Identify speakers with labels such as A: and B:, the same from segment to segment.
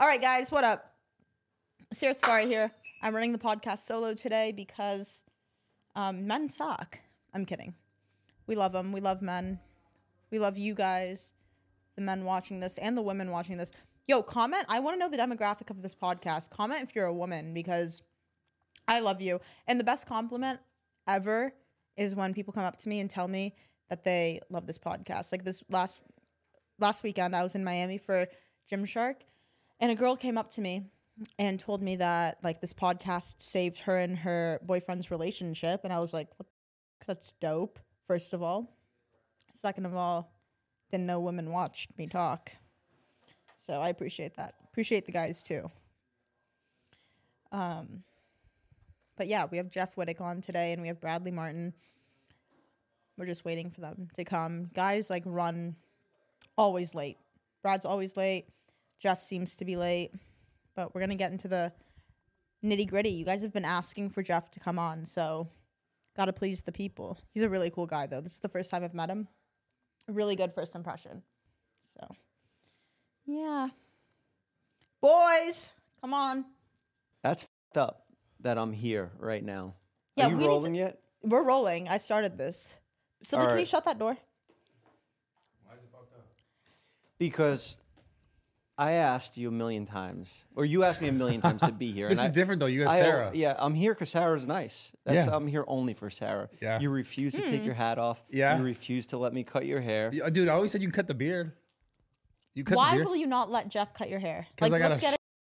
A: All right, guys, what up? Sarah Safari here. I'm running the podcast solo today because um, men suck. I'm kidding. We love them. We love men. We love you guys, the men watching this and the women watching this. Yo, comment. I want to know the demographic of this podcast. Comment if you're a woman because I love you. And the best compliment ever is when people come up to me and tell me that they love this podcast. Like this last last weekend, I was in Miami for Gymshark, and a girl came up to me and told me that like this podcast saved her and her boyfriend's relationship, and I was like, what? the f- "That's dope." First of all, second of all, didn't know women watched me talk, so I appreciate that. Appreciate the guys too. Um, but yeah, we have Jeff Whittick on today, and we have Bradley Martin. We're just waiting for them to come. Guys like run always late. Brad's always late. Jeff seems to be late. But we're going to get into the nitty gritty. You guys have been asking for Jeff to come on. So, got to please the people. He's a really cool guy, though. This is the first time I've met him. A really good first impression. So, yeah. Boys, come on.
B: That's fucked up that I'm here right now.
A: Yeah,
B: Are you
A: we need to-
B: rolling yet?
A: We're rolling. I started this. So,
B: All
A: can you
B: right.
A: shut that door?
B: Because I asked you a million times, or you asked me a million times to be here.
C: This
B: and I-
C: is different though. You got
B: I-
C: Sarah.
B: yeah, I'm here because Sarah's nice. That's
C: Yeah.
B: I'm here only for Sarah.
C: Yeah. Hmm.
B: You refuse to take your hat off.
C: Yeah.
B: You refuse to let me cut your hair.
C: Yeah, Dude, I always said you can cut the beard. You cut
A: Why
C: the beard.
A: will you not let Jeff cut your hair?
C: Because I got
A: let's
C: a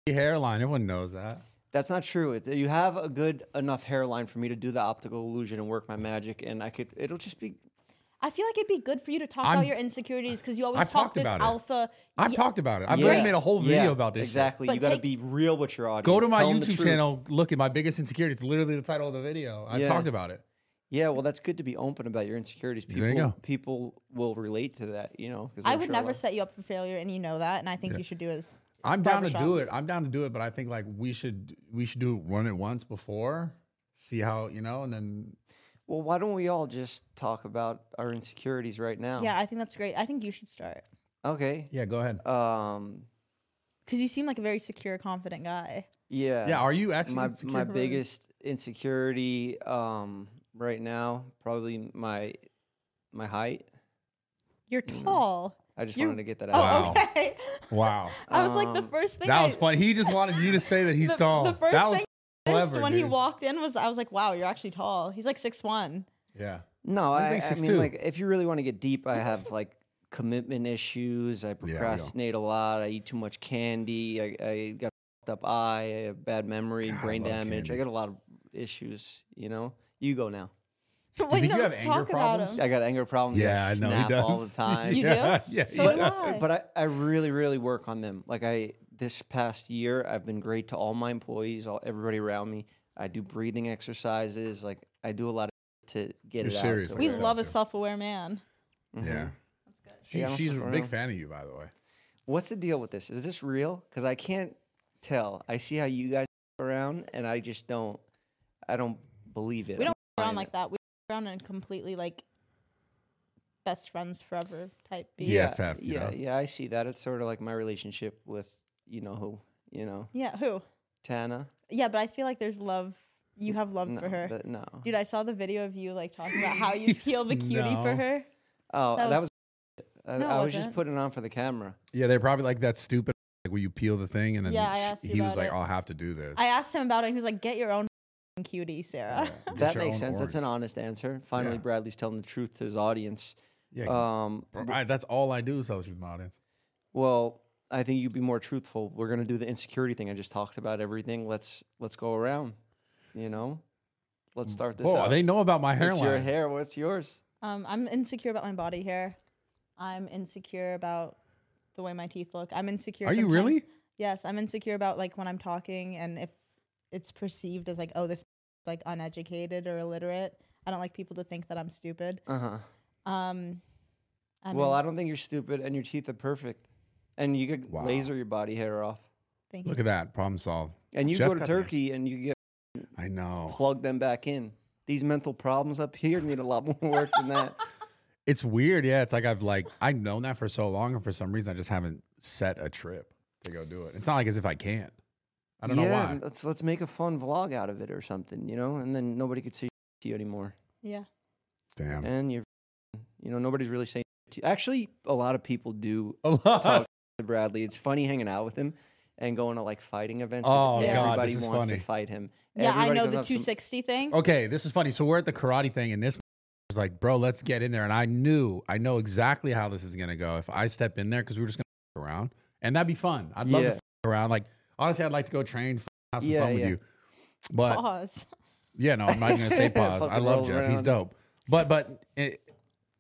C: shitty hairline. Everyone knows that.
B: That's not true. It- You have a good enough hairline for me to do the optical illusion and work my magic, and I could. It'll just be.
A: I feel like it'd be good for you to talk
C: I'm-
A: about your insecurities because you always
C: I've
A: talk
C: talked
A: this
C: about it.
A: alpha.
C: I've
A: Yeah,
C: talked about it. I've
B: Yeah.
C: already made a whole video
B: Yeah,
C: about this. shit.
B: Exactly.
A: But
B: you got to
A: take-
B: be real with your audience.
C: Go to my
B: Tell 'em the
C: YouTube
B: truth.
C: channel. Look at my biggest insecurity. It's literally the title of the video. I've
B: Yeah.
C: talked about it.
B: Yeah, well, that's good to be open about your insecurities. People,
C: There you go.
B: people will relate to that, you know. 'cause
A: I
B: I'm
A: would
B: sure a
A: never
B: lot-
A: set you up for failure, and you know that. And I think you should do as
C: I'm down to do
A: Barbershop.
C: it. I'm down to do it, but I think like we should we should do it run it once before, see how you know, and then
B: Well, why don't we all just talk about our insecurities right now?
A: yeah. I think that's great. I think you should start
B: Okay.
C: yeah, go ahead.
B: Um.
A: because you seem like a very secure, confident guy.
B: Yeah.
C: Yeah, are you actually
B: my
C: insecure
B: my
A: Mm-hmm.
C: about it?
B: biggest insecurity um right now probably my my height.
A: You're tall.
B: I just
A: You're-
B: wanted to get that out.
A: Oh,
B: there.
C: Mm. Wow.
A: okay.
C: Wow,
A: I was like the
B: Um,
A: first thing.
C: that
A: I-
C: was funny. He just wanted you to say that he's
A: the,
C: tall.
A: The first
C: that was
A: thing I noticed
C: clever,
A: when he
C: dude.
A: walked in was I was like, wow, you're actually tall. He's like six one.
C: yeah.
B: No, I,
C: like
B: I
C: 6'2".
B: mean, like, if you really want to get deep, I have like commitment issues. I
C: we go.
B: procrastinate a lot. I eat too much candy. I, I got a fucked up eye. I have bad memory,
C: God, I
B: brain
C: love
B: damage.
C: candy.
B: I got a lot of issues. You know, you go now.
A: Wait,
C: think
A: no,
C: you have
A: let's
C: anger
A: talk about
C: problems?
A: him.
B: I got anger problems.
C: Yeah, I
B: I
C: know he
B: snap all
C: does.
B: the time.
A: You
C: Yeah,
A: do?
C: yeah,
A: So
C: he
A: do
C: does.
A: I.
B: but I, I really, really work on them. Like I, this past year, I've been great to all my employees, all everybody around me. I do breathing exercises. Like I do a lot of to get it
C: You're serious
B: out. to Mm-hmm.
C: about
A: We
B: where-
C: that.
A: love a
C: too.
A: self-aware man.
C: Yeah. Mm-hmm. She,
B: Yeah, I don't
C: she's a
B: fucking
C: big
B: know.
C: fan of you, by the way.
B: What's the deal with this? Is this real? Because I can't tell. I see how you guys around, and I just don't. I don't believe it.
A: We
B: I'm
A: don't around
B: buying
A: like
B: it.
A: that. We around and completely like best friends forever type B.
C: Yeah. BFF, you
B: Yeah,
C: know?
B: yeah. I see that. It's sort of like my relationship with you know who, you know,
A: Yeah, who?
B: Tana.
A: Yeah, but I feel like there's love. You have love
B: No,
A: for her.
B: that- no.
A: Dude, I saw the video of you like talking about how you
C: He's-
A: peel the cutie for
C: no.
A: her.
B: oh,
A: that
B: that
A: was-
B: was. I,
A: No, it
B: I was just
A: wasn't.
B: putting it on for the camera.
C: Yeah, they're probably like that stupid. Like, will you peel the thing? And then
A: Yeah, I
C: sh-
A: asked you
C: he was
A: about
C: like,
A: it.
C: "I'll have to do this."
A: I asked him about it. He was like, "Get your own cutie, Sarah."
C: Yeah, get
B: That
C: your
B: makes
C: own
B: sense. That's an
C: orange.
B: honest answer. Finally,
C: Yeah.
B: Bradley's telling the truth to his audience.
C: Yeah,
B: Um,
C: bro, I- that's all I do is tell the truth to my audience.
B: Well, I think you'd be more truthful. We're gonna do the insecurity thing. I just talked about everything. Let's let's go around. You know, let's start this.
C: Oh,
B: out.
C: they know about my
B: What's
C: hairline.
B: your hair? What's yours?
A: Um, I'm insecure about my body hair. I'm insecure about the way my teeth look. I'm insecure.
C: Are you really?
A: sometimes- Yes, I'm insecure about like when I'm talking and if it's perceived as like, oh, this is, like uneducated or illiterate. I don't like people to think that I'm stupid.
B: Uh huh.
A: Um, I'm
B: Well, I don't think you're stupid, and your teeth are perfect, and you could
C: Wow.
B: laser your body hair off,
A: think
C: Look at that. Problem solved.
B: and you
C: Jeff
B: go to
C: got Oh. there.
B: Turkey and you get
C: I know.
B: plug them back in. These mental problems up here need a lot more work than that.
C: It's weird. Yeah, it's like I've like I've known that for so long, and for some reason I just haven't set a trip. to go do it. It's not like as if I can't. I don't know
B: yeah,
C: why.
B: let's let's make a fun vlog out of it or something, you know, and then nobody could see you anymore.
A: Yeah.
C: Damn.
B: And you're, you know, nobody's really saying. To you. Actually, a lot of people do
C: a lot.
B: talk to Bradley. It's funny hanging out with him and going to like fighting events. 'cause
C: Oh,
A: God,
B: everybody
C: this is
B: wants
C: funny.
B: to fight him.
A: Yeah, I
B: Everybody
A: know
B: goes
A: the
B: up to him-
A: 260 thing.
C: Okay, this is funny. So we're at the karate thing, and this was like, bro, let's get in there. And I knew, I know exactly how this is gonna go if I step in there because we're just gonna f- around, and that'd be fun. I'd love to
B: Yeah.
C: f- around. Like honestly, I'd like to go train, f- have some
B: Yeah,
C: fun with
B: yeah.
C: you. But
A: Pause.
C: yeah, no, I'm not gonna say pause. I
B: Fucking
C: love
B: roll
C: Jeff. He's
B: around.
C: dope. But but it,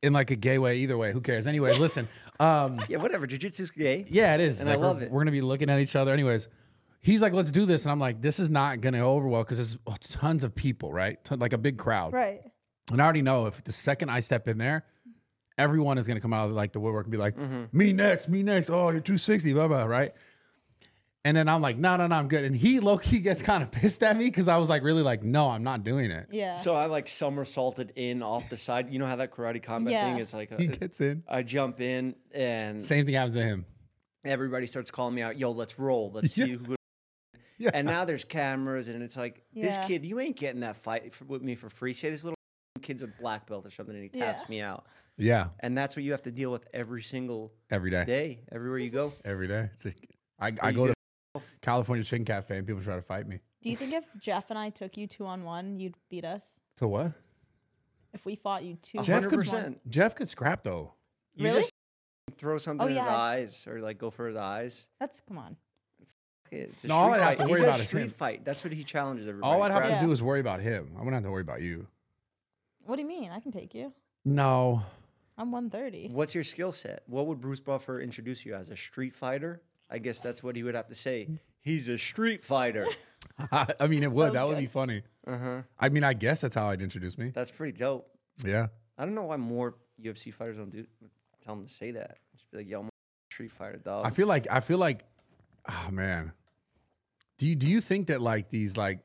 C: in like a gay way, either way, who cares? Anyway, listen. Um,
B: Yeah, whatever. Jiu-jitsu's gay.
C: yeah, it is.
B: And
C: Like,
B: I
C: we're-
B: love it.
C: We're gonna be looking at each other, anyways. He's like, let's do this, and I'm like, this is not gonna go over well because there's tons of people, right? Ton- like a big crowd.
A: Right.
C: And I already know if the second I step in there, everyone is going to come out of like the woodwork and be like, me next, me next. Oh, you're 260, blah, blah, right? And then I'm like, no, no, no, I'm good. And he low key gets kind of pissed at me because I was like, really, like, no, I'm not doing it.
A: Yeah.
B: So I like somersaulted in off the side. You know how that karate combat
A: Yeah.
B: thing is like.
C: He
B: A,
C: gets in.
B: I jump in and
C: Same thing happens to him.
B: everybody starts calling me out. Yo, let's roll. Let's see
C: Yeah.
B: who.
C: Yeah.
B: And now there's cameras, and it's like this
A: Yeah.
B: kid, you ain't getting that fight for, with me for free. Say this little kid's a black belt or something, and he taps
A: Yeah.
B: me out,
C: yeah.
B: and that's what you have to deal with every single
C: Every day.
B: day, everywhere you go.
C: Every day. It's like, I, I
B: you
C: go
B: did
C: to California Chicken Cafe and people try to fight me.
A: Do you think if Jeff and I took you two on one, you'd beat us?
C: To what?
A: If we fought you two
B: A
A: versus
B: hundred
C: could-
A: one?
B: percent.
C: Jeff could scrap though.
B: You
A: Really?
B: just throw something
A: Oh,
B: in his
A: yeah.
B: eyes, or like go for his eyes.
A: That's come on.
B: It's a
C: No, all
B: street
C: I'd have
B: fight.
C: to
B: He
C: worry
B: does
C: about is
B: street
C: him.
B: fight. That's what he challenges everybody.
C: All I'd have
A: Yeah.
C: to do is worry about him. I wouldn't have to worry about you.
A: What do you mean? I can take you.
C: No.
A: I'm 130.
B: What's your skill set? What would Bruce Buffer introduce you as? A street fighter? I guess that's what he would have to say.
C: Mm.
B: He's a street fighter.
C: I mean, it would.
A: was
C: That would
A: good.
C: be funny.
B: Uh huh.
C: I mean, I guess that's how I'd introduce me.
B: That's pretty dope.
C: Yeah.
B: I don't know why more UFC fighters don't do tell them to say that. Just be like, yo, I'm a street fighter, dog.
C: I feel like I feel like oh man. Do you do you think that like these like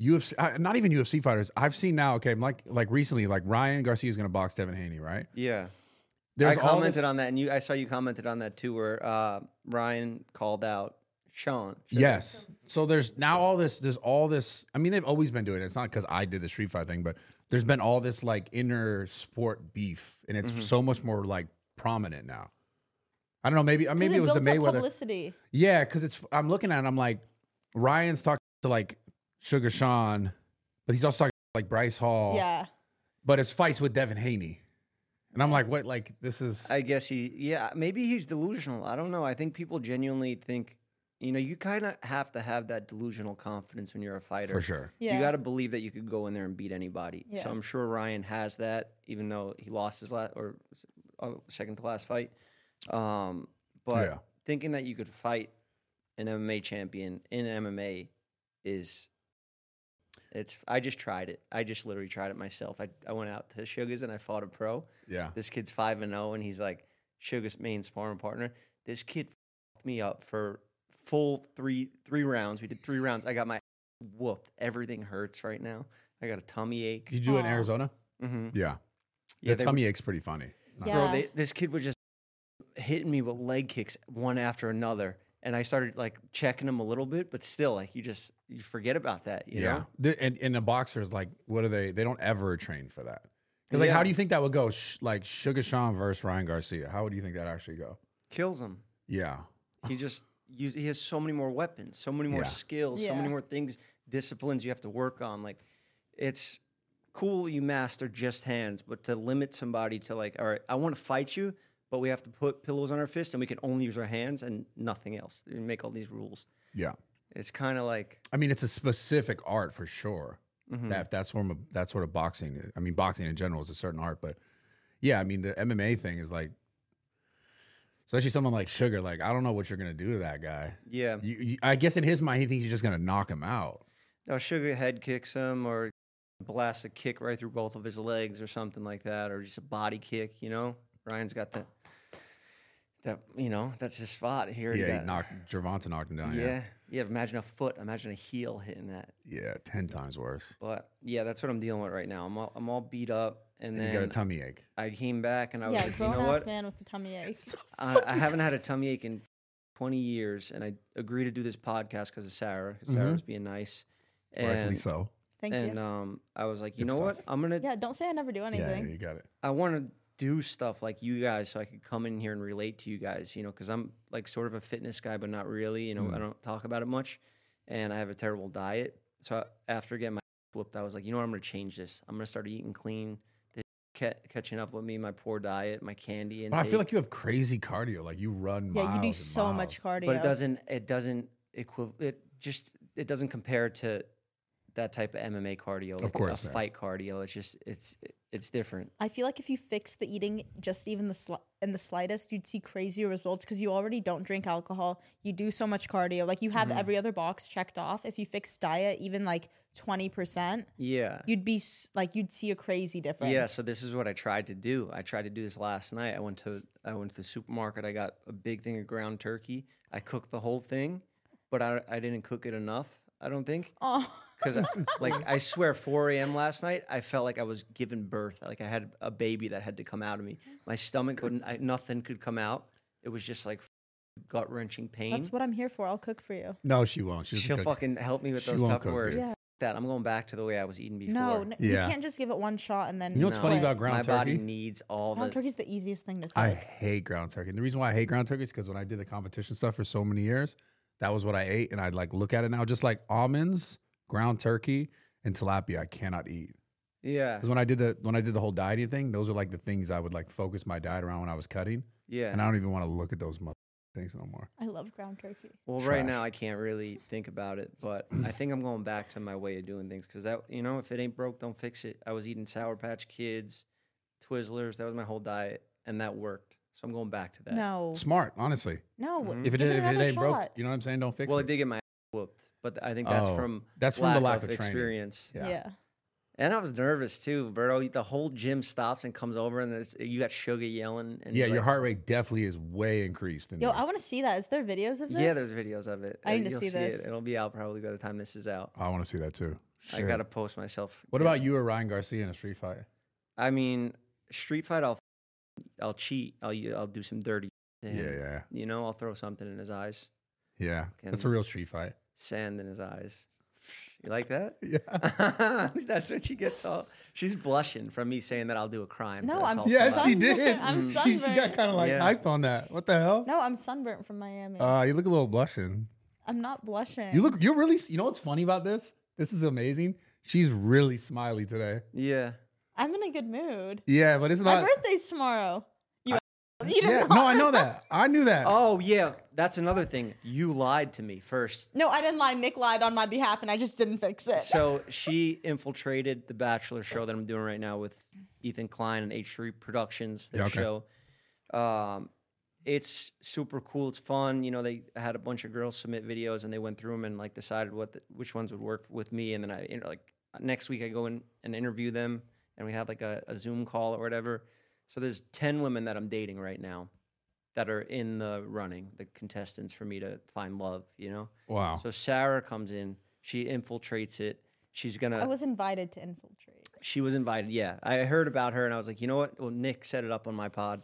C: UFC uh, not even UFC fighters I've seen now okay like like recently like Ryan Garcia is going to box Devin Haney, right?
B: yeah.
C: There's
B: I
C: all
B: commented
C: this-
B: on that, and you. I saw you commented on that too, where uh, Ryan called out Sean. Should I-
C: Yes. So there's now all this there's all this I mean they've always been doing it. It's not cuz I did the street fight thing, but there's been all this like inner sport beef and it's so much more like prominent now. I don't know, maybe uh,
A: 'Cause
C: maybe it was the
A: builds up
C: Mayweather
A: publicity.
C: Yeah, because it's I'm looking at it, I'm like, Ryan's talking to like Sugar Sean, but he's also talking to like Bryce Hall.
A: Yeah.
C: But it's fights with Devin Haney. And I'm like, what like this is
B: I guess he, yeah, maybe he's delusional. I don't know. I think people genuinely think, you know, you kind of have to have that delusional confidence when you're a fighter.
C: for sure.
A: Yeah.
B: You got to believe that you could go in there and beat anybody.
A: Yeah.
B: So I'm sure Ryan has that, even though he lost his last or s- oh, second to last fight. Um, but
C: Yeah.
B: thinking that you could fight an MMA champion in MMA is. It's. I just tried it. I just literally tried it myself. I, I went out to Sugars and I fought a pro
C: Yeah.
B: this kid's five and zero, and he's like Sugar's main sparring partner. This kid fucked me up for full three three rounds. We did three rounds. I got my whooped. Everything hurts right now. I got a tummy ache.
C: Did you do it in
A: Aw.
C: Arizona?
B: hmm
C: Yeah.
B: Yeah,
C: the
B: they,
C: tummy ache's pretty funny. Not-
A: Yeah.
B: bro, they, this kid was just hitting me with leg kicks one after another, and I started like checking him a little bit, but still, like you just you forget about that. You
C: yeah.
B: know?
C: The- and and the boxers like what are they they don't ever train for that. Cuz like
B: Yeah.
C: how do you think that would go Sh- like Sugar Sean versus Ryan Garcia? How would you think that actually go?
B: kills him.
C: Yeah.
B: He just use, he has so many more weapons, so many more
C: Yeah.
B: skills, so many
A: Yeah.
B: more things, disciplines you have to work on. Like it's cool you master just hands, but to limit somebody to like, all right, I want to fight you, but we have to put pillows on our fist and we can only use our hands and nothing else. You make all these rules.
C: Yeah.
B: It's kind of like mm-hmm.
C: I mean, it's a specific art for sure.
B: Hmm.
C: That that form of that sort of boxing. is- I mean, boxing in general is a certain art, but yeah, I mean, the MMA thing is like, especially someone like Sugar. Like, I don't know what you're gonna do to that guy.
B: yeah.
C: You, you, I guess in his mind, he thinks you're just gonna knock him out.
B: Now Oh, Sugar head kicks him or blasts a kick right through both of his legs or something like that, or just a body kick, you know? Ryan's got that that you know, that's his spot here. He
C: Yeah,
B: got-
C: he knocked Gervonta knocked him down. Yeah,
B: Yeah. Yeah. Imagine a foot. Imagine a heel hitting that.
C: yeah, ten times worse.
B: But yeah, that's what I'm dealing with right now. I'm all, I'm all beat up. And
C: And you got a
B: then
C: tummy ache.
B: I came back and I was
A: Yeah,
B: like, you
A: grown ass
B: know what?
A: man with the tummy ache.
B: I, I haven't had a tummy ache in 20 years, and I agreed to do this podcast because of Sarah. 'cause Sarah was being nice,
C: Mm-hmm. Rightfully
B: and
C: so.
A: Thank
B: and
A: you.
B: um, I was like, you
C: Good
B: know
C: stuff.
B: what? I'm gonna
A: yeah, don't say I never do
C: Yeah,
A: anything.
C: you got it.
B: I want to do stuff like you guys so I could come in here and relate to you guys, you know, because I'm like sort of a fitness guy, but not really. You know,
C: Mm.
B: I don't talk about it much and I have a terrible diet. So I- after getting my ass whooped, I was like, you know what? I'm going to change this. I'm going to start eating clean, This ca- catching up with me, my poor diet, my candy. And
C: But I feel like you have crazy cardio. Like you run.
A: Yeah,
C: miles
A: you do
C: and
A: so
C: miles.
A: much cardio.
B: but it doesn't, it doesn't equiv- it just, it doesn't compare to that type of MMA cardio, like
C: course,
B: a
C: yeah.
B: fight cardio. It's just, it's, it's different.
A: I feel like if you fix the eating just even the sli- in the slightest, you'd see crazy results because you already don't drink alcohol. You do so much cardio. Like you have
B: Mm-hmm.
A: every other box checked off. If you fix diet even like 20%,
B: Yeah.
A: you'd be s- like you'd see a crazy difference.
B: Yeah, so this is what I tried to do. I tried to do this last night. I went to I went to the supermarket. I got a big thing of ground turkey. I cooked the whole thing, but I, I didn't cook it enough. I don't think
A: oh,
B: because like I swear, 4 a.m. last night, I felt like I was giving birth. Like I had a baby that had to come out of me. My stomach couldn't. I, nothing could come out. It was just like gut wrenching pain.
A: that's what I'm here for. I'll cook for you.
C: No, she won't. She
B: She'll
C: doesn't cook.
B: fucking help me with
C: She
B: those
C: won't
B: tough
C: cook,
B: words.
C: dude.
A: Yeah.
B: That I'm going back to the way I was eating before.
A: No, n-
C: Yeah.
A: you can't just give it one shot and then
C: You know what's
B: No.
C: funny about ground
B: My
C: turkey?
B: body needs all
A: ground
B: the
A: turkey's the easiest thing to cook.
C: I hate ground turkey. And the reason why I hate ground turkey is because when I did the competition stuff for so many years, that was what I ate. And I'd like look at it now, just like almonds, ground turkey, and tilapia. I cannot eat
B: yeah
C: because when I did the when I did the whole dieting thing, those are like the things I would like focus my diet around when I was cutting.
B: yeah.
C: And I don't even want to look at those mother things no more.
A: I love ground turkey.
B: Well, right now
C: Trash.
B: I can't really think about it, but I think I'm going back to my way of doing things because that you know if it ain't broke, don't fix it. I was eating Sour Patch Kids, Twizzlers. That was my whole diet, and that worked. So I'm going back to that.
A: No,
C: Smart, honestly.
A: no.
B: Mhm.
C: If it,
A: give
C: if it
A: another
C: ain't broke,
A: shot.
C: you know what I'm saying? Don't fix
B: Well, I
C: it.
B: did get my ass whooped, but I think that's
C: Oh,
B: from
C: that's from the lack of training.
B: experience.
C: yeah.
A: yeah.
B: And I was nervous too, Berto. The whole gym stops and comes over, and there's, you got Sugar yelling. And
C: yeah,
B: like-
C: your heart rate definitely is way increased. In
A: Yo,
C: there.
A: I want to see that. Is there videos of this?
B: Yeah, there's videos of it. Uh,
A: I need to
B: You'll
A: see this.
B: It. It'll be out probably by the time this is out.
C: I want to see that too.
B: I
C: Shit.
B: gotta post myself.
C: What
B: Yeah.
C: about you or Ryan Garcia in a street fight?
B: I mean, street fight. I'll, I'll cheat. I'll, I'll do some dirty. To
C: Yeah,
B: him.
C: yeah,
B: You know, I'll throw something in his eyes,
C: yeah. That's a
B: Can-
C: real street fight.
B: sand in his eyes. You like that?
C: Yeah.
B: That's when she gets all. She's blushing from me saying that I'll do a crime.
A: No,
B: to
A: I'm
B: assault
A: Yeah,
C: Yes,
A: Yes,
B: somebody.
C: she
A: she
C: did.
A: did. I'm
C: she, she got
A: sunburned.
C: kind of like
B: Yeah.
C: hyped on that. What the hell?
A: No, I'm sunburnt from Miami.
C: Uh, you look a little blushing.
A: I'm not blushing.
C: You look. You're really. You know what's funny about this? This is amazing. She's really smiley today.
B: Yeah.
A: I'm in a good mood.
C: Yeah, but it's
A: My
C: not.
A: birthday's tomorrow. You, you don't
C: yeah, no, I know that. I knew that.
B: Oh yeah, that's another thing. You lied to me first.
A: No, I didn't lie. Nick lied on my behalf, and I just didn't fix it.
B: So she infiltrated the Bachelor show that I'm doing right now with Ethan Klein and H3 Productions. Their
C: Yeah, okay.
B: show. Um, it's super cool. It's fun. You know, they had a bunch of girls submit videos and they went through them and like decided what the, which ones would work with me. And then I you know, like next week I go in and interview them and we have like a, a Zoom call or whatever. So there's ten women that I'm dating right now that are in the running, the contestants for me to find love. You know.
C: wow.
B: So Sarah comes in. She infiltrates it. She's gonna.
A: I was invited to infiltrate.
B: she was invited. Yeah, I heard about her, and I was like, you know what? Well, Nick set it up on my pod,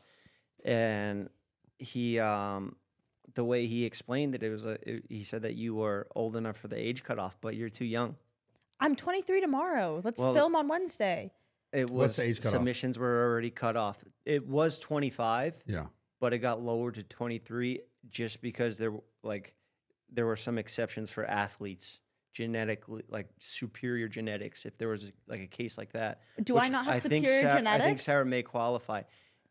B: and he, um, the way he explained it, it was. A, it- he said that you were old enough for the age cutoff, but you're too young.
A: I'm 23 tomorrow. Let's
B: Well-
A: film on Wednesday.
B: It was
C: What's the age cutoff?
B: submissions were already cut off. It was 25,
C: yeah.
B: but it got lowered to 23 just because there w- like there were some exceptions for athletes genetically like superior genetics if there was like a case like that
A: Do
B: which
A: I not have
B: think
A: superior
B: Sarah- i think
A: genetics?
B: sarah may qualify
C: I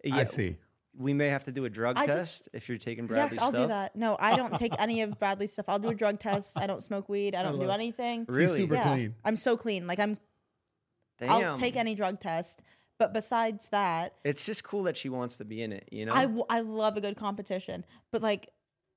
B: Yeah,
C: see.
B: we may have to do a drug
A: I
B: test
A: just-
B: if you're taking bradley
A: yes, I'll
B: stuff
A: do that. No, I don't take any of Bradley's stuff. I'll do a drug test. I don't smoke weed. I don't do
C: love-
A: anything.
B: really
C: super-
A: yeah,
C: clean.
A: I'm so clean. Like I'm.
B: damn
A: I'll take any drug test. But besides that,
B: it's just cool that she wants to be in it you know
A: I, w- I love a good competition, but like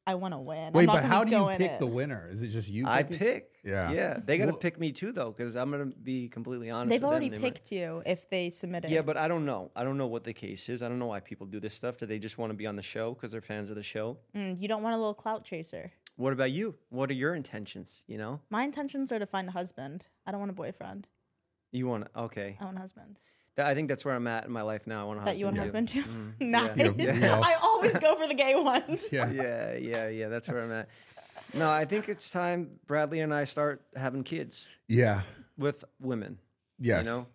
A: I want to win.
C: Wait,
A: I'm not
C: but
A: gonna
C: how do
A: go
C: you
A: in
C: pick
A: it.
C: the winner? Is it just you?
B: I
C: picking?
B: pick.
C: Yeah.
B: Yeah. They got to
C: Well-
B: pick me too, though, because I'm going to be completely honest.
A: They've
B: with them,
A: already
B: they might-
A: picked you if they submitted.
B: Yeah, but I don't know. I don't know what the case is. I don't know why people do this stuff. Do they just want to be on the show because they're fans of the show?
A: Mm, you don't want a little clout chaser.
B: What about you? What are your intentions? You know,
A: My intentions are to find a husband. I don't want a boyfriend.
B: you want to, okay.
A: I want a husband.
B: That, I think that's where I'm at in my life now. I want a
A: Uh, That you and
B: husband.
A: husband too. nice.
B: Mm-hmm. Yeah.
C: Yeah. Uh, Yeah.
A: I always go for the gay ones.
C: Yeah.
B: too. Yeah, yeah, yeah. That's where I'm at. No, I think it's time Bradley and I start having kids
C: Yeah.
B: with women.
C: Yes.
B: You know,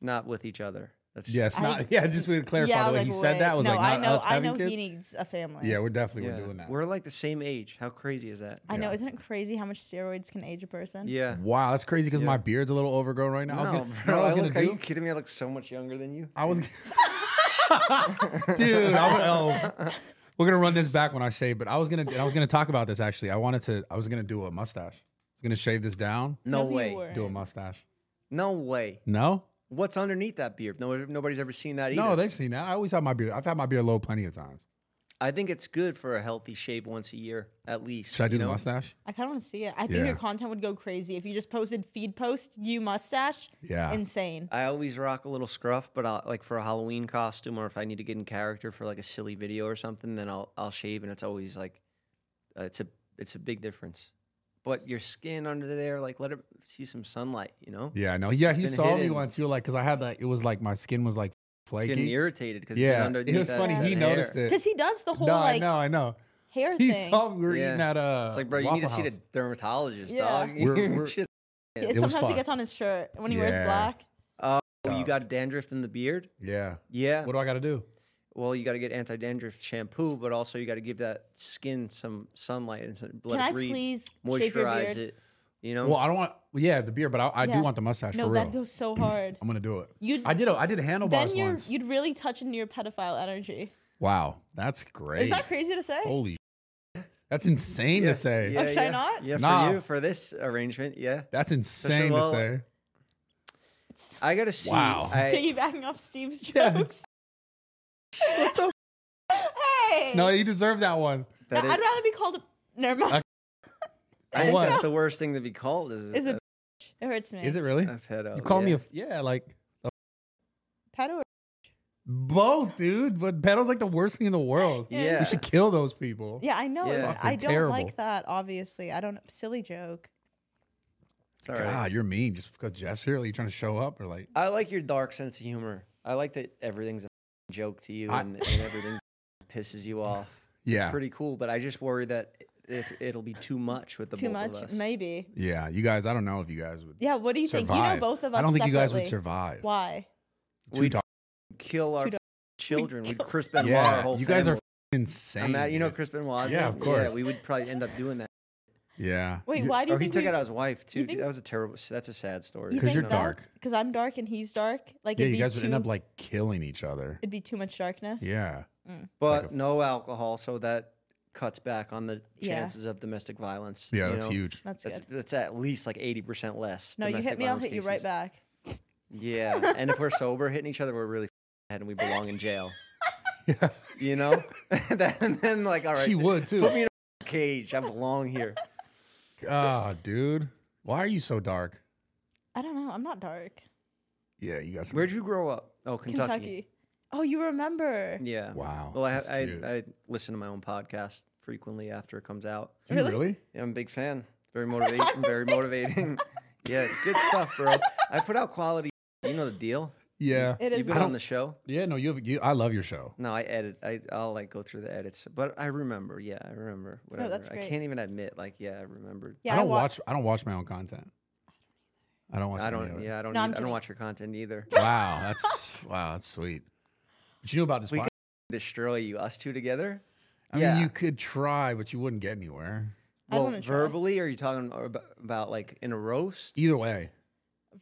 B: not with each other. That's
C: Yes.
A: I-
C: not. Yeah. Just we clarify the way
A: like,
C: he said
A: wait.
C: that was
A: no,
C: like not
A: I know.
C: us
A: I
C: having
A: know
C: kids.
A: he needs a family.
C: yeah, we're definitely
B: yeah.
C: we're doing that.
B: We're like the same age. How crazy is that?
A: I know. Isn't it crazy how much steroids can age a person?
B: Yeah.
C: wow, that's crazy because my beard's a little overgrown right now. I was
B: No,
C: gonna, you know
B: bro.
C: what I was
B: I
C: gonna
B: look, are you
C: do.
B: kidding me? I look so much younger than you.
C: I was. Dude, I'm, oh, we're gonna run this back when I shave. But I was gonna. and I was gonna talk about this actually. I wanted to. I was gonna do a mustache. I was gonna shave this down.
B: No,
A: you
B: way.
A: weren't.
C: Do a mustache.
B: No way.
C: No.
B: What's underneath that beard? No, nobody's ever seen that either.
C: No, they've seen that. I always have my beard. I've had my beard low plenty of times.
B: I think it's good for a healthy shave once a year at least.
C: Should I do
B: you
C: the
B: know?
C: mustache?
A: I kind of want to see it. I think
C: Yeah.
A: your content would go crazy if you just posted feed post you mustache.
C: Yeah.
A: Insane.
B: I always rock a little scruff, but I'll, like for a Halloween costume or if I need to get in character for like a silly video or something, then I'll I'll shave and it's always like uh, it's a it's a big difference. But your skin under there, like let it see some sunlight, you know.
C: Yeah. No. Yeah. He
B: been
C: saw me
B: hidden.
C: once. You were like, because I had like it was like my skin was like
B: It's
C: flaky.
B: getting irritated because
C: yeah.
B: underneath
C: It was
B: that-
C: funny.
B: that
C: He
B: hair.
C: noticed it.
A: Because he does the whole
C: Uh, no,
A: like
C: I know. I know.
A: hair
C: He
A: thing.
C: saw me. We were
B: Yeah.
C: eating at uh.
B: It's like, bro, you
C: Waffle
B: need to see
C: House.
B: the dermatologist,
A: Yeah.
B: dog.
C: We're- we're-
B: Shit.
A: Yeah,
C: It was
A: Sometimes he
C: fun.
A: gets on his shirt when he wears
C: Yeah.
A: black.
B: Oh, you got dandruff in the beard?
C: Yeah.
B: Yeah.
A: Uh,
C: What do I got to do?
B: well, you got to get anti-dandruff shampoo, but also you got to give that skin some sunlight and some, let
A: Can
B: it
A: I
B: breathe,
A: please
B: moisturize
A: shave your beard?
B: it. You know,
C: Well, I don't want. Yeah, the beard, but I, I
A: Yeah.
C: do want the mustache
A: No,
C: for real.
A: that goes so hard.
C: I'm gonna do it.
A: You'd-
C: I did. A, I did handlebars
A: then you're
C: once.
A: you'd really touch into your pedophile energy.
C: wow, that's great.
A: Is that crazy to say?
C: Holy, sh- that's insane to say.
A: Oh, should I not?
B: Yeah,
C: Nah.
B: for you for this arrangement, yeah.
C: That's insane
B: well-
C: to say.
B: I gotta see.
C: Wow.
B: I,
A: Piggybacking off Steve's
C: Yeah.
A: jokes.
C: What the?
A: hey,
C: No, you deserve that one.
B: that
A: I'd
B: is-
A: rather be called. A, never mind.
C: Okay.
B: I think
C: What?
B: that's the worst thing to be called. Is,
A: Is it? It hurts me.
C: Is it really?
B: a, a pedo?
C: you call me
B: Uh, yeah.
C: a yeah, like
A: pedo? Or,
C: both, dude. But pedo's like the worst thing in the world.
A: Yeah.
B: Yeah.
C: We should kill those people.
A: yeah, I know.
B: Yeah.
A: it's-
C: Fucking
A: I don't
C: terrible.
A: like that. Obviously, I don't. Silly joke.
B: It's all right.
C: God, you're mean just because Jeff's here. Like, you trying to show up or like?
B: I like your dark sense of humor. I like that everything's a joke to you
C: I-
B: and, and everything pisses you off.
C: Yeah.
B: It's pretty cool, but I just worry that if it'll be too much with the
A: Too
B: both
A: much,
B: of us.
A: maybe.
C: yeah, you guys. I don't know if you guys would.
A: Yeah. What do you think? You know
C: survive.
A: both of us.
C: I don't think you guys would
A: separately.
C: survive.
A: Why?
C: Too
B: We'd
C: dark.
B: kill our
A: Too dark.
B: children. We'd Chris Benoit our
C: Yeah,
B: whole
C: you guys are
B: family.
C: f- insane.
B: I'm at, you know
C: dude.
B: Chris Benoit.
C: Yeah, of course.
B: Yeah, we would probably end up doing that.
C: Yeah.
A: Wait,
C: You-
A: why do you
B: Or he
A: think
B: took
A: we,
B: out his wife too.
A: think-
B: that was a terrible. That's a sad story.
A: you
C: 'Cause you're
A: think
C: dark.
A: Because I'm dark and he's dark. Like
C: Yeah,
A: it'd
C: you
A: be
C: guys
A: too,
C: would end up like killing each other.
A: it'd be too much darkness.
C: Yeah.
B: But
C: like a-
B: no alcohol, so that cuts back on the
A: Yeah.
B: chances of domestic violence.
C: Yeah,
B: you
C: that's
B: know?
C: huge.
A: That's good.
B: That's, that's at least like eighty percent less.
A: no, you hit
B: domestic
A: me, I'll
B: violence
A: hit you right
B: cases.
A: back.
B: Yeah, and if we're sober, hitting each other, we're really f***ing head and we belong in jail. You know, that, and then like, all right,
C: She would
B: put me
C: too.
B: in a cage. I belong here.
C: Ah, dude. Why are you so dark?
A: I don't know. I'm not dark.
C: Yeah, you guys.
B: Where'd you grow up? Oh, Kentucky.
A: Kentucky. Oh, you remember?
B: Yeah.
C: Wow,
B: Well, I,
C: this is
B: I,
C: cute.
B: I, listen to my own podcast frequently after it comes out.
C: you
A: Really?
C: really?
B: Yeah, I'm a big fan. Very motivating. very motivating. Yeah, it's good stuff, bro. I put out quality. You know the deal.
C: Yeah.
A: It
B: You've
A: is.
B: been on the show.
C: Yeah. No, you. Have, you. I love your show.
B: No, I edit. I, I'll like go through the edits, but I remember. Yeah, I remember. Whatever.
A: that's
B: I
A: great.
B: can't even admit. Like, yeah, I remembered.
A: yeah,
C: I don't
A: wa-
C: watch. I don't watch my own content. I don't watch.
B: I
C: any
B: don't.
C: of it.
B: Yeah, I don't.
A: No, I'm
B: need, I don't
A: kidding.
B: watch your content either.
C: Wow. That's wow. That's sweet. But you know about this?
B: We
C: podcast?
B: Destroy you, us two together.
C: I
B: yeah.
C: mean, you could try, but you wouldn't get anywhere.
A: I
B: Well,
A: wanna try.
B: verbally, are you talking ab- about like in a roast?
C: Either way.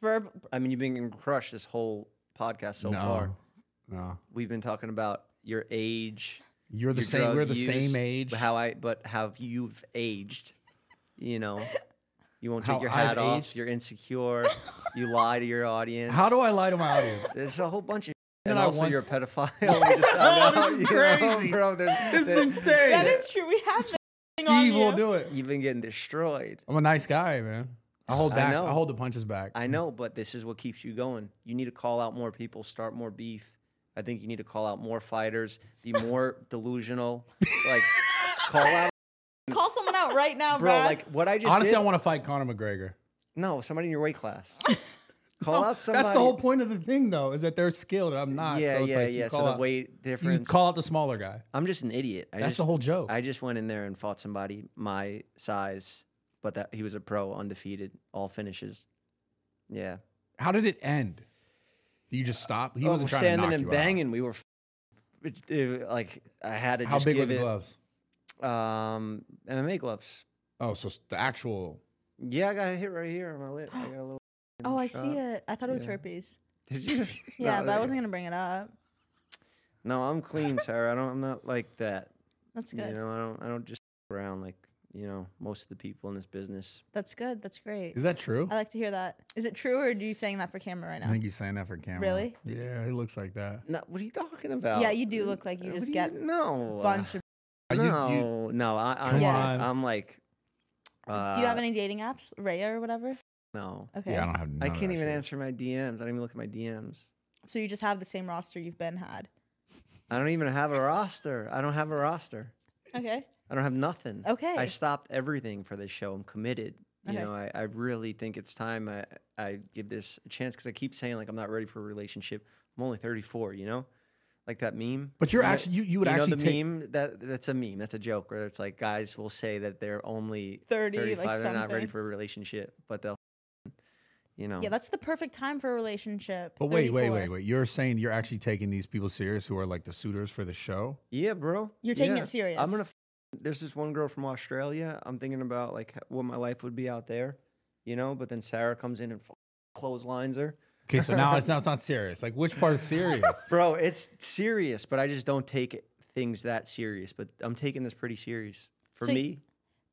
A: Verb.
B: I mean, you've been getting crushed this whole podcast so
C: no.
B: far.
C: No.
B: We've been talking about your age.
C: You're the
B: your
C: same.
B: drug
C: We're the
B: use,
C: same age.
B: How I, but how you've aged. You know, you won't take
C: How
B: your
C: I've
B: hat off.
C: aged?
B: You're insecure. you lie to your audience.
C: How do I lie to my audience?
B: There's a whole bunch of.
C: Then
B: And
C: I
B: also,
C: once-
B: you're a pedophile. We just found
C: No,
B: out,
C: this is
B: you know,
C: crazy.
B: bro, there's-
C: This is
B: there-
C: insane.
A: That is true. We have been on
C: Steve will
A: you.
C: do it.
B: You've been getting destroyed.
C: I'm a nice guy, man. I hold
B: I
C: back.
B: know.
C: I, hold the punches back.
B: I know, but this is what keeps you going. You need to call out more people, start more beef. I think you need to call out more fighters, be more delusional. Like, call out,
A: Call someone out right now,
B: bro.
A: Brad.
B: Like what I just
C: Honestly,
B: did-
C: I want to fight Conor McGregor.
B: no somebody in your weight class. Call out somebody.
D: That's the whole point of the thing, though, is that they're skilled. and I'm not.
B: Yeah,
D: so it's
B: yeah,
D: like you
B: yeah. So
D: call
B: the
D: out-
B: weight
C: You
B: difference.
C: can call out the smaller guy.
B: I'm just an idiot. I
D: That's
B: just,
D: the whole joke.
B: I just went in there and fought somebody my size, but that he was a pro, undefeated, all finishes. Yeah,
C: How did it end? You just stop. He
B: Oh,
C: wasn't
B: we're
C: trying to
B: standing
C: knock
B: and
C: you
B: banging. We were f- it- it- like I had to
C: out. How
B: just
C: big were
B: give
C: the
B: it
C: gloves?
B: um MMA gloves.
C: Oh, so s- the actual.
B: Yeah, I got a hit right here on my lip. I got a little.
A: Oh, I
B: shot.
A: see it. I thought it was herpes.
B: Did you?
A: Yeah,
B: No,
A: but I
B: there-
A: wasn't gonna bring it up.
B: No, I'm clean, Sarah. I don't. I'm not like that.
A: That's
B: You
A: good.
B: know, I don't. I don't just around like you know most of the people in this business.
A: That's good. That's great.
C: Is that true?
A: I like to hear that. Is it true, or are you saying that for camera right
C: I
A: now?
C: think he's saying that for camera.
A: Really?
C: Yeah, he looks like that.
B: No, what are you talking about?
A: Yeah, you do look like you
B: What
A: just
B: do
A: get
B: no
A: Bunch of.
C: Uh, you- you-
B: No, no. I,
C: Come
B: honestly,
D: on.
B: I'm like. Uh,
A: Do you have any dating apps, Raya or whatever?
B: No,
A: Okay.
C: Yeah, I don't have.
B: I
C: none of
B: can't
C: that
B: even
C: shit.
B: answer my DMs. I don't even look at my DMs.
A: So you just have the same roster you've been had.
B: I don't even have a roster. I don't have a roster.
A: Okay.
B: I don't have nothing. I
A: Okay.
B: stopped everything for this show. I'm committed. You
A: Okay.
B: know, I, I really think it's time I, I give this a chance because I keep saying like I'm not ready for a relationship. I'm only 34. You know, like that meme.
C: But you're
B: You know-
C: actually you, you would
B: You know
C: actually
B: the
C: take.
B: meme that that's a meme. That's a joke where it's like guys will say that they're only
A: 30,
B: 35.
A: like
B: they're
A: something.
B: not ready for a relationship, but they'll, you know,
A: yeah, that's the perfect time for a relationship.
C: But Oh, wait, wait,
A: 34.
C: wait, wait. You're saying you're actually taking these people serious who are like the suitors for the show?
B: Yeah, bro.
A: You're taking it
B: Yeah.
A: serious.
B: I'm gonna. F- There's this one girl from Australia. I'm thinking about like h- what my life would be out there, you know. But then Sarah comes in and f- clotheslines her,
C: Okay, so now it's now it's not serious. Like which part is serious?
B: bro. It's serious, but I just don't take it- things that serious. But I'm taking this pretty serious for
A: So y-
B: me.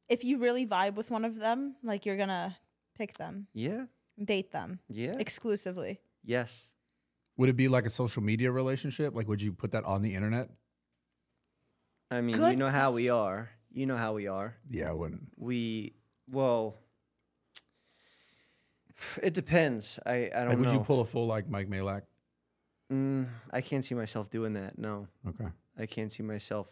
A: If you really vibe with one of them, like you're gonna pick them,
B: Yeah,
A: date them
B: yeah,
A: exclusively.
B: yes.
C: would it be like a social media relationship? Like would you put that on the internet?
B: I mean, you
A: Good
B: know how we are. You know how we are.
C: Yeah, I wouldn't.
B: We well, it depends. I I don't
C: Like, would
B: know.
C: you pull a full like Mike Malak?
B: Mm, I can't see myself doing that. No.
C: Okay.
B: I can't see myself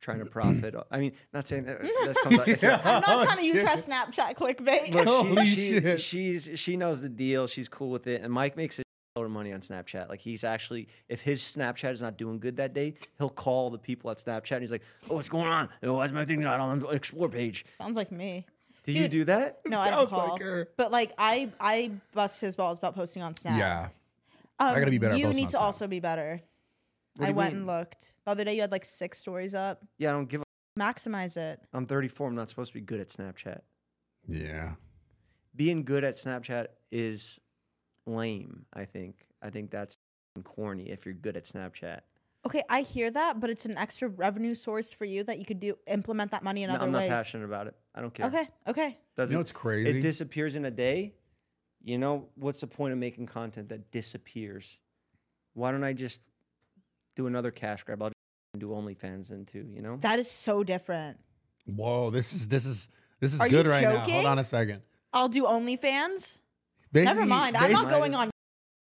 B: trying to profit. o- I mean, not saying that that comes out. yeah.
A: I'm not trying to
C: Oh,
A: use her Snapchat clickbait.
B: Look,
C: Holy
B: she, she,
C: shit.
B: she's she knows the deal. She's cool with it. And Mike makes a load of money on Snapchat. Like he's actually, if his Snapchat is not doing good that day, he'll call the people at Snapchat. And he's like, "Oh, what's going on? Oh, Why is my thing not on the explore page?
A: Sounds like me.
B: Do you
A: Dude.
B: do that?
A: No, I don't
D: Sounds like
A: call.
D: her.
A: But like I, I bust his balls about posting on Snap.
C: Yeah.
A: Um,
C: gotta be better at
A: You
C: posting
A: need
C: on
A: to
C: Snap.
A: also be better.
B: What do
A: I
B: you
A: went
B: mean?
A: and looked. The other day you had like six stories up.
B: Yeah, I don't give. a
A: Maximize it.
B: I'm 34. I'm not supposed to be good at Snapchat.
C: Yeah.
B: Being good at Snapchat is lame. I think. I think that's corny if you're good at Snapchat.
A: Okay, I hear that, but it's an extra revenue source for you that you could do implement that money in
B: No,
A: other
B: I'm not
A: ways.
B: passionate about it. I don't care.
A: Okay, okay.
B: Doesn't
C: You know what's crazy?
B: It disappears in a day. You know, what's the point of making content that disappears? Why don't I just do another cash grab? I'll just do OnlyFans then too, you know?
A: That is so different.
C: Whoa, this is this is this is
A: Are you
C: good right now. Hold
A: joking?
C: on a second.
A: I'll do OnlyFans. Never
C: Basically-
A: mind. I'm not
B: basically-
A: going on.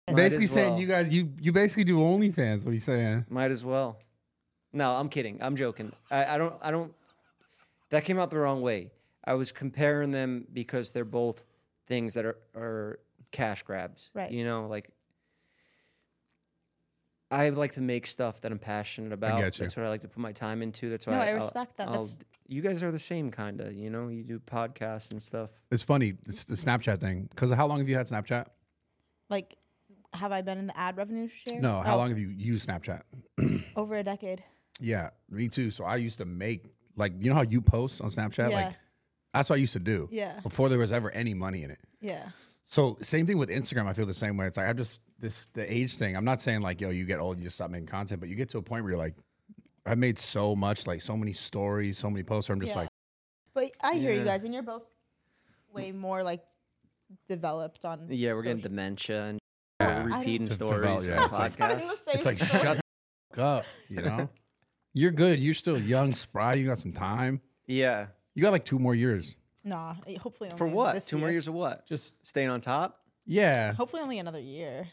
B: Might
C: Basically
B: as
C: saying
B: well.
C: you guys you you basically do OnlyFans. What are you saying?
B: Might as well. No, I'm kidding. I'm joking. I, I don't I don't that came out the wrong way. I was comparing them because they're both things that are, are cash grabs.
A: Right.
B: You know, like I like to make stuff that I'm passionate about.
C: get you.
B: That's what I like to put my time into. That's why
A: No, I
B: I'll-
A: respect that.
B: I'll
A: That's-
B: d- you guys are the same kinda, you know, you do podcasts and stuff.
C: It's funny, it's the Snapchat thing. Because how long have you had Snapchat?
A: Like, have I been in the ad revenue share?
C: No, how
A: Oh,
C: long have you used Snapchat?
A: Over a decade.
C: Yeah, me too. So I used to make like you know how you post on Snapchat?
A: Yeah.
C: Like that's what I used to do.
A: Yeah.
C: Before there was ever any money in it.
A: Yeah.
C: So same thing with Instagram. I feel the same way. It's like I'm just this the age thing. I'm not saying like yo, you get old, you just stop making content, but you get to a point where you're like, I made so much, like so many stories, so many posts. Where I'm just
A: Yeah.
C: like,
A: But I hear
B: Yeah.
A: you guys, and you're both way more like developed on.
B: Yeah, we're getting
A: social-
B: dementia and
C: Yeah.
B: we're
A: I
B: repeating
C: don't-
B: stories
C: Yeah,
B: on
C: it's like-
A: Having the
B: podcasts.
A: same
C: it's like
A: story.
C: shut the fuck up, you know? You're good. You're still young, spry. You got some time.
B: Yeah.
C: You got like two more years.
A: Nah, eh, hopefully only
B: For what?
A: this
B: Two more
A: year.
B: years of what?
C: Just
B: Staying on top?
C: yeah,
A: Hopefully only another year.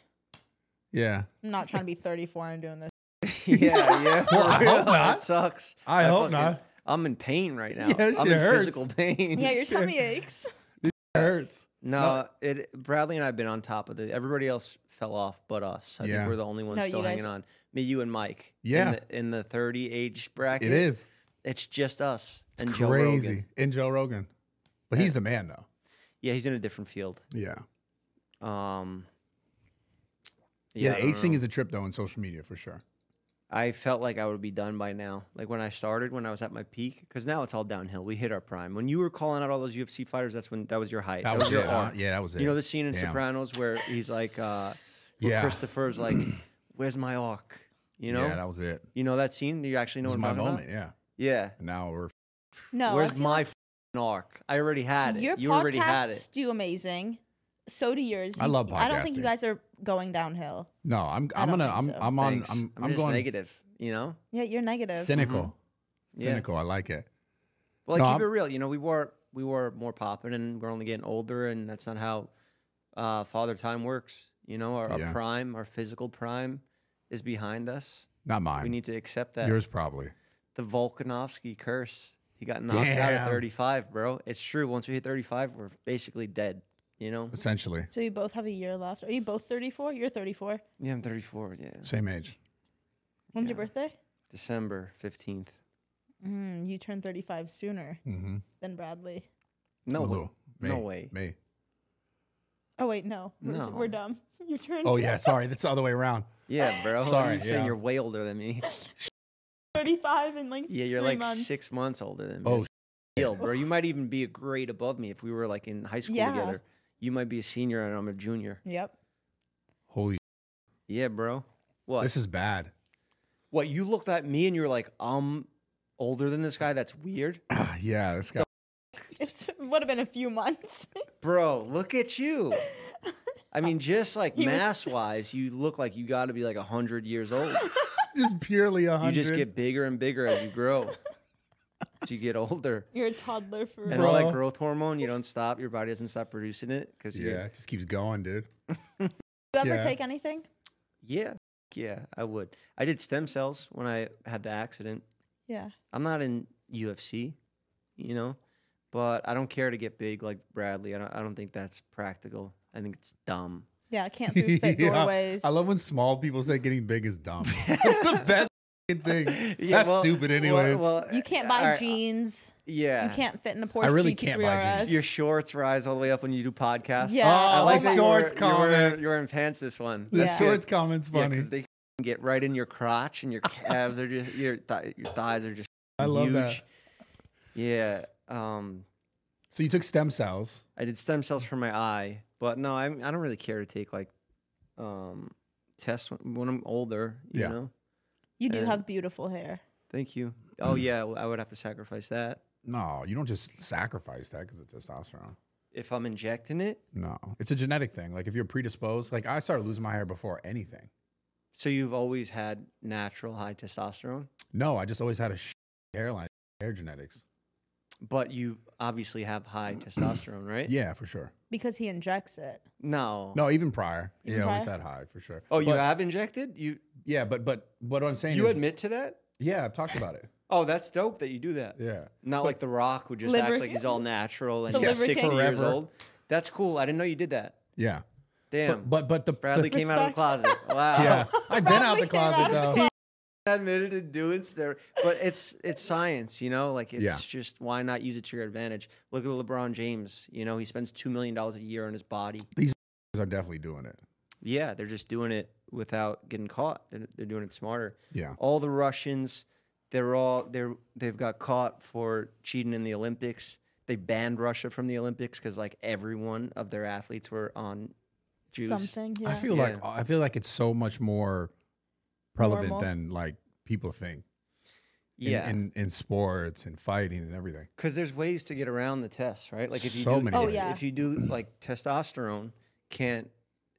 C: yeah.
A: I'm not trying to be 34 and doing this.
B: Yeah, yeah. for
C: I
B: real.
C: hope not.
B: That sucks.
C: I hope not.
B: I'm in pain right now.
C: Yeah,
B: I'm
C: shit
B: in
C: hurts.
B: physical pain.
A: Yeah, your tummy aches.
C: It hurts.
B: No, it Bradley and I've been on top of it. Everybody else fell off but us. I
C: Yeah.
B: think we're the only ones
A: No,
B: still
A: you guys-
B: hanging on. Me, you, and Mike.
C: Yeah.
B: In the, in the 30 age bracket.
C: It is
B: It's just us and Joe
C: crazy.
B: Rogan.
C: And Joe Rogan, but he's the man though.
B: Yeah, he's in a different field.
C: Yeah.
B: Um,
C: Yeah,
B: I
C: the
B: don't
C: age thing
B: know.
C: is a trip though in social media for sure.
B: I felt like I would be done by now. Like when I started, when I was at my peak, because now it's all downhill. We hit our prime. When you were calling out all those UFC fighters, that's when that was your height. That, was, your
C: it.
B: art.
C: Yeah, that was it.
B: You know the scene in
C: Damn.
B: Sopranos where he's like, uh, where
C: Yeah.
B: Christopher's like, "Where's my arc?" You know,
C: yeah, that was it.
B: you know that scene. You actually know
C: It was
B: what I'm
C: my
B: talking
C: moment.
B: about.
C: Yeah.
B: Yeah.
C: And now we're
A: No, I
B: Where's
A: feel
B: my f***ing arc? I already had it.
A: Your
B: you
A: podcasts
B: already had it.
A: do amazing. So do yours.
C: I
A: You-
C: love
A: I don't think you
C: podcasting.
A: guys are going downhill.
C: no. I'm
A: I
C: I'm
A: don't
C: gonna I'm
A: think so.
C: I'm on
B: Thanks.
C: I'm
B: I'm,
C: I'm
B: just
C: going
B: negative. You know.
A: Yeah, you're negative.
C: cynical.
B: Yeah.
C: Cynical. I like it.
B: Well,
C: No,
B: like, keep
C: I'm-
B: it real. You know, we were we were more popping, and we're only getting older, and that's not how uh, father time works. You know, our,
C: Yeah.
B: our prime, our physical prime, is behind us.
C: Not
B: We
C: mine.
B: need to accept that
C: Yours probably.
B: the Volkanovski curse. He got knocked out at
C: Damn.
B: 35, bro. It's true. Once we hit 35, we're basically dead. You know?
C: Essentially,
A: So you both have a year left. Are you both 34? You're 34.
B: Yeah, I'm 34. Yeah,
C: same age.
A: When's your birthday?
B: December 15th.
A: Mm, you turn 35 sooner
C: Mm-hmm.
A: than Bradley.
B: No,
C: A little. Me.
B: no way.
C: Me.
A: Oh wait, no. We're,
B: No.
A: we're dumb. You turn
C: Oh yeah. Sorry. That's the other way around.
B: Yeah, bro.
C: Sorry,
B: You're saying
C: yeah.
B: you're way older than me.
A: 35 in like
B: Yeah, you're
A: three
B: like
A: months.
B: six months older than me.
C: Oh,
B: It's a deal, bro. You might even be a grade above me if we were like in high school
A: Yeah.
B: together. You might be a senior and I'm a junior.
A: Yep.
C: Holy.
B: Yeah, bro. What?
C: This is bad.
B: what? You looked at me and you were like, I'm older than this guy. That's weird,
C: yeah. This guy.
A: It would have been a few months.
B: bro. Look at you. I mean, just like
A: He was-
B: mass wise, you look like you got to be like hundred years old.
C: Just purely a
B: You
C: hundred.
B: just get bigger and bigger as you grow. As you get older,
A: You're a toddler for
B: and all
C: Bro.
B: that growth hormone, you don't stop. Your body doesn't stop producing it because
C: Yeah. It just keeps going, dude.
A: you ever
C: yeah.
A: take anything?
B: Yeah. Yeah, I would. I did stem cells when I had the accident.
A: Yeah.
B: I'm not in UFC, you know, but I don't care to get big like Bradley. I don't, I don't think that's practical. I think it's dumb.
A: Yeah, I can't through fit
C: Yeah.
A: doorways.
C: I love when small people say getting big is dumb. That's the best fucking thing.
B: Yeah,
C: That's
B: well-
C: stupid,
B: well-
C: anyways.
B: well,
A: you can't buy
B: all right, uh,
A: jeans.
B: Yeah.
A: You can't fit in a Porsche
C: I really
A: GT3
C: can't buy
A: RS.
C: jeans.
B: Your shorts rise all the way up when you do podcasts.
A: Yeah.
B: I
A: Oh,
B: like
A: my-
B: that you were-
C: shorts
B: you were-
C: comment.
B: You were in pants this one.
C: The
A: Yeah.
C: shorts comments funny.
B: because they get right in your crotch and your calves are just your th- your thighs are just.
C: I love that.
B: huge. Yeah. Um,
C: so you took stem cells.
B: I did stem cells for my eye, but no, I'm, I don't really care to take like um, tests when, when I'm older. You
C: Yeah.
B: know.
A: You do
B: and-
A: have beautiful hair.
B: Thank you. Oh yeah, well, I would have to sacrifice that
C: No, you don't just sacrifice that because of testosterone.
B: if I'm injecting it.
C: No, it's a genetic thing. Like if you're predisposed, like I started losing my hair before anything.
B: So you've always had natural high testosterone,
C: No, I just always had a sh- hairline, hair genetics.
B: but you obviously have high testosterone, right?
C: Yeah, for sure.
A: Because he injects it.
B: No.
C: No, even prior.
A: Even
C: yeah, I always
A: prior?
C: had high for sure.
B: Oh, you
C: But-
B: have injected? You
C: Yeah, but but what I'm saying,
B: you
C: is-
B: admit to that?
C: Yeah, I've talked about it.
B: Oh, that's dope that you do that.
C: Yeah,
B: Not like The Rock, who just
A: Liver-
B: acts like he's all natural and
A: The
B: he's
A: liver
B: 60
A: king.
B: years
C: Forever.
B: old. That's cool. I didn't know you did that.
C: yeah.
B: Damn.
C: But but, but the,
B: Bradley
C: the
B: came out of the closet. Wow.
C: yeah, I've been out the
A: Bradley came out
C: closet
A: of the
C: though.
B: Admitted to doing there, but it's it's science, you know. Like it's
C: Yeah.
B: just why not use it to your advantage? Look at LeBron James. You know he spends two million dollars a year on his body.
C: are definitely doing it.
B: Yeah, they're just doing it without getting caught. They're, they're doing it smarter.
C: Yeah.
B: All the Russians, they're all they're they've got caught for cheating in the Olympics. They banned Russia from the Olympics because like every one of their athletes were on juice.
A: Something. Yeah.
C: I feel like I feel like it's so much more relevant
A: Normal.
C: than like people think. in-
B: Yeah,
C: in, in sports and fighting and everything.
B: because there's ways to get around the tests, right? Like if you
C: So
B: do,
C: many
B: if,
A: Oh, ways. yeah.
B: if you do like testosterone, can't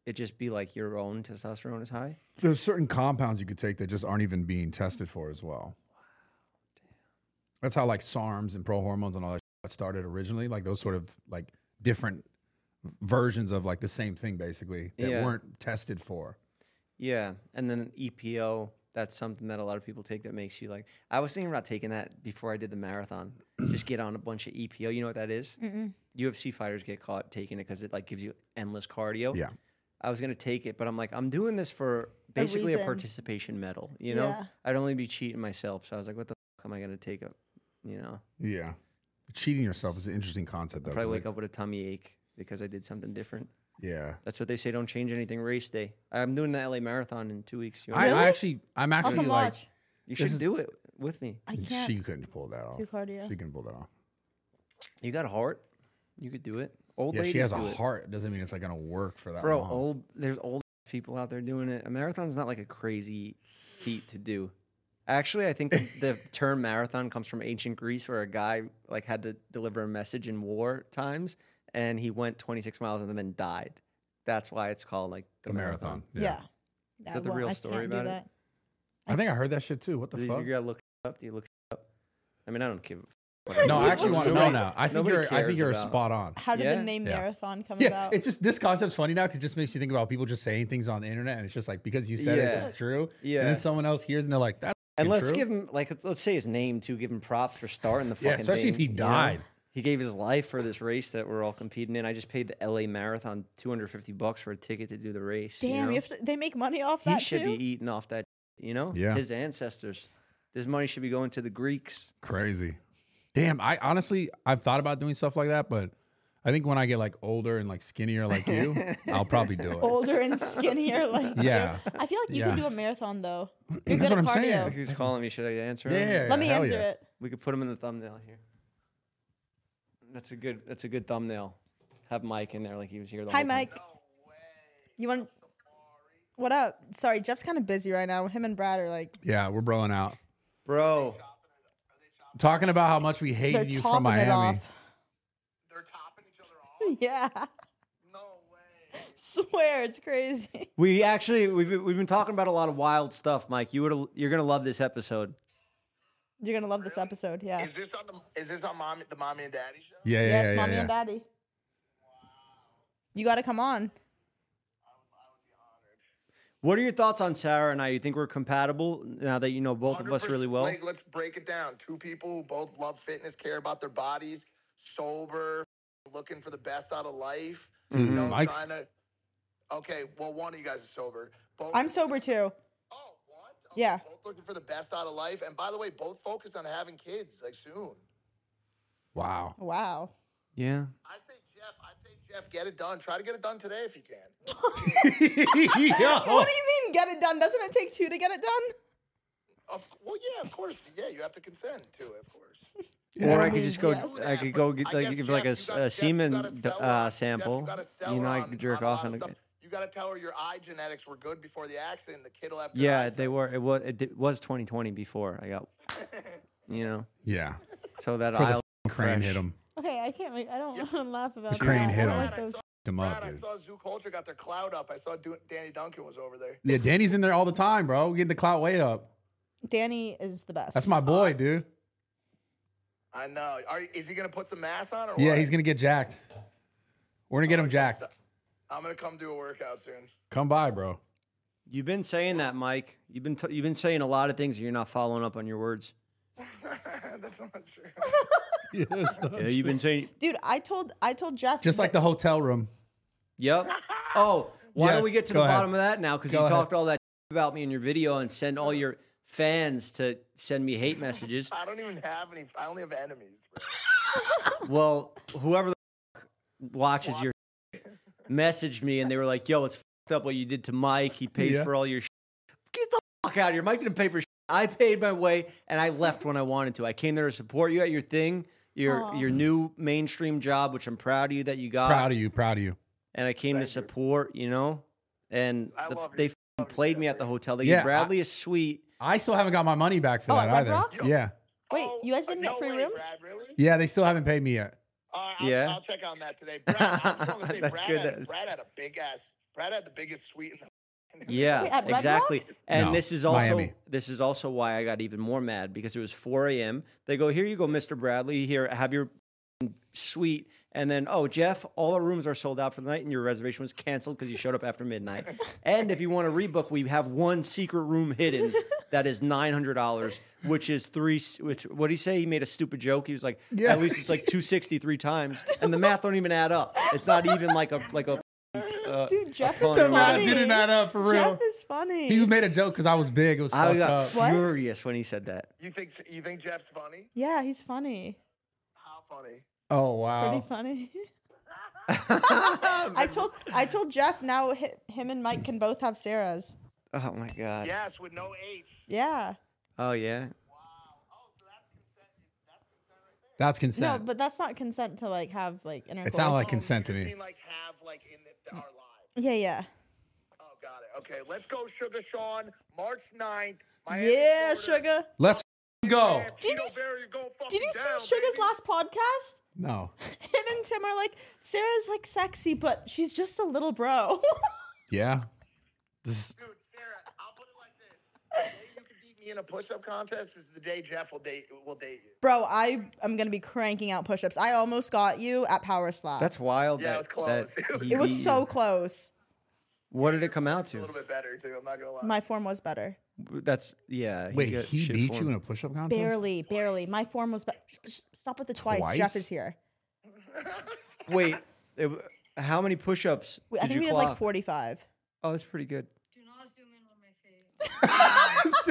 B: it just be like your own testosterone is high?
C: There's certain compounds you could take that just aren't even being tested for as well. That's how like SARMs and prohormones and all that shit started originally, like those sort of like different versions of like the same thing basically that
B: Yeah.
C: weren't tested for.
B: Yeah, and then EPO. That's something that a lot of people take that makes you like. E I was thinking about taking that before I did the marathon. Just get on a bunch of EPO. You know what that is? UFC fighters get caught taking it because it like gives you endless cardio.
C: Yeah.
B: I was gonna take it, but I'm like, I'm doing this for basically a,
A: reason.
B: participation medal. You know,
A: Yeah.
B: I'd only be cheating myself. So I was like, what the fuck am I gonna take up? You know,
C: Yeah. Cheating yourself is an interesting concept, though.
B: probably
C: 'cause,
B: wake
C: like,
B: up with a tummy ache because I did something different.
C: Yeah.
B: That's what they say. Don't change anything race day. I'm doing the LA marathon in two weeks. You,
C: I,
B: wanna-
C: I actually, I'm
A: I'll
C: actually
A: come
C: like,
A: watch.
B: you
C: this
B: should
C: is-
B: do it with me.
A: I can't
C: she couldn't pull that off.
A: do cardio.
C: She can pull that off.
B: You got a heart. You could do it. Old
C: Yeah,
B: ladies
C: she has a
B: do it.
C: heart. Doesn't mean it's like gonna work for that
B: Bro, oh,
C: long.
B: old there's old people out there doing it. A marathon's not like a crazy feat to do. Actually, I think the, the term marathon comes from ancient Greece, where a guy like had to deliver a message in war times, and he went 26 miles and then died. That's why it's called like
C: the marathon.
A: Yeah.
B: Is that the
A: won't-
B: real
A: I
B: story
A: can't do
B: about it?
A: that.
C: I think I heard that shit too. What the
B: Do you,
C: fuck?
B: you gotta look it up? Do you look it up? I mean, I don't give. a fuck.
C: No, I actually want to know
B: Nobody-
C: now. I think
B: nobody
C: you're, I think
B: cares
C: you're
B: about-
C: spot on.
A: How did
B: Yeah?
A: the name
C: Yeah.
A: marathon come
C: Yeah,
A: about?
C: it's just this concept's funny now because it just makes you think about people just saying things on the internet, and it's just like because you said it,
B: Yeah.
C: it's just true.
B: Yeah.
C: and then someone else hears and they're like, "That's
B: And
C: fucking
B: let's
C: true.
B: give him like let's say his name too. Give him props for starting the fucking
C: Yeah, especially if
B: thing,
C: he
B: you know?
C: died.
B: He gave his life for this race that we're all competing in. I just paid the LA Marathon 250 bucks for a ticket to do the race.
A: Damn,
B: you,
A: you
B: know?
A: have to, they make money off
B: he
A: that
B: should
A: too.
B: be eating off that. You know,
C: Yeah.
B: his ancestors. This money should be going to the Greeks.
C: crazy." Damn, I honestly I've thought about doing stuff like that, but I think when I get like older and like skinnier like you, I'll probably do it.
A: Older and skinnier, like you.
C: Yeah.
A: I feel like you
C: Yeah.
A: can do a marathon though. You're good
C: That's
A: at
C: what
A: cardio.
C: I'm saying.
B: Who's calling me? Should I answer
C: Yeah,
B: him?
C: yeah, yeah.
A: Let me
C: hell
A: answer
C: yeah.
A: it.
B: We could put him in the thumbnail here. That's a good. That's a good thumbnail. Have Mike in there like he was here the
A: Hi,
B: whole time.
A: Mike. You want? What up? Sorry, Jeff's kind of busy right now. Him and Brad are like
C: Yeah, we're broing out.
B: Bro,
C: Talking about how much we
A: they're
C: hated you from
A: topping it
C: Miami.
A: off.
E: They're topping each other off?
A: Yeah,
E: No way.
A: swear it's crazy.
B: we actually we've been- we've been talking about a lot of wild stuff, Mike. You would you're gonna love this episode.
A: You're gonna love this episode. Yeah.
E: Is this on the is this on mommy the mommy and daddy show?
C: Yeah, yeah,
A: yes,
C: yeah, yeah,
A: mommy
C: yeah.
A: and daddy. You got to come on.
B: What are your thoughts on Sarah and I? You think we're compatible now that you know both of us
E: 100%
B: really well?
E: Like, let's break it down. Two people who both love fitness, care about their bodies, sober, looking for the best out of life.
B: Mm,
E: you know,
C: Mm-hmm. Mike's-
E: trying to. Okay, well, one of you guys is sober. Both,
A: I'm sober too.
E: Oh, what? Okay,
A: Yeah.
E: Both looking for the best out of life, and by the way, both focused on having kids like soon.
C: Wow.
A: Wow.
B: yeah.
E: I say Jeff. I say Jeff. Get it done. Try to get it done today if you can.
F: Oh.
A: What do you mean get it done? Doesn't it take two to get it done?
E: Of, well, yeah, of course. Yeah, you have to consent to it, of course.
B: Or I could just go.
A: Yes.
B: I could go get
E: I
B: like
E: guess,
B: give like a,
E: Jeff,
B: s-
E: you
B: a
E: gotta- Jeff, you
B: semen
E: gotta
B: d-
E: sell her on-
B: uh,
E: Jeff, you
B: sample.
E: gotta sell
B: You, know,
E: her
B: I
E: on-
B: could jerk
E: on a lot
B: off
E: of
B: and.
E: stuff. you got to tell her your eye genetics were good before the accident. The kid'll have. good
B: Yeah,
E: eyesight.
B: they were. It was. It did- was 2020 before I got. You know,
C: Yeah.
B: so that
C: For the
B: I
C: f***ing crane
B: fresh.
C: hit him.
A: Okay, I can't make. I don't want to laugh about that.
C: Crane hit
A: I don't
C: him.
A: like those-
C: F***ed him up,
E: Brad, I
C: dude.
E: saw Zoo Culture got their cloud up. I saw Du- Danny Duncan was over there.
C: Yeah, Danny's in there all the time, bro. Getting the clout way up.
A: Danny is the best.
C: That's my boy, dude.
E: I know. Are, is he gonna put some mass on or
C: Yeah,
E: what?
C: he's gonna get jacked. We're gonna get
B: Oh,
C: him jacked.
E: I'm gonna come do a workout soon.
C: Come by, bro.
B: You've been saying that, Mike. You've been t- you've been saying a lot of things. and You're not following up on your words.
E: That's not true.
B: Yeah, you've been saying.
A: dude. I told I told Jeff
C: Just like the hotel room.
B: Yep. Oh, why don't we
C: Yes,
B: get to the
C: go ahead.
B: bottom of that now? Because you
C: Go ahead.
B: talked all that about me in your video and send all your fans to send me hate messages.
E: I don't even have any. I only have enemies. bro.
B: Well, whoever the fuck watches your messaged me and they were like, "Yo, it's fucked up what you did to Mike. He pays
C: Yeah.
B: for all your shit. Get the fuck out of here. Mike didn't pay for shit. I paid my way and I left when I wanted to. I came there to support you at your thing, your
A: Aw.
B: your new mainstream job, which I'm proud of you that you got.
C: Proud of you. Proud of you.
B: and I came to support, you know, and
E: I
B: the,
E: love you.
B: they
E: I
B: f***ing
E: you,
B: played me
E: Jeff.
B: at the hotel. They
C: Yeah,
B: gave Bradley a suite.
C: I still haven't got my money back for
A: Oh,
C: that
A: at Red
C: either.
A: Rock?
C: Yeah.
A: Wait,
E: Oh,
A: you guys
E: uh,
A: didn't
E: no
A: get free
E: way,
A: rooms?
E: Brad, really?
C: Yeah, they still haven't paid me yet.
E: Uh, I'll,
B: Yeah.
E: I'll check on that today. Brad, I just want to say,
B: That's
E: Brad,
B: good.
E: Had,
B: That's-
E: Brad had a big ass. Brad had the biggest suite in the.
B: Yeah,
A: Wait, at Red
B: exactly. And
C: No,
B: this is also
C: Miami.
B: this is also why I got even more mad because it was 4 a.m. They go, "Here you go, Mr. Bradley. Here, have your suite." And then, oh, Jeff, all our rooms are sold out for the night, and your reservation was canceled because you showed up after midnight. And if you want to rebook, we have one secret room hidden that is nine hundred dollars, which is three. Which what did he say? He made a stupid joke. He was like,
G: Yeah.
B: at least it's like two sixty three times, and the math don't even add up. It's not even like a like a. Uh,
A: Dude, Jeff
B: fun
A: is
B: room.
A: funny.
F: Did it add up for real?
A: Jeff is funny.
F: He made a joke because I was big. It was
B: I
F: fucked
B: got
F: up.
A: What?
B: furious when he said that.
E: You think you think Jeff's funny?
A: yeah, he's funny.
E: How funny?
F: Oh
A: Pretty
F: wow.
A: funny.
B: Oh
A: I told I told Jeff now hi- him and Mike can both have Sarah's.
B: Oh my god.
E: Yes, with no H. Oh,
A: Yeah.
B: Oh yeah.
F: That's
A: No,
F: consent.
A: but that's not consent to like have like intercourse.
F: it sounded like
E: Oh,
F: consent
E: you
F: to
E: just
F: me.
E: mean, like have like in the, our lives.
A: Yeah, yeah.
E: Oh, got it. Okay, let's go, Sugar Sean. March 9th. Miami,
A: Yeah,
E: Florida.
A: Sugar.
F: Let's go.
E: Man,
A: Did
E: Tito
A: you s-
E: Berry, go fucking
A: Did you
E: down,
A: see Sugar's
E: baby.
A: last podcast?
F: No.
A: Him and Tim are like, Sarah's like sexy, but she's just a little bro.
F: Yeah. This is,
E: Dude, Sarah, I'll put it like this: the day you can beat me in a push-up contest is the day Jeff will date will date you.
A: bro, I am gonna be cranking out push-ups. I almost got you at Power Slap.
B: That's wild.
E: Yeah,
B: that,
E: it was close.
B: that he
A: it was
B: beat
A: so
B: you.
A: close.
B: What did it come out
E: A
B: to?
E: little bit better too. I'm not gonna lie.
A: My form was better.
B: That's yeah.
F: wait,
B: got
F: he
B: shit
F: beat
B: for
F: you
B: him.
F: in a push-up contest?
A: Barely, barely. My form was better. Stop with the twice. Jeff
F: Twice?
A: is here.
B: Wait, it, w- how many push-ups
A: We-
B: did
A: I think
B: you
A: we did
B: clock?
A: like 45.
B: Oh, that's pretty good.
H: Do not zoom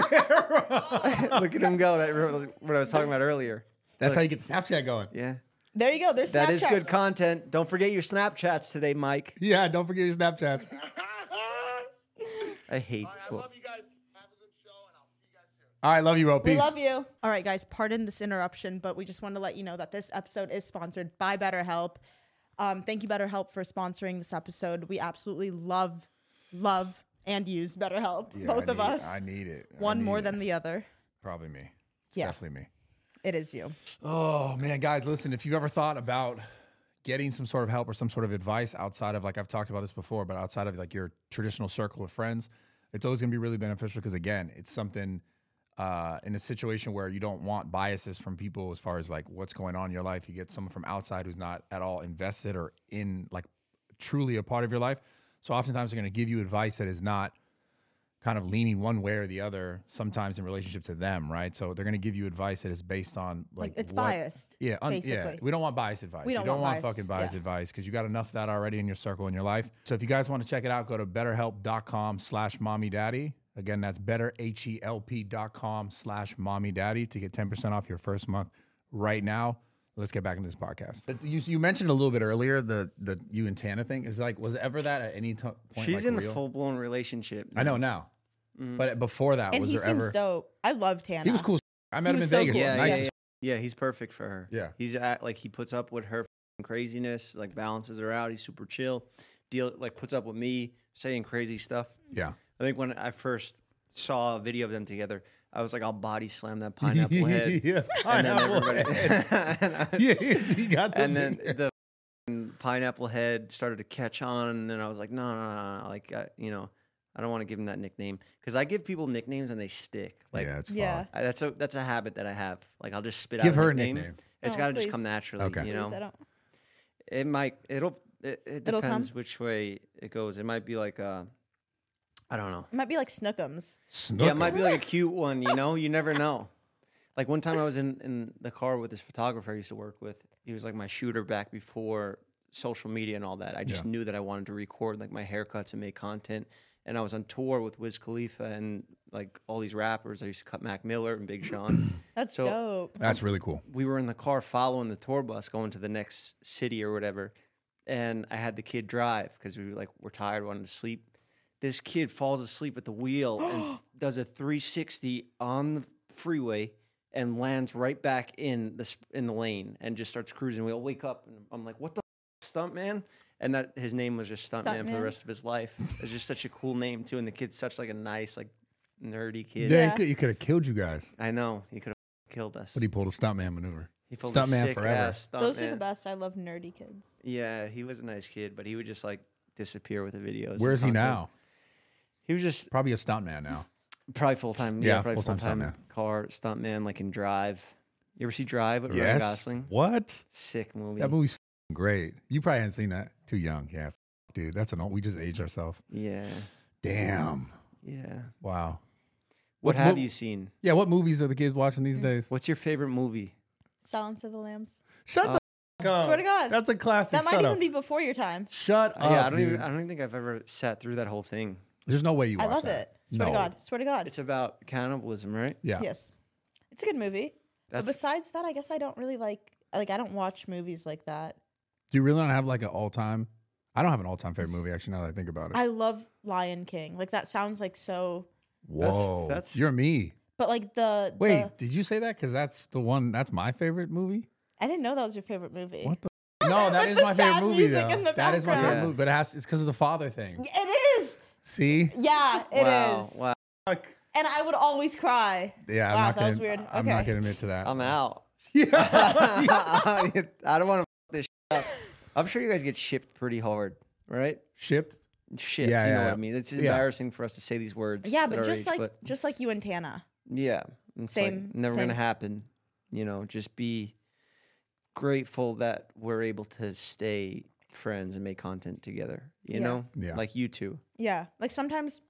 H: in on my face.
B: Look at him go. That remember what I was talking about earlier.
F: That's how you get Snapchat going.
B: Yeah,
A: There you go. There's
B: that is
A: Snapchat.
B: good content. Don't forget your Snapchats today, Mike.
F: Yeah, don't forget your Snapchat.
B: I hate.
E: All right, I
B: well,
E: love you guys. Have a good show, and I'll see you guys soon.
F: All right, love you, bro.
A: We
F: Peace.
A: love you. All right, guys, pardon this interruption, but we just want to let you know that this episode is sponsored by BetterHelp. Um, thank you, BetterHelp, for sponsoring this episode. We absolutely love, love, and use BetterHelp, both of us.
C: I need it. I
A: One
C: need
A: more
C: it.
A: than the other.
C: probably me. It's
A: Yeah.
C: definitely me.
A: It is you.
C: Oh man, guys, listen, if you've ever thought about getting some sort of help or some sort of advice outside of like I've talked about this before, but outside of like your traditional circle of friends, it's always going to be really beneficial because again, it's something uh, in a situation where you don't want biases from people as far as like what's going on in your life. You get someone from outside who's not at all invested or in like truly a part of your life. So oftentimes they're going to give you advice that is not kind of leaning one way or the other sometimes in relationship to them, right? So they're going to give you advice that is based on like,
A: Like, it's
C: what-
A: biased.
C: yeah, un- yeah.
A: basically.
C: We don't want biased advice.
A: We
C: We don't,
A: don't
C: you don't
A: want
C: want,
A: biased-
C: fucking biased
A: yeah.
C: advice because you got enough of that already in your circle in your life. So if you guys want to check it out, go to betterhelp.com slash mommy daddy. Again, that's betterhelp.com slash mommy daddy to get 10% off your first month right now. Let's get back into this podcast. You, you mentioned a little bit earlier the the you and Tana thing. Is like was ever that at any to- point?
B: she's
C: like,
B: in Mm.
C: real?
B: a full-blown relationship.
C: I know now, but before that,
A: And
C: was
A: he
C: there
A: seems
C: ever?
A: dope. I love Tana.
C: He was cool. as I
A: He
C: met him in
A: was so
C: Vegas.
A: cool.
B: Yeah,
C: nice
B: yeah,
C: as
B: yeah. Yeah, he's perfect for her.
C: Yeah.
B: he's at, like he puts up with her f***ing craziness, like balances her out. He's super chill. Deal like puts up with me saying crazy stuff.
C: yeah.
B: I think when I first saw a video of them together, I was like, I'll body slam that pineapple head.
F: yeah,
B: And then
F: pineapple
B: everybody,
F: head.
B: and, I-
F: yeah, he got the
B: and then
F: video.
B: the f***ing pineapple head started to catch on, and then I was like, no, no, no, no. like I, you know, I don't want to give him that nickname because I give people nicknames and they stick. Like
C: yeah, it's fun.
A: Yeah.
B: I, that's a that's a habit that I have. Like I'll just spit out.
C: Give her a
B: nickname.
C: nickname.
B: It's
A: Oh,
B: got to
A: please.
B: just come naturally.
C: Okay.
B: You
A: Please, I
B: know,
A: don't.
B: it might it'll it, it
A: It'll
B: depends
A: come.
B: which way it goes. It might be like uh, I don't know.
A: It might be like Snookums.
B: Yeah, it might be like a cute one, you know? You never know. Like one time I was in, in the car with this photographer I used to work with. He was like my shooter back before social media and all that. I just knew that I wanted to record like my haircuts and make content. And I was on tour with Wiz Khalifa and like all these rappers. I used to cut Mac Miller and Big Sean.
A: That's
B: So-
A: dope.
C: That's really cool.
B: we were in the car following the tour bus going to the next city or whatever. And I had the kid drive because we were like, we're tired, wanted to sleep. This kid falls asleep at the wheel and does a 360 on the freeway and lands right back in the sp- in the lane and just starts cruising. We all wake up and I'm like, what the f- stunt man? And that his name was just stunt, man, for
A: Stuntman.
B: the rest of his life. It's just such a cool name too, and the kid's such like a nice, like nerdy kid.
A: Yeah.
F: yeah, he could- you could have killed you guys,
B: I know he could have killed us.
F: but he pulled a stuntman maneuver.
B: He pulled a
F: Stuntman
B: sick
F: forever.
B: ass stunt
A: Those are the
B: man.
A: best. I love nerdy kids.
B: Yeah, he was a nice kid, but he would just like disappear with the videos. and
C: Where is he
B: content.
C: now?
B: He was just
C: Probably a stuntman now.
B: probably full time. Yeah,
C: Yeah,
B: probably full
C: full-time
B: time car stuntman, like in Drive. You ever see Drive with Ryan Gosling?
F: What?
B: Sick movie.
F: That movie's
C: great. You probably haven't seen that. Too young. Yeah. f- Dude, that's an old, we just aged ourselves.
B: Yeah.
C: Damn.
B: Yeah.
C: Wow.
B: What,
C: What-
B: have
C: what-
B: you seen?
C: Yeah. What movies are the kids watching
A: Mm.
C: these days?
B: What's your favorite movie?
A: Silence of the Lambs.
C: Shut
B: Oh.
C: the f- up.
A: Swear to God.
C: That's a classic.
A: That might
C: Shut
A: even
C: up.
A: be before your time.
C: Shut up.
B: yeah, I don't
C: Oh, dude.
B: even I don't even think I've ever sat through that whole thing.
C: There's no way you
A: I
C: watch
A: love it.
C: that.
A: Swear
C: no.
A: to God. Swear to God.
B: It's about cannibalism, right?
C: Yeah.
A: Yes. It's a good movie.
B: That's
A: Oh, but besides that, I guess I don't really like like I don't watch movies like that.
C: Do you really not have like an all time? I don't have an all time favorite movie, actually, now that I think about it.
A: I love Lion King. Like that sounds like so
C: Whoa.
B: that's-
C: You're me.
A: but like the
C: Wait,
A: the-
C: did you say that? Because that's the one, that's my favorite movie.
A: I didn't know that was your favorite movie.
C: What the? No, that
A: With
C: is
A: the
C: my favorite
A: sad
C: movie,
A: music in
C: though.
A: the
C: That is my
A: background.
C: favorite
B: Yeah.
C: movie, but it has, it's because of the father thing.
A: It is.
C: See?
A: Yeah, it is.
B: wow, wow.
A: And I would always cry. Wow,
C: Yeah, I'm not
A: that
C: gonna,
A: was weird.
C: I'm not
A: Okay.
C: gonna admit to that.
B: I'm out.
C: yeah.
B: I don't want to this shit up. I'm sure you guys get shipped pretty hard, right?
C: Shipped.
A: Oh
B: Shit, you
C: Yeah,
B: know
C: yeah,
B: what
C: yeah.
B: I mean. It's
C: Yeah.
B: embarrassing for us to say these words.
A: Yeah,
B: at
A: but
B: our
A: just
B: age,
A: like
B: but
A: just like you and Tana.
B: yeah, it's
A: Same-
B: like never
A: same.
B: gonna happen. You know, just be grateful that we're able to stay friends and make content together. You
A: Yeah.
B: know,
C: Yeah.
B: like you two.
A: Yeah. Like sometimes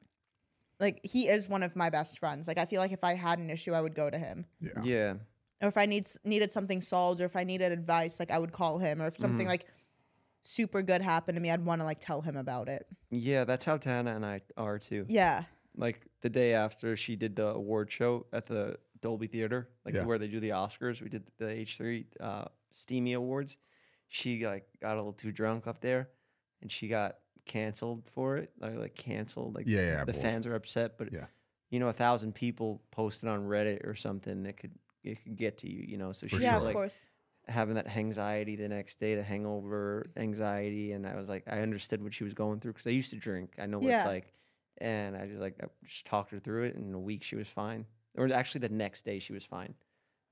A: like he is one of my best friends. Like I feel like if I had an issue I would go to him.
C: Yeah.
B: Yeah,
A: or if I need needed something solved, or if I needed advice, like I would call him, or if something
B: Mm.
A: like super good happened to me, I'd want to like tell him about it.
B: yeah. That's how Tana and I are too.
A: Yeah,
B: like the day after she did the award show at the Dolby Theater, like
C: Yeah.
B: where they do the Oscars. We did the H three uh, Steamy Awards. She like got a little too drunk up there, and she got canceled for it. Like, like canceled. Like
C: Yeah, yeah,
B: the
C: bullshit.
B: fans are upset, but
C: Yeah.
B: you know, a thousand people posted on Reddit or something that could it could get to you. You know, so she
A: yeah,
B: was
A: of
B: like
A: course.
B: having that anxiety the next day, the hangover anxiety, and I was like, I understood what she was going through because I used to drink. I know what
A: Yeah.
B: it's like, and I just like I just talked her through it. And in a week, she was fine, or actually the next day, she was fine.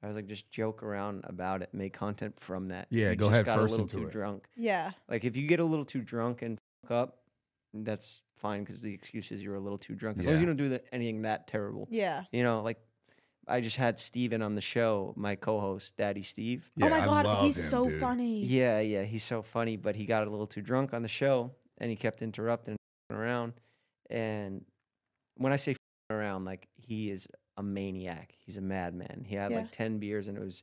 B: I was like, just joke around about it, make content from that.
C: Yeah,
B: You
C: go
B: just
C: head
B: got a
C: first
B: little
C: into
B: too
C: it.
B: drunk.
A: Yeah,
B: Like if you get a little too drunk and fuck up, that's fine because the excuse is you're a little too drunk. As long as you
C: Yeah.
B: don't do the, anything that terrible,
A: yeah.
B: you know, like. I just had Steven on the show, my co-host, Daddy Steve.
A: oh
C: Yeah,
A: my
C: I
A: god,
C: love
A: he's
C: him,
A: so
C: dude.
A: funny.
B: Yeah, yeah, he's so funny, but he got a little too drunk on the show and he kept interrupting and around. And when I say around, like he is a maniac. He's a madman. He had
A: Yeah.
B: like 10 beers and it was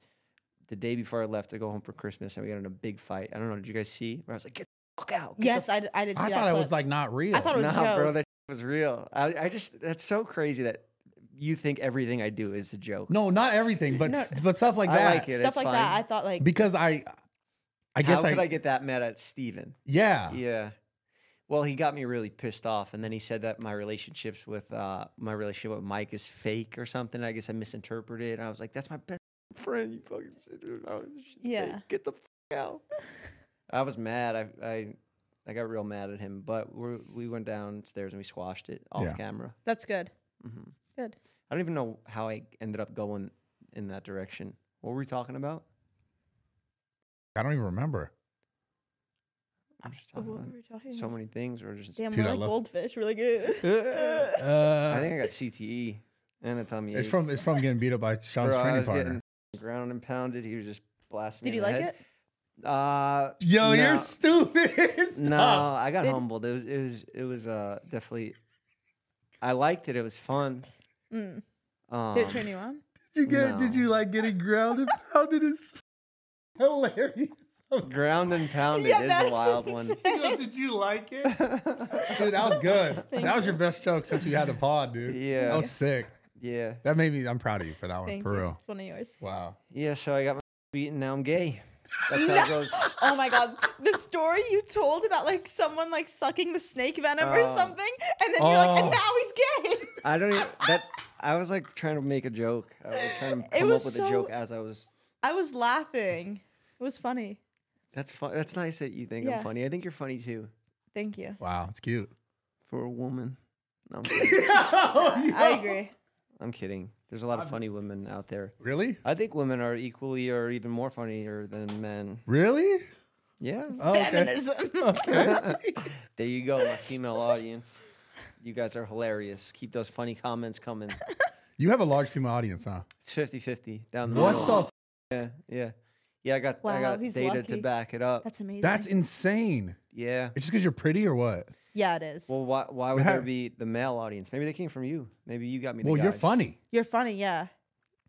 B: the day before I left to go home for Christmas and we got in a big fight. I don't know, did you guys see? Where I was like, get the fuck out. get the
A: Yes, I, d- I did. See
C: I
A: that
C: thought it was
A: clip.
C: like not real.
A: I thought it was a
B: nah, bro,
A: joke.
B: that shit was real. I, I just, that's so crazy that you think everything I do is a joke.
C: no, not everything, but
A: No.
C: s- but stuff like
B: I
C: that.
B: like it.
A: stuff
B: it's
A: like
B: fine.
A: that. I thought like
C: Because I, I guess
B: How
C: I,
B: could I get that mad at Steven?
C: yeah,
B: Yeah. Well, he got me really pissed off, and then he said that my relationships with uh, my relationship with Mike is fake or something. I guess I misinterpreted, and I was like, "That's my best friend." You fucking said it. I was just fake.
A: Yeah.
B: Get the fuck out. I was mad. I I I got real mad at him, but we we went downstairs and we squashed it off
C: Yeah.
B: camera.
A: that's good.
B: hmm
A: Good.
B: I don't even know how I ended up going in that direction. What were we talking about?
C: I don't even remember.
B: I'm just
A: What
B: talking
A: were
B: about
A: we talking
B: so
A: about?
B: many things. We're just.
A: Damn,
C: Dude,
A: we're
C: I
A: like
C: love-
A: goldfish. We're like, "Ugh."
C: Uh,
B: I think I got CTE and a tummy.
C: it's
B: ache.
C: from it's from getting beat up by Sean's
B: Bro, I
C: training
B: was
C: partner.
B: getting ground and pounded. He was just blasting.
A: did
B: me
A: you
B: in the
A: like
B: head.
A: it?
B: Uh,
C: Yo,
B: No.
C: you're stupid.
B: no,
C: Stop.
B: I got
A: Did-
B: humbled. It was, it was, it was uh, definitely. I liked it. It was fun.
A: Mm.
B: Um,
A: Did it turn you on?
C: Did you get? Did
B: No.
C: you like getting grounded? Pounded is hilarious.
B: Ground and pounded Um, is a
A: that's
B: wild one.
A: insane.
C: Did you like it, dude? That was good. that was your best joke since we had the pod, dude.
B: Yeah.
C: that was sick.
B: Yeah,
C: That made me. I'm proud of you for that one,
A: Thank
C: for
A: you.
C: real.
A: It's one of yours.
C: Wow.
B: yeah. So I got my beaten. Now I'm gay. That's how it goes.
A: Oh my god, the story you told about like someone like sucking the snake venom or
B: Oh.
A: something, and then you're like,
C: Oh.
A: and now he's gay.
B: I don't even that. I was like trying to make a joke. I was trying to
A: It
B: come
A: was
B: up with
A: so-
B: a joke as I was.
A: I was laughing. It was funny.
B: That's fun. That's nice that you think
A: Yeah.
B: I'm funny. I think you're funny too
A: Thank you.
C: Wow, it's cute.
B: for a woman. No, I'm kidding.
A: I
B: Oh.
A: agree.
B: I'm kidding. There's a lot of funny women out there.
C: Really?
B: I think women are equally or even more funnier than men.
C: Really?
B: Yeah.
C: Oh, okay.
A: Feminism.
B: There you go, my female audience. You guys are hilarious. Keep those funny comments coming.
C: You have a large female audience, huh?
B: It's 50 50 down the
C: What
B: middle.
C: the? F-
B: yeah, yeah. Yeah, I got
A: Wow,
B: I got
A: he's
B: data to
A: lucky.
B: back it up.
A: That's amazing.
C: That's insane.
B: yeah.
C: It's just because you're pretty or what?
A: yeah, it is.
B: Well, why why would there be the male audience? Maybe they came from you. Maybe you got me. The
C: Well, you're
B: guys.
C: funny.
A: You're funny, yeah.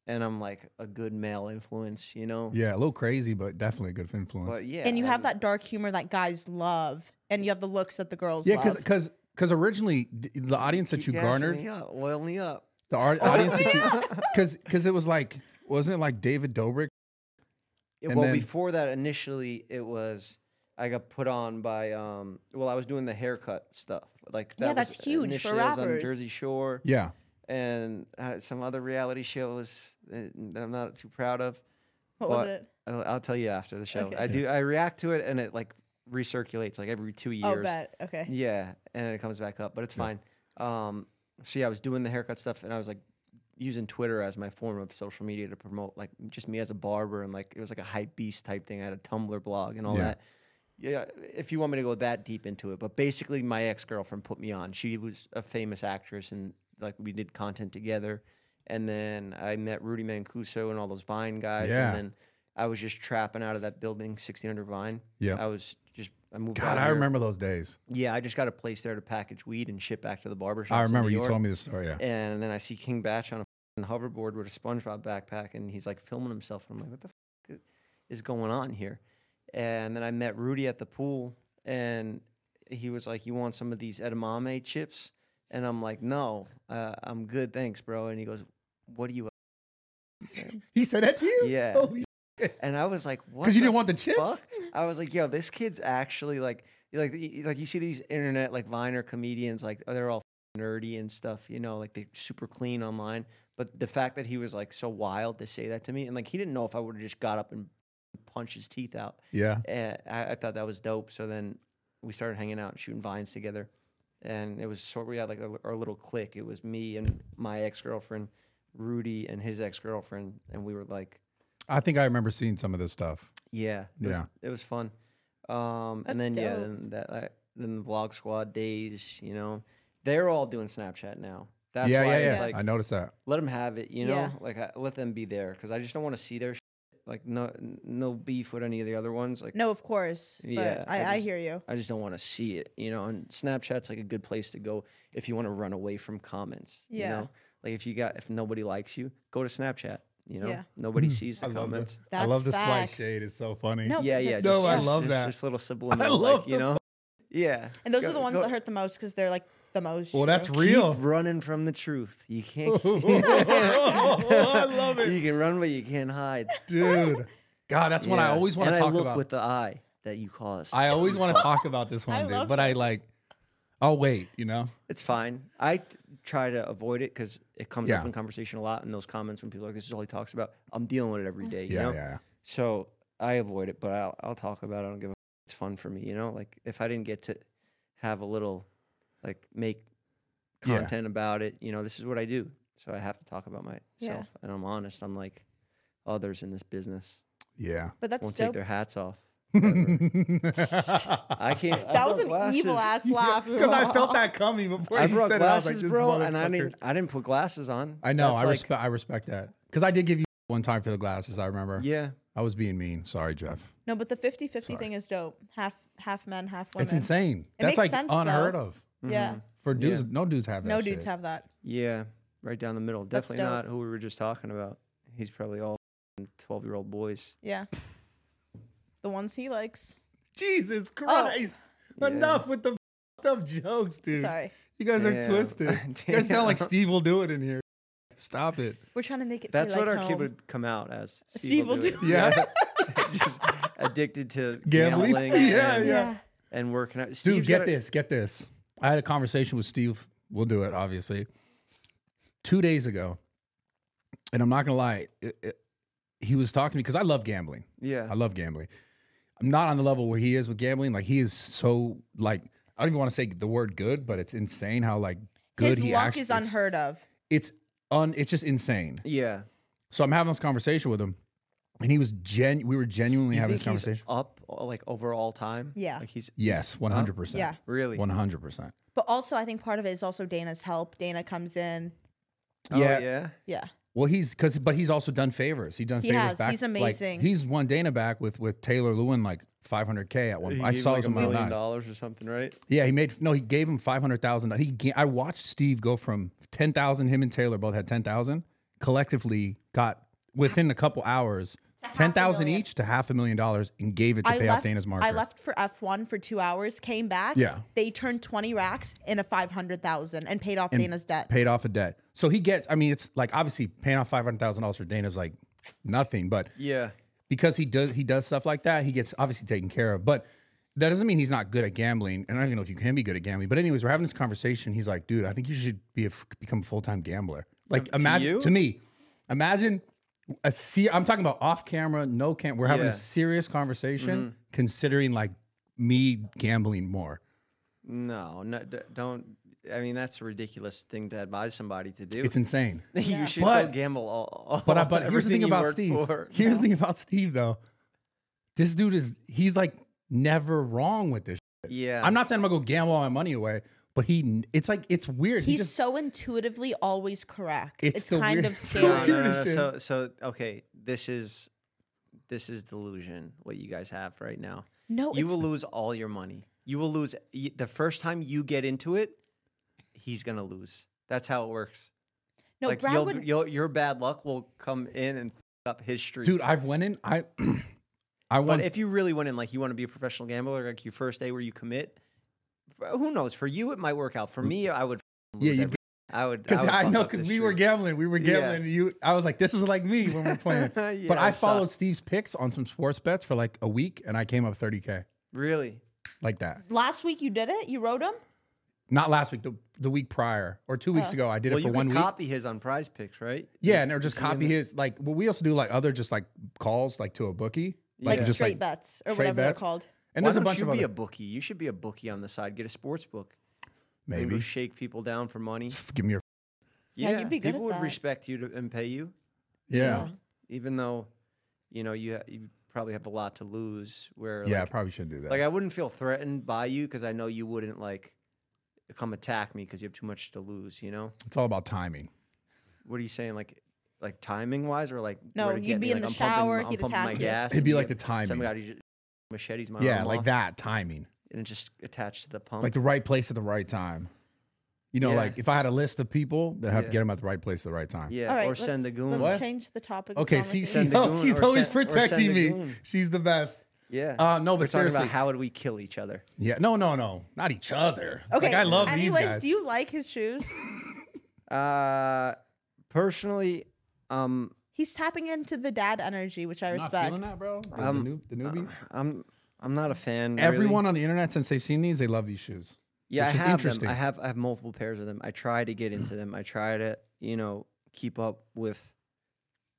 B: and I'm like a good male influence, you know.
C: Yeah, a little crazy, but definitely a good influence.
B: But yeah,
A: and you
B: I
A: have
B: mean,
A: that dark humor that guys love, and you have the looks that the girls
C: yeah,
A: love.
C: because because because originally d- the audience that
B: keep
C: you
B: gassing
C: garnered,
B: me up, oil me up.
C: the ar- audience that you because because it was like wasn't it like David Dobrik?
B: Yeah,
C: And
B: well,
C: then-
B: before that, initially it was I got put on by um. Well, I was doing the haircut stuff, like that
A: Yeah, that's
B: was-
A: huge for
B: initially I was on
A: rappers.
B: Jersey Shore
C: Yeah,
B: and uh, some other reality shows that that I'm not too proud of.
A: what was
B: but
A: it?
B: I'll, I'll tell you after the show.
A: Okay.
B: I do. I react to it, and it like recirculates like every two years.
A: Oh, bet. Okay.
B: Yeah, and it comes back up, but it's fine. Um, so yeah, I was doing the haircut stuff, and I was like using Twitter as my form of social media to promote like just me as a barber, and like it was like a hype beast type thing. I had a Tumblr blog and all that. Yeah, if you want me to go that deep into it, but basically, my ex girlfriend put me on. She was a famous actress, and like we did content together. And then I met Rudy Mancuso and all those Vine guys,
C: Yeah.
B: and then I was just trapping out of that building, 1600 Vine.
C: Yeah.
B: I was just I moved. out
C: God, I
B: here.
C: remember those days.
B: Yeah, I just got a place there to package weed and ship back to the barber shop.
C: I remember you told me this story. Yeah,
B: And then I see King Batch on a f***ing hoverboard with a SpongeBob backpack, and he's like filming himself. And I'm like, what the f- is going on here? And then I met Rudy at the pool, and he was like, "You want some of these edamame chips?" And I'm like, "No, uh, I'm good, thanks, bro." And he goes, "What do you?"
C: he said that to you.
B: Yeah.
C: Holy
B: And I was like, "What?"
C: Because you
B: the
C: didn't want the chips?
B: fuck? I was like, "Yo, this kid's actually like, like, you- like you see these internet like Viner comedians, like oh, they're all nerdy and stuff, you know, like they're super clean online." But the fact that he was like so wild to say that to me, and like he didn't know if I would have just got up and punched his teeth out,
C: Yeah.
B: and I, I thought that was dope. So then we started hanging out and shooting vines together, and it was sort. We had like a, our little clique. It was me and my ex girlfriend, Rudy, and his ex girlfriend, and we were like.
C: I think I remember seeing some of this stuff.
B: Yeah, it was,
C: Yeah.
B: it was fun. Um,
A: That's
B: and then yeah,
A: dope.
B: then that I, then the vlog squad days, you know, they're all doing Snapchat now. That's
C: yeah,
B: why
C: yeah,
B: it's
C: yeah.
B: like
C: I noticed that.
B: let them have it, you know,
A: Yeah.
B: like I, let them be there because I just don't want to see their shit. like no n- no beef with any of the other ones. Like
A: No, of course. But
B: Yeah,
A: I,
B: I
A: I
B: just-
A: hear you.
B: I just don't want to see it, you know. And Snapchat's like a good place to go if you want to run away from comments.
A: Yeah.
B: you know? like if you got if nobody likes you, go to Snapchat. You know,
A: Yeah.
B: nobody sees the
C: love
B: comments.
A: That's
C: Hmm. I love the slight
A: facts.
C: shade. It's so funny.
A: No,
B: Yeah, yeah.
A: that's
C: No,
B: just-
C: I
A: facts.
C: love
B: just-
C: that.
B: Just little subliminal,
C: love
B: like, you
C: the
B: know. yeah,
A: And those
B: Go-
A: are the ones
B: go-
A: that hurt the most because they're like the most.
G: Well, that's
A: true.
G: real.
B: Keep running from the truth. You can't.
C: I love it,
B: you can run, but you can't hide.
C: dude. God, that's what I
B: Yeah.
C: always want
B: And
C: to talk
B: I look
C: about.
B: with the eye that you caused.
C: I always want to talk about this
A: I
C: one,
A: love
C: dude. But I like, I'll wait. You know.
B: It's fine. I t- try to avoid it because it comes
C: Yeah.
B: up in conversation a lot in those comments when people are like, "This is all he talks about." I'm dealing with it every day. you
C: Yeah,
B: know?
C: yeah, yeah.
B: So I avoid it, but I'll, I'll talk about it. I don't give a. It's fun for me, you know. Like if I didn't get to have a little, like make
C: Yeah.
B: content about it, you know, this is what I do. So I have to talk about myself,
A: Yeah.
B: and I'm honest. I'm like others in this business.
C: Yeah.
A: But that's
B: won't take
A: dope.
B: their hats off.
C: Because
B: I can't. I
A: That was
B: brought
A: an evil
B: glasses.
A: ass laugh.
C: I felt that.
G: coming before
B: I
G: you
B: brought
G: said it. I was like,
B: glasses,
G: this
B: bro, and I
G: motherfucker.
B: didn't. I didn't put glasses on.
C: I know.
B: That's
C: I
B: like-
C: respect. I respect that. Because I did give you one time for the glasses. I remember.
B: Yeah,
C: I was being mean. Sorry, Jeff.
A: No, but the 50 50 thing is dope. Half half men, half women.
C: It's insane.
A: It
C: that's
A: makes
C: like
A: sense, though.
C: unheard of
A: Yeah.
C: for dudes. No dudes have that.
A: No dudes
C: shit.
A: have that.
B: mm-hmm. yeah, right down the middle.
A: That's
B: Definitely
A: dope.
B: not who we were just talking about. He's probably all twelve-year-old boys.
A: Yeah. The ones he likes.
C: Jesus
A: Oh. Christ.
C: Enough with the up jokes, dude.
A: Sorry.
C: You guys
B: are Damn. twisted. You guys sound like Damn.
C: Steve will do it in here. Stop it.
A: We're trying to make it
B: That's
A: feel
B: what
A: like
B: our
A: home.
B: kid would come out as.
A: Steve will do
B: it.
C: Yeah.
B: just addicted to
C: Gambling?
B: gambling.
C: Yeah,
B: and,
A: Yeah.
B: and working out.
C: Dude,
B: Steve's
C: get
B: got a-
C: this, get this. I had a conversation with Steve. We'll do it, obviously. Two days ago, and I'm not gonna lie, it- it- he was talking to me because I love gambling. I
B: Yeah,
C: love gambling. I'm not on the level where he is with gambling. Like he is so like I don't even want to say the word good, but it's insane how like good
A: His
C: he
A: luck
C: actually
A: is
C: it's-
A: unheard of.
C: It's un. It's just insane.
B: yeah.
C: So I'm having this conversation with him, and he was gen. We were genuinely
B: You
C: having
B: think
C: this
B: he's
C: conversation.
B: up uh, like over all time?
A: Yeah.
B: Like he's
C: Yes, 100. percent
A: Yeah.
B: really.
C: One hundred percent.
A: But also, I think part of it is also Dana's help. Dana comes in.
B: Oh,
C: Yeah.
B: yeah.
A: Yeah.
C: Well, he's because, but he's also done favors. He done
A: He
C: favors
A: has.
C: back.
A: He's
C: like,
A: amazing.
C: he's won Dana back with with Taylor Lewin like 500k at one.
B: He
C: I
B: gave him,
C: saw
B: like
C: his
B: a
C: amount of
B: million
C: knives.
B: dollars or something, right?
C: Yeah, he made no. He gave him five hundred thousand. He ga- I watched Steve go from ten thousand. Him and Taylor both had ten thousand. Collectively, got within a couple hours ten thousand
A: million.
C: each to half a million dollars, and gave it to
A: I
C: pay off
A: left,
C: Dana's marker.
A: I left for F1 for two hours, came back.
C: Yeah.
A: They turned 20 racks in a 500,000 and paid off Dana's debt.
C: paid off a debt. So he gets. I mean, it's like obviously paying off five hundred thousand dollars for Dana's like nothing, but
B: Yeah.
C: because he does he does stuff like that, he gets obviously taken care of. But that doesn't mean he's not good at gambling. And I don't even know if you can be good at gambling. But anyways, we're having this conversation. He's like, dude, I think you should be a, become a full time gambler. Like imagine
B: you?
C: to me, imagine a se- I'm talking about off camera, no cam. We're having
B: Yeah. Mm-hmm.
C: a serious conversation considering like me gambling more.
B: No, no, d- don't. I mean, that's a ridiculous thing to advise somebody to do.
C: It's insane.
B: you should
C: But-
B: go gamble all. all
C: But I, but here's the
B: everything
C: thing
B: you
C: about
B: work
C: Steve.
B: for.
C: Here's the thing about Steve though. This dude is he's like never wrong with this.
B: Yeah.
C: I'm not saying I'm gonna go gamble all my money away, but he it's like it's weird. he
A: He's
C: just
A: so intuitively always correct.
C: It's
A: It's,
C: the
A: kind of
C: weirdest-
B: No,
A: scary.
B: no, no, no.
C: Shit.
B: So, so okay. This is this is delusion. What you guys have right now.
A: No,
B: you
A: it's-
B: will lose all your money. You will lose y- the first time you get into it. He's gonna lose. That's how it works.
A: No,
B: like
A: Brad
B: you'll,
A: would.
B: you'll, your bad luck will come in and f- up his streak.
C: dude, I went in, I I
B: but
C: won
B: if you really went in, like you want to be a professional gambler, like your first day where you commit, f- who knows? For you, it might work out. For me, I would. f-
C: Mm. Yeah,
B: lose
C: you'd
B: every- I would
C: because
B: would
C: I,
B: fuck
C: know
B: up
C: because
B: this
C: we were
B: streak.
C: gambling. We were
B: Yeah.
C: gambling. You I was like, this is like me when we're playing.
B: Yeah,
C: but I
B: it
C: followed
B: sucked.
C: Steve's picks on some sports bets for like a week and I came up 30K
B: Really,
C: like that.
A: Last week you did it. You wrote him.
C: Not last week, the, the week prior or two weeks ago. I did
B: well,
C: it for
B: you
C: one
B: can
C: week.
B: copy his on Prize Picks, right?
C: Yeah, and or just
B: Is he in
C: copy
B: the-
C: his like. Well, we also do like other just like calls like to a bookie,
A: Like
C: just
A: straight bets or
C: straight
A: whatever
C: bets?
A: they're called.
C: And
B: Why
C: there's a
B: don't
C: bunch
B: you
C: of
B: be
C: other
B: a bookie. You should be a bookie on the side. Get a sports book. and go
C: maybe.
B: shake people down for money.
C: Give me your
A: Yeah, you'd be good
B: people
A: at
B: would
A: that.
B: respect you to, and pay you,
C: yeah
B: even though you know you ha- you probably have a lot to lose. Where
C: yeah. I
B: like,
C: probably should do that.
B: like I wouldn't feel threatened by you because I know you wouldn't like come attack me because you have too much to lose. You know
C: it's all about timing.
B: what are you saying? Like like timing wise, or like
A: No,
B: where to
A: you'd
B: get
A: be
B: me?
A: in
B: Like,
A: the
B: I'm pumping-
A: shower,
B: I'm
A: he'd
B: pumping my
A: attack you.
B: gas.
C: It'd
B: and
C: be
B: you
C: like
B: have
C: the timing.
B: Somebody just machetes my
C: yeah,
B: arm
C: like
B: Um, off,
C: that timing,
B: and just attached to the pump.
C: like the right place at the right time. You know,
B: Yeah.
C: like if I had a list of people, that have to
B: Yeah.
C: get them at the right place at the right time.
B: yeah,
A: All right.
B: or send the
A: let's-
B: goon.
A: Let's change the topic. of
C: Okay, see,
A: conversation.
C: oh,
B: Send the goon
C: she's
B: or
C: always
B: send- or send
C: protecting
B: the
C: me.
B: goon.
C: She's the best.
B: Yeah.
C: Uh, no, but
B: We're talking
C: seriously-
B: about how would we kill each other?
C: Yeah, no, no, no, not each other.
A: Okay.
C: like, I love
A: Anyways,
C: these guys.
A: do you like his shoes?
B: Uh, personally, um,
A: He's tapping into the dad energy, which I respect.
C: bro. The,
B: Um,
C: new, the newbies.
B: I'm I'm not a fan. really.
C: Everyone on the internet since they've seen these, they love these shoes.
B: yeah,
C: which
B: I
C: is
B: have
C: interesting.
B: them. I have I have multiple pairs of them. I try to get into them. I try to you know keep up with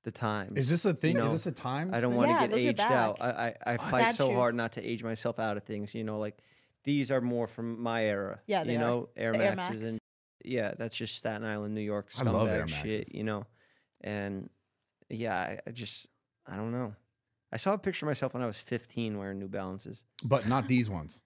B: the times.
C: Is this a thing?
B: Mm. No.
C: Is this a time?
B: I don't
C: thing?
B: want to
A: Yeah,
B: get
A: those are Oh,
B: aged out. I I, I fight
A: Bad
B: so
A: shoes.
B: hard not to age myself out of things. You know, like these are more from my era.
A: Yeah, they
B: you
A: are.
B: know, Air
A: The Air
B: Maxes
A: Max.
B: and yeah, that's just Staten Island, New York
C: I love Air
B: scumbag shit.
C: Maxes.
B: You know, and yeah, I, I just I don't know. I saw a picture of myself when I was 15 wearing New Balances.
C: but not these ones.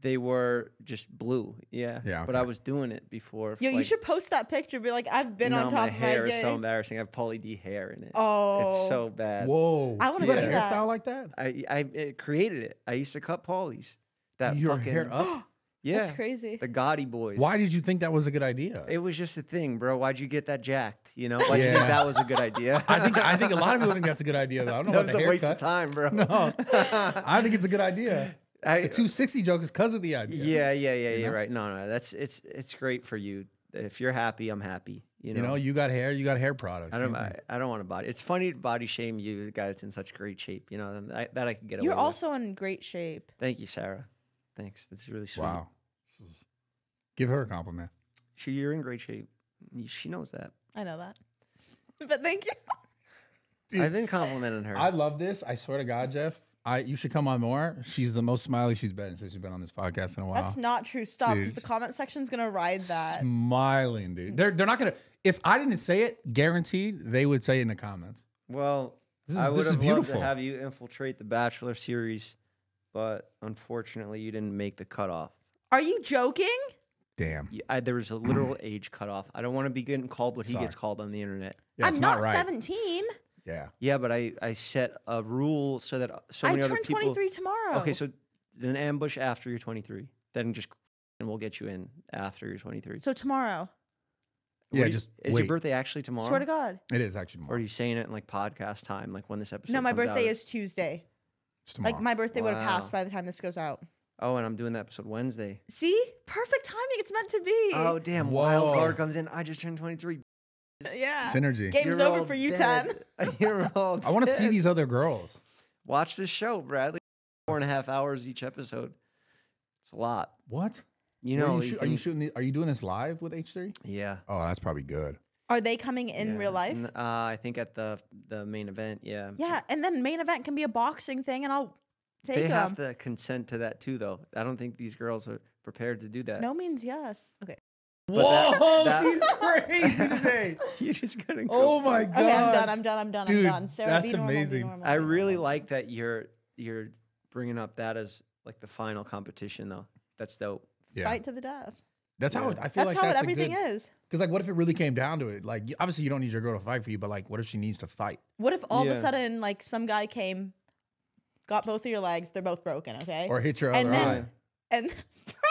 B: They were just blue, yeah.
C: Yeah,
B: But I
C: okay.
B: was doing it before.
A: Yo, you
B: like,
A: should post that picture. Be like, I've been
B: now
A: on top
B: my hair
A: of my
B: is so
A: game.
B: embarrassing. I have Pauly D hair in it.
A: Oh.
B: it's so bad.
C: Whoa!
A: I wanna
C: You got
B: see
C: a
A: that.
C: hairstyle like that.
B: I I it created it. I used to cut Paulies. That
C: Your
B: fucking
C: hair up.
B: yeah,
A: That's crazy.
B: The Gaudy boys.
C: Why did you think that was a good idea?
B: it was just a thing, bro? Why'd you get that jacked? You know, why'd you
C: Yeah.
B: think that was a good idea?
C: I think I think a lot of people think that's a good idea. Though I don't know
B: that
C: about
B: was
C: the
B: a
C: haircut.
B: waste of time, bro.
C: No. I think it's a good idea.
B: I-
C: The 260 joke is because of the idea.
B: yeah, yeah, yeah,
C: You
B: yeah.
C: know?
B: Right? No, no, that's it's it's great for you. If you're happy, I'm happy. You know,
C: You know, you got hair. You got hair products.
B: I don't.
C: you know.
B: I, I don't want to body. It's funny to body shame you, the guy that's in such great shape. You know, and I, that I can get
A: You're
B: away
A: also in great shape.
B: With. Thank you, Sarah. Thanks. That's really sweet.
C: wow. Give her a compliment.
B: She, you're in great shape. You- She knows that.
A: I know that. But thank you.
B: I've been complimenting her.
C: I love this. I swear to God, Jeff. I you should come on more. She's the most smiley she's been since she's been on this podcast in a while.
A: That's not true. Stop, because
C: Dude.
A: the comment section's gonna ride that.
C: smiling, dude. They're they're not gonna. If I didn't say it, guaranteed they would say it in the comments.
B: well,
C: This is-
B: I would
C: this is
B: have loved to
C: beautiful.
B: have you infiltrate the Bachelor series, but unfortunately, you didn't make the cutoff.
A: Are you joking?
C: Damn.
B: Y- I, there was a literal age cutoff. I don't want to be getting called what he
C: Sorry.
B: gets called on the internet.
C: Yeah,
A: I'm
C: it's
A: not,
C: right.
A: 17.
C: Yeah.
B: Yeah, but I, I set a rule so that so
A: I
B: many other
A: turn
B: people.
A: 23 tomorrow.
B: Okay, so an ambush after you're 23. Then just and we'll get you in after you're 23.
A: So tomorrow.
C: Yeah,
B: Wait,
C: just
B: is
C: wait.
B: your birthday actually tomorrow?
A: Swear to God.
C: It is actually
B: Or are
C: tomorrow.
B: you saying it in like podcast time, like when this episode?
A: no, my
B: comes out?
A: birthday is Tuesday.
C: It's tomorrow.
A: Like my birthday would have passed
B: Wow.
A: by the time this goes out.
B: Oh, and I'm doing the episode Wednesday.
A: See? Perfect timing. It's meant to be.
B: Oh damn!
C: Whoa.
B: Wild card comes in. I just turned 23.
A: yeah.
C: Synergy.
A: Game's
B: You're
A: over
B: all
A: for you, Tad.
B: dead. You're all
C: I want to see
B: dead.
C: these other girls.
B: Watch this show, Bradley. Four and a half hours each episode. It's a lot.
C: What?
B: You
C: Where
B: know.
C: are you, shoot- are you
B: can-
C: shooting? The, are you doing this live with H3?
B: Yeah.
C: Oh, that's probably good.
A: Are they coming in
B: yeah.
A: real life?
B: N- Uh, I think at the the main event. Yeah.
A: yeah, and then main event can be a boxing thing, and I'll take
B: They
A: them.
B: have to consent to that too, though. I don't think these girls are prepared to do that.
A: No means yes. Okay.
B: But that- that-
C: crazy today.
B: you just gotta. Go
C: oh
B: for it.
C: my god.
A: Okay, I'm done. I'm done. I'm done.
C: Dude,
A: I'm done. Sarah, be
C: that's
A: normal, be
C: amazing.
A: normal,
B: I
A: be
B: really
A: normal.
B: like that you're you're bringing up that as like the final competition though. That's dope.
C: Yeah.
A: fight to the death.
C: That's how it, I feel
A: That's
C: like
A: how it,
C: that's
A: everything is.
C: Because like, what if it really came down to it? Like, y- obviously, you don't need your girl to fight for you, but like, what if she needs to fight?
A: What if all of a
B: Yeah.
A: sudden, like, some guy came, got both of your legs, they're both broken, okay?
C: or hit your
A: And
C: other
A: then-
C: eye.
A: and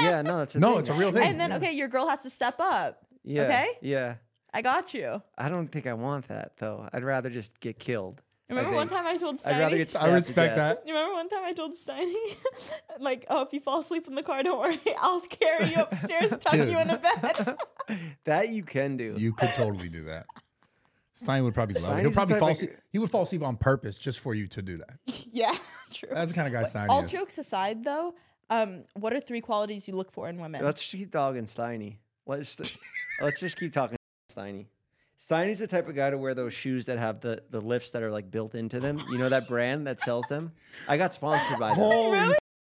B: Yeah, no, that's a
C: No,
B: thing.
C: it's a real thing.
A: and then okay, your girl has to step up.
B: Yeah,
A: okay.
B: Yeah,
A: I got you.
B: I don't think I want that though. I'd rather just get killed. I
A: Remember one
B: think.
A: time I told Steiny?
B: I'd rather get.
G: I
B: stabbed to
G: respect
B: death.
G: that.
A: You remember one time I told Steiny, like, oh, if you fall asleep in the car, don't worry, I'll carry you upstairs, tuck you in a bed.
B: That you can do.
C: You could totally do that. Stein would probably love it.
B: Stein's
C: He'll
B: the
C: probably
B: type
C: fall
B: of-
C: asleep. He would fall asleep on purpose just for you to do that.
A: yeah, true.
C: That's the kind of guy Stein
A: All
C: is.
A: jokes aside, though, um, what are three qualities you look for in women?
B: Let's keep dogging Steiny. Let's let's just keep talking Steiny. Steiny's the type of guy to wear those shoes that have the, the lifts that are like built into them. You know that brand that sells them? I got sponsored by them.
A: really?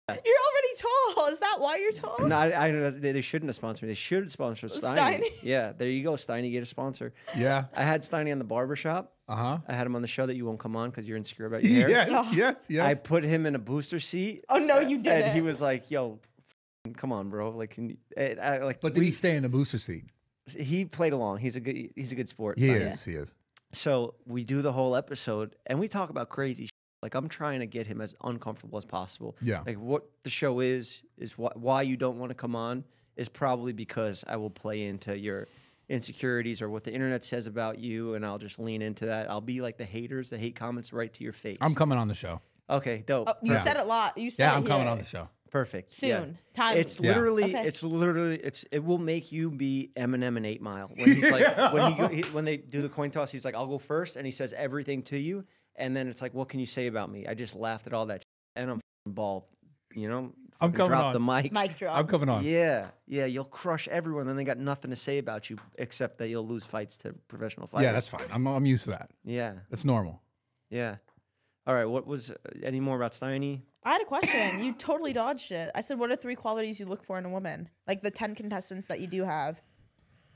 A: You're already tall. Is that why you're tall?
B: No, I, I know that they, they shouldn't have sponsored me. They should sponsor Steiny.
A: Steiny.
B: Yeah, there you go, Steiny. Get a sponsor.
C: Yeah.
B: I had Steiny on the barbershop.
C: Uh huh.
B: I had him on the show that you won't come on because you're insecure about your hair.
C: Yes. Yes.
B: I
C: Yes.
B: put him in a booster seat,
A: Oh no, you didn't.
B: and he was like, "Yo, f- come on, bro! Like, can you, and I, like,
C: but did he stay in the booster seat?
B: we- he played along. He's a good, he's a good sport.
C: He
B: Steiny.
C: is. He is.
B: So we do the whole episode, and we talk about crazy. Shit. Like, I'm trying to get him as uncomfortable as possible.
C: Yeah.
B: Like, what the show is is wh- why you don't want to come on is probably because I will play into your insecurities or what the internet says about you, and I'll just lean into that. I'll be like the haters, the hate comments right to your face.
C: I'm coming on the show.
B: Okay, dope.
A: Oh, you
C: Yeah.
A: said a lot. You said
C: Yeah,
A: it
C: I'm coming
A: here.
C: on the show.
B: Perfect. yeah.
A: soon. Time.
B: It's
C: Yeah.
B: literally,
A: Okay.
B: it's literally, it's it will make you be Eminem and Eight Mile when he's like when he, go- he when they do the coin toss, he's like, "I'll go first and he says everything to you, and then it's like, "What can you say about me?" I just laughed at all that, shit, and I'm f***ing bald, you know.
C: I'm
B: Fucking
C: coming
B: drop
C: on.
B: the mic.
A: mic drop.
C: I'm coming on.
B: Yeah, yeah, you'll crush everyone, and they got nothing to say about you except that you'll lose fights to professional fighters.
C: Yeah, that's fine. I'm I'm used to that.
B: yeah,
C: That's normal.
B: yeah. All right, what was uh, any more about Steiny?
A: I had a question. You totally dodged it. I said, what are three qualities you look for in a woman? Like the 10 contestants that you do have.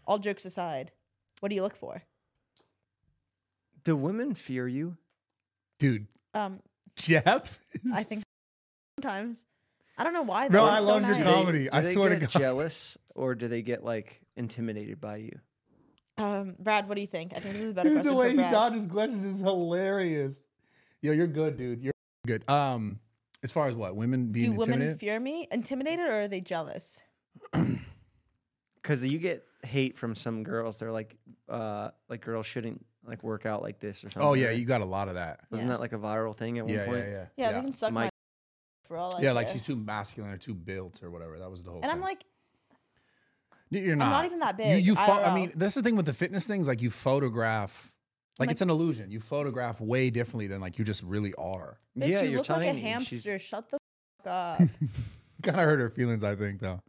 A: All jokes aside, what do you look for?
B: Do women fear you?
C: Dude,
A: Um,
C: Jeff.
A: I think sometimes. I don't know why.
C: Bro,
A: though.
C: I
A: It's
C: love your
A: nice.
C: com- Comedy,
B: do
C: I
B: they
C: swear to
B: get
C: God.
B: Jealous, or do they get like intimidated by you?
A: Um, Brad, what do you think? I think this is a better
G: Dude,
A: question
G: the way
A: for
G: he
A: Brad.
G: dodges questions is hilarious.
C: Yo, you're good, dude. You're good. Um, as far as what women
A: do
C: being
A: women
C: intimidated,
A: fear me? Intimidated or are they jealous?
B: Because you get hate from some girls. They're like, uh, like girls shouldn't like work out like this or something.
C: oh yeah,
B: right?
C: you got a lot of that.
B: wasn't
A: Yeah.
B: that like a viral thing at one
C: Yeah, yeah,
B: point?
C: yeah, yeah.
A: Yeah, they can suck my,
B: Mike-
A: for all I
C: Yeah, like
A: care.
C: she's too masculine or too built or whatever. That was the whole.
A: And
C: thing.
A: I'm like,
C: Y- you're not.
A: not even that
C: You,
A: big,
C: you pho- I
A: IRL.
C: mean, that's the thing with the fitness things. Like you
A: Oh
C: photograph, like
A: Like-
C: it's an illusion. You photograph way differently than like you just really are.
A: bitch,
B: Yeah,
A: you
B: you're
A: look like a
B: tiny. She's-
A: hamster. Shut the fuck up.
C: Kind of hurt her feelings, I think, though.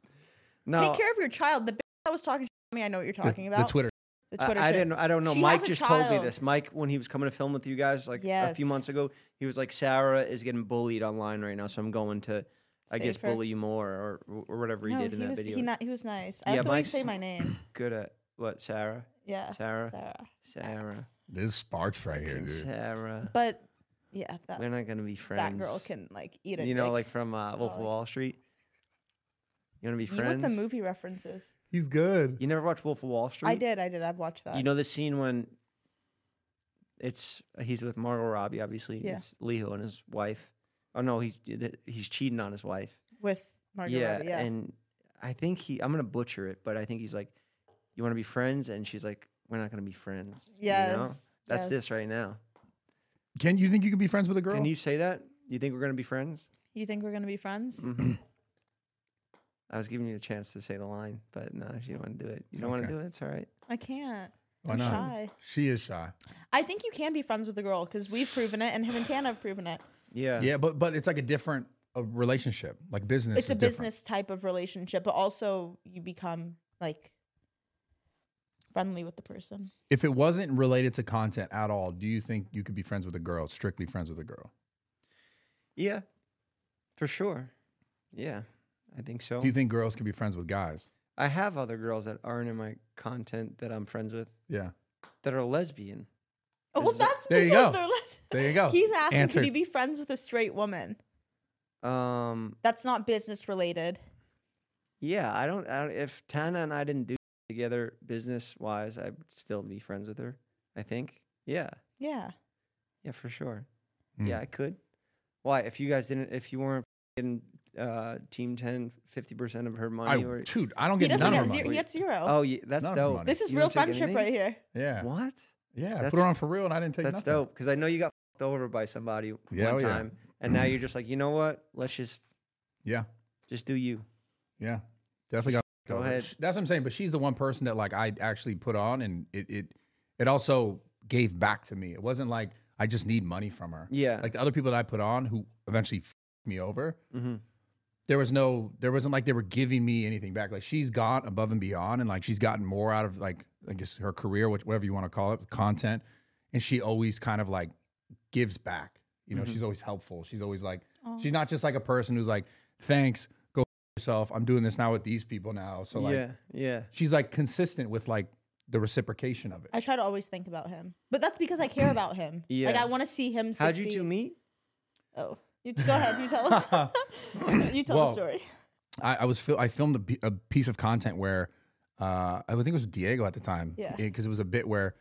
B: No,
A: Take care of your child. The bitch that was talking to me, I know what you're
C: The-
A: talking
C: the,
A: about.
C: Twitter.
A: The
B: I,
A: Twitter
B: I
A: shit.
B: didn't. I don't know.
A: She
B: Mike
A: has a
B: just told me
A: child.
B: this. Mike, when he was coming to film with you guys, like a few
A: Yes.
B: months ago, he was like, "Sarah is getting bullied online right now, so I'm going to, I guess,
A: Save her."
B: bully you more or or whatever he
A: no,
B: did in
A: he
B: that
A: was
B: video."
A: he, not, he was nice. I
B: Yeah,
A: like the way you
B: Mike's-
A: say my name.
B: Good at what, Sarah?
A: Yeah,
B: Sarah?
A: Sarah.
B: Sarah.
C: This sparks right here,
B: Fucking
C: dude.
B: Sarah.
A: But yeah,
B: We're
A: that
B: not gonna be friends.
A: that girl can like eat a
B: you know,
A: dick.
B: like from uh, Wolf of
A: Probably.
B: Wall Street. You want to be
A: You with
B: friends?
A: the movie references.
G: He's good.
B: You never watched Wolf of Wall Street?
A: I did, I did. I've watched that.
B: You know the scene when it's he's with Margot Robbie, obviously.
A: Yeah.
B: It's Leo and his wife. Oh no, he's he's cheating on his wife.
A: with Margot
B: yeah,
A: Robbie. Yeah.
B: and I think he. I'm gonna butcher it, but I think he's like, "You want to be friends?" And she's like, "We're not gonna be friends." you
A: yes.
B: know? that's
A: yes.
B: this right now.
C: Can you think you could be friends with a girl?
B: Can you say that? You think we're gonna be friends?
A: You think we're gonna be friends?
C: Mm-hmm.
B: Mhm. I was giving you a chance to say the line, but no, you don't want to do it. You don't want to
C: okay.
B: do it. It's all right.
A: I can't.
C: Why
A: I'm
C: not?
A: shy.
C: She is shy.
A: I think you can be friends with a girl because we've proven it, and him and Tana have proven it.
B: Yeah.
C: Yeah, but but it's like a different uh relationship, like business.
A: It's
C: is
A: a
C: different.
A: business type of relationship, but also you become like friendly with the person.
C: If it wasn't related to content at all, do you think you could be friends with a girl? Strictly friends with a girl?
B: Yeah. For sure. Yeah. I think so.
C: Do you think girls can be friends with guys?
B: I have other girls that aren't in my content that I'm friends with
C: Yeah.
B: that are lesbian.
A: Oh, well,
B: Is that-
A: that's
C: There you
A: because
C: go.
A: they're less.
C: There you go.
A: He's asking,
C: Oh, Answered.
A: could you be friends with a straight woman?
B: Um,
A: That's not business related.
B: yeah, I don't, I don't if Tana and I didn't do together business wise, I'd still be friends with her. I think. Yeah.
A: Yeah.
B: Yeah, for sure.
C: Mm.
B: Yeah, I could. Why? If you guys didn't, if you weren't in uh, Team 10, 50% of her
C: I,
B: money or.
C: dude, I don't
A: He
C: get
A: doesn't
C: none of
A: get
C: her
A: zero. He
C: money.
A: gets zero.
B: Oh, yeah, that's
C: Not her
B: dope.
C: money.
A: this is
B: You
A: real
B: don't take
A: friendship
B: anything?
A: right here.
C: Yeah.
B: What?
C: Yeah. put
B: That's-
C: her on for real, and I didn't take
B: That's
C: nothing.
B: dope. Because I know you got fucked over by somebody
C: Yeah, oh,
B: one
C: yeah.
B: time, and now you're just like, you know what? Let's just
C: Yeah.
B: just do you.
C: Yeah. Definitely got
B: Go ahead.
C: Sh- That's what I'm saying. But she's the one person that like I actually put on and it it it also gave back to me. It wasn't like I just need money from her.
B: Yeah.
C: Like the other people that I put on who eventually f- me over,
B: mm-hmm.
C: there was no there wasn't like they were giving me anything back. Like she's gone above and beyond and like she's gotten more out of like I guess her career, which- whatever you want to call it, content. And she always kind of like gives back. You know,
B: Mhm.
C: she's always helpful. She's always like
A: Oh.
C: She's not just like a person who's like, thanks, go f- yourself. I'm doing this now with these people now. So like,
B: yeah, yeah.
C: she's like consistent with like the reciprocation of it.
A: I try to always think about him, but that's because I care about him. Like
B: Yeah.
A: I want to see him succeed.
B: How'd you two meet?
A: Oh, you go ahead. You tell. you tell
C: Well,
A: the story.
C: I, I was fil- I filmed a, p- a piece of content where uh, I would think it was with Diego at the time.
A: Yeah.
C: Because it, was a bit where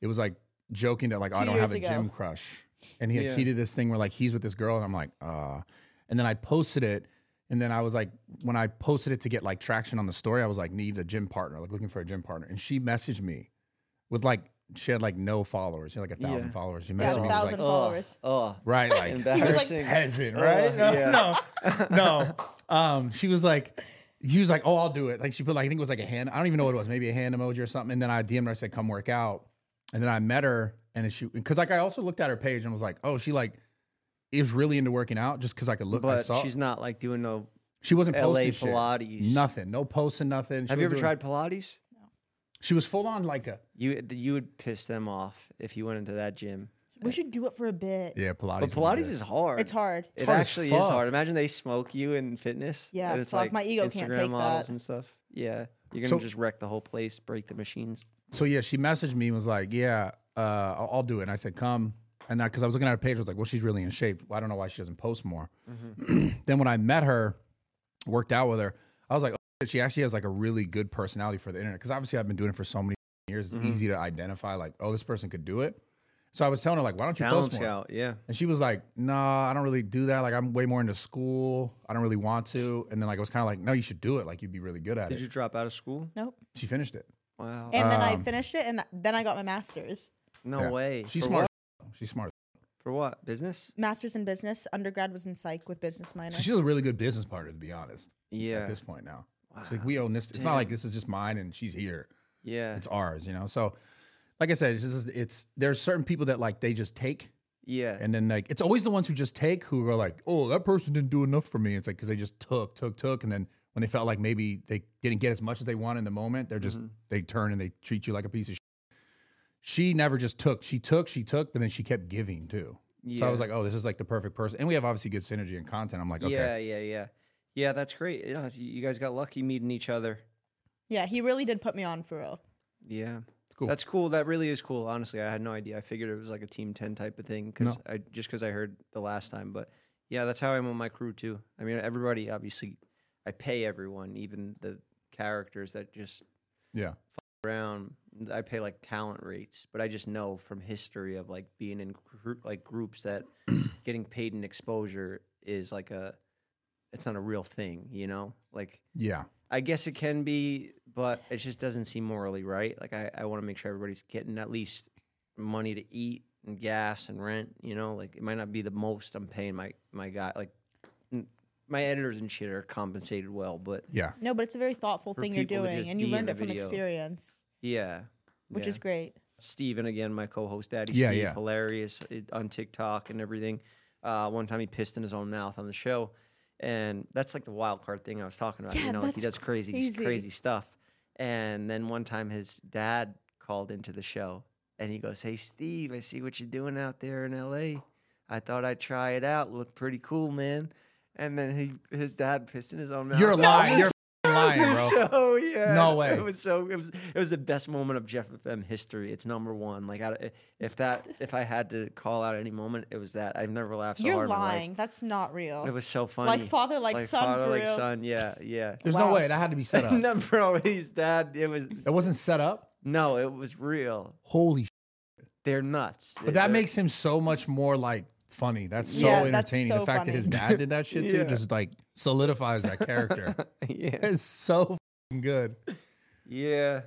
C: it was like joking that like I
A: Two
C: don't have
A: years
C: a
A: ago.
C: gym crush, and he had
B: Yeah.
C: he did this thing where like he's with this girl, and I'm like, uh, and then I posted it. And then I was like, when I posted it to get like traction on the story, I was like, need a gym partner, like looking for a gym partner. And she messaged me with like, she had like no followers, she had like a thousand
B: Yeah.
C: followers. She
A: Yeah,
C: messaged
A: a
C: me,
A: thousand
C: was like,
A: followers.
B: Oh,
C: right, like
B: embarrassing.
C: peasant,
B: Uh,
C: right? No,
B: yeah.
C: no, no. Um, she was like, she was like, oh, I'll do it. Like she put like I think it was like a hand. I don't even know what it was. Maybe a hand emoji or something. And then I DM'd her. I said, come work out. And then I met her, and then she because like I also looked at her page and was like, oh, she like is really into working out just because I could look. I
B: but
C: saw
B: she's not like doing no.
C: she wasn't
B: LA
C: posting shit.
B: Pilates.
C: nothing, no posting, nothing. She
B: Have you ever
C: was doing-
B: tried Pilates?
C: She was full on like a
B: You you would piss them off if you went into that gym.
A: We should do it for a bit.
C: yeah Pilates.
B: But Pilates is hard.
A: It's hard.
B: It
C: hard as
B: actually is
C: fuck.
B: hard. Imagine they smoke you in fitness.
A: Yeah,
B: and it's
A: fuck,
B: like
A: my ego can't
B: Instagram
A: take
B: models
A: that.
B: and stuff. Yeah, you're gonna
C: So-
B: just wreck the whole place, break the machines.
C: so yeah, she messaged me and was like, "Yeah, uh, I'll, I'll do it." And I said, "Come," and because I was looking at her page, I was like, "Well, she's really in shape. Well, I don't know why she doesn't post more."
B: Mm-hmm.
C: then when I met her, worked out with her, I was like, oh, shit, "She actually has like a really good personality for the internet." Because obviously, I've been doing it for so many years; it's
B: Mm-hmm.
C: easy to identify. Like, oh, this person could do it. So I was telling her like, "Why don't you
B: Balance
C: post more?"
B: out. Yeah.
C: And she was like, "Nah, I don't really do that. Like, I'm way more into school. I don't really want to." And then like I was kind of like, "No, you should do it. Like, you'd be really good at
B: Did
C: it."
B: you drop out of school?
A: Nope.
C: she finished it.
B: Wow.
A: And then
C: Um.
A: I finished it, and then I got my master's,
B: no
C: Yeah.
B: way.
C: She's
B: For
C: smart.
B: What?
C: as fuck. She's smart. as
B: For what? Business?
A: master's in business. Undergrad was in psych with business minor.
C: So she's a really good business partner, to be honest.
B: Yeah.
C: At this point now, It's
B: Wow.
C: like we own this. It's not like
B: Damn.
C: this is just mine and she's here.
B: yeah.
C: It's ours, you know. So, like I said, this is it's there's certain people that like they just take,
B: Yeah.
C: and then like it's always the ones who just take who are like, oh, that person didn't do enough for me. It's like because they just took, took, took, and then when they felt like maybe they didn't get as much as they wanted in the moment, they're
B: Mm-hmm.
C: just they turn and they treat you like a piece of. Shit. She never just took. She took. She took, but then she kept giving too.
B: yeah.
C: So I was like, oh, this is like the perfect person, and we have obviously good synergy and content. I'm like, okay,
B: yeah, yeah, yeah. Yeah, that's great. You, know, you guys got lucky meeting each other.
A: yeah, he really did put me on for real.
B: Yeah.
C: cool.
B: That's cool. That really is cool. Honestly, I had no idea. I figured it was like a team 10 type of thing cuz I just cuz I heard the last time, but yeah, that's how I'm on my crew too. I mean, everybody obviously I pay everyone, even the characters that just
C: Yeah.
B: around. I pay like talent rates, but I just know from history of like being in group, like groups that getting paid in exposure is like a it's not a real thing, you know? Like
C: Yeah.
B: I guess it can be, but it just doesn't seem morally right. Like I, I want to make sure everybody's getting at least money to eat and gas and rent. You know, like it might not be the most I'm paying my my guy. Like n- my editors and shit are compensated well, but
C: Yeah.
A: No, but it's a very thoughtful
B: For
A: thing you're
B: people to
A: doing,
B: just
A: and you
B: be
A: learned
B: in a
A: it from
B: video.
A: experience,
B: yeah,
A: which
B: yeah.
A: is great.
B: Steven again, my co-host, Daddy
C: Yeah,
B: Steve,
C: yeah.
B: hilarious it, on TikTok and everything. Uh, one time he pissed in his own mouth on the show, and that's like the wild card thing I was talking about.
A: Yeah,
B: you know, like he
A: that's
B: does crazy,
A: crazy.
B: crazy stuff. And then one time his dad called into the show, and he goes, "Hey Steve, I see what you're doing out there in L.A. I thought I'd try it out. Look pretty cool, man." And then he, his dad pissed in his own mouth.
C: You're lying. You're f***ing lying, bro.
B: Oh yeah.
C: No way.
B: It was so it was it was the best moment of Jeff FM history. It's number one. Like I, if that if I had to call out any moment, it was that. I've never laughed so
A: you're
B: hard. in my life.
A: lying. That's not real.
B: It was so funny.
A: like father, like, son.
B: father,
A: for
B: like
A: real.
B: son. Yeah, yeah.
C: There's
A: Wow.
C: no way that had to be set up.
B: no, bro, he's that. It was
C: It wasn't set up.
B: no, it was real.
C: Holy shit.
B: They're nuts.
C: But that makes him so much more like funny. That's so
A: Yeah,
C: entertaining.
A: that's
C: the
A: so
C: fact that
A: funny.
C: his dad did that shit too
B: Yeah.
C: just like solidifies that character.
B: yeah,
C: it's so f***ing good.
B: yeah.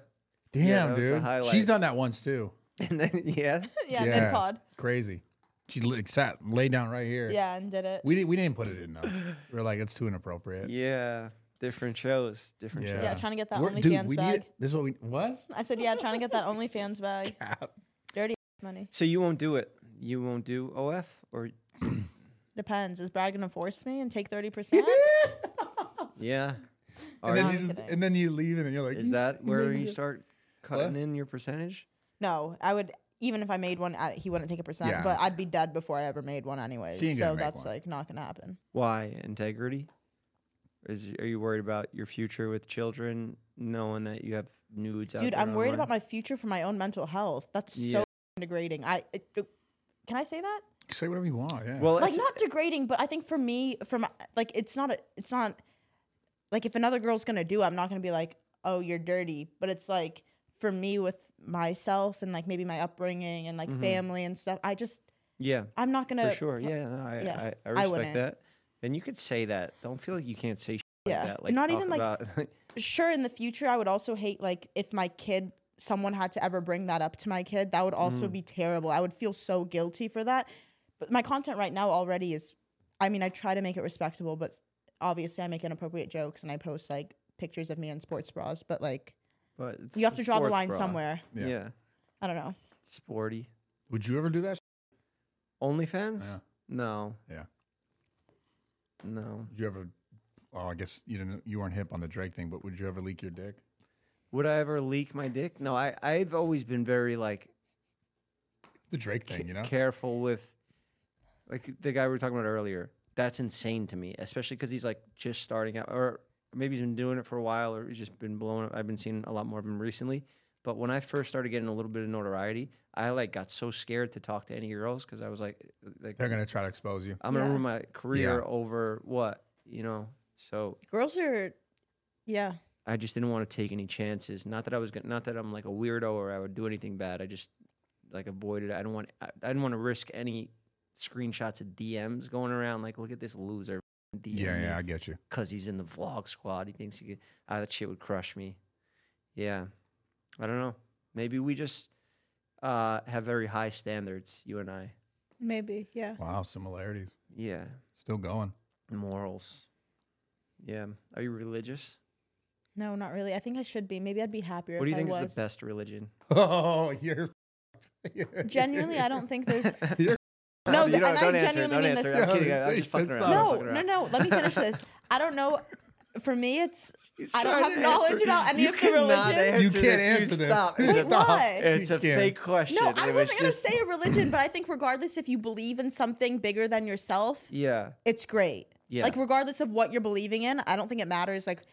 C: Damn,
B: that was the
C: dude.
B: highlight.
C: She's done that once too.
B: And then yeah,
A: yeah, and then
C: Yeah.
A: pod.
C: Crazy. She li- sat laid down right here.
A: Yeah, and did it.
C: We didn't we didn't put it in though. We were like, it's too inappropriate.
B: yeah. Different shows, different
C: Yeah.
B: shows.
A: yeah, trying to get that
C: We're-
A: OnlyFans
C: we
A: bag.
C: need this is what we what?
A: I said, yeah, trying to get that OnlyFans bag. Dirty money.
B: So you won't do it. You won't do OF or
A: Depends. Is Brad gonna force me and take thirty percent?
B: yeah.
A: No,
B: Are
C: And then,
A: I'm
C: you just,
A: kidding.
C: and then you leave and then you're like,
B: Is
C: "You
B: that
C: said
B: where
C: no."
B: you start cutting in your percentage?
A: No, I would. Even if I made one, I, he wouldn't take a percent.
C: Yeah.
A: But I'd be dead before I ever made one, anyways.
C: She ain't gonna
A: So
C: make
A: that's
C: one.
A: like not gonna happen.
B: Why integrity? Is are you worried about your future with children, knowing that you have nudes? out
A: Dude,
B: there
A: I'm worried about
B: online?
A: my future for my own mental health. That's
B: Yeah.
A: so degrading. I it, it- can I say that?
C: Say whatever you want. Yeah.
B: Well,
A: Like
B: it's-
A: not degrading, but I think for me, from like it's not a, it's not like if another girl's gonna do, it, I'm not gonna be like, oh, you're dirty. But it's like for me with myself and like maybe my upbringing and like family and stuff. I just
B: yeah,
A: I'm not gonna
B: Mm-hmm. for sure. Yeah, no, I,
A: yeah,
B: I, I
A: I
B: respect
A: wouldn't.
B: that. And you could say that. Don't feel like you can't say shit
A: Yeah,
B: like that. Like
A: not
B: talk
A: even, like-
B: about-
A: sure in the future i would also hate like if my kid someone had to ever bring that up to my kid that would also
B: Mm.
A: be terrible i would feel so guilty for that but my content right now already is i mean i try to make it respectable but obviously i make inappropriate jokes and i post like pictures of me in sports bras but like
B: but it's
A: you have to draw the
B: sports
A: line
B: bra.
A: somewhere
B: Yeah.
C: Yeah.
A: i don't know
B: sporty.
C: Would you ever do that?
B: OnlyFans?
C: Yeah.
B: No.
C: Yeah.
B: No.
C: Would you ever? Oh, I guess you didn't. You weren't hip on the Drake thing, but would you ever leak your dick?
B: Would I ever leak my dick? No. I I've always been very like
C: The Drake thing, you know.
B: careful with like the guy we were talking about earlier. That's insane to me, especially because he's like just starting out, or maybe he's been doing it for a while, or he's just been blowing up. I've been seeing a lot more of him recently. But when I first started getting a little bit of notoriety, I like got so scared to talk to any girls because I was like, like
C: They're gonna try to expose you.
B: I'm gonna
A: Yeah.
B: ruin my career
C: Yeah.
B: over what you know. So
A: girls are yeah
B: I just didn't want to take any chances. Not that I was, gon- not that I'm like a weirdo or I would do anything bad. I just like avoided. it. I don't want. I, I didn't want to risk any screenshots of DMs going around. Like, look at this loser. DM
C: Yeah, yeah, I get you.
B: Because he's in the vlog squad. He thinks he could. Ah, that shit would crush me. Yeah, I don't know. Maybe we just uh, have very high standards, you and I.
A: maybe yeah
C: Wow, similarities.
B: Yeah,
C: Still going.
B: morals. Yeah. Are you religious?
A: no not really i think i should be maybe i'd be happier
B: What do
A: if
B: you think
A: i was
B: is the best religion?
C: Oh, you're.
A: genuinely i don't think there's No,
B: you
A: th-
B: don't,
A: and I
B: don't answer,
A: genuinely
B: don't
A: mean
B: answer.
A: this-
B: I'm kidding. I'm
C: Honestly,
B: just fucking
C: that's
B: around.
C: not-
B: I'm
A: no
B: fucking around.
A: no no let me finish this i don't know for me it's
B: He's
A: I don't
B: trying
A: have
B: to
A: knowledge
B: answer.
A: about any
B: You
A: of the
B: cannot
A: religions.
B: answer
C: You can't
B: this.
C: answer this.
B: Stop.
C: Wait,
B: It's a-
A: why?
B: It's
C: You
B: a
C: can't.
B: fake question.
A: No,
B: It
A: I
B: was
A: wasn't going to
B: just-
A: say a religion, but I think regardless if you believe in something bigger than yourself,
B: Yeah.
A: it's great.
B: Yeah.
A: Like regardless of what you're believing in, I don't think it matters. Like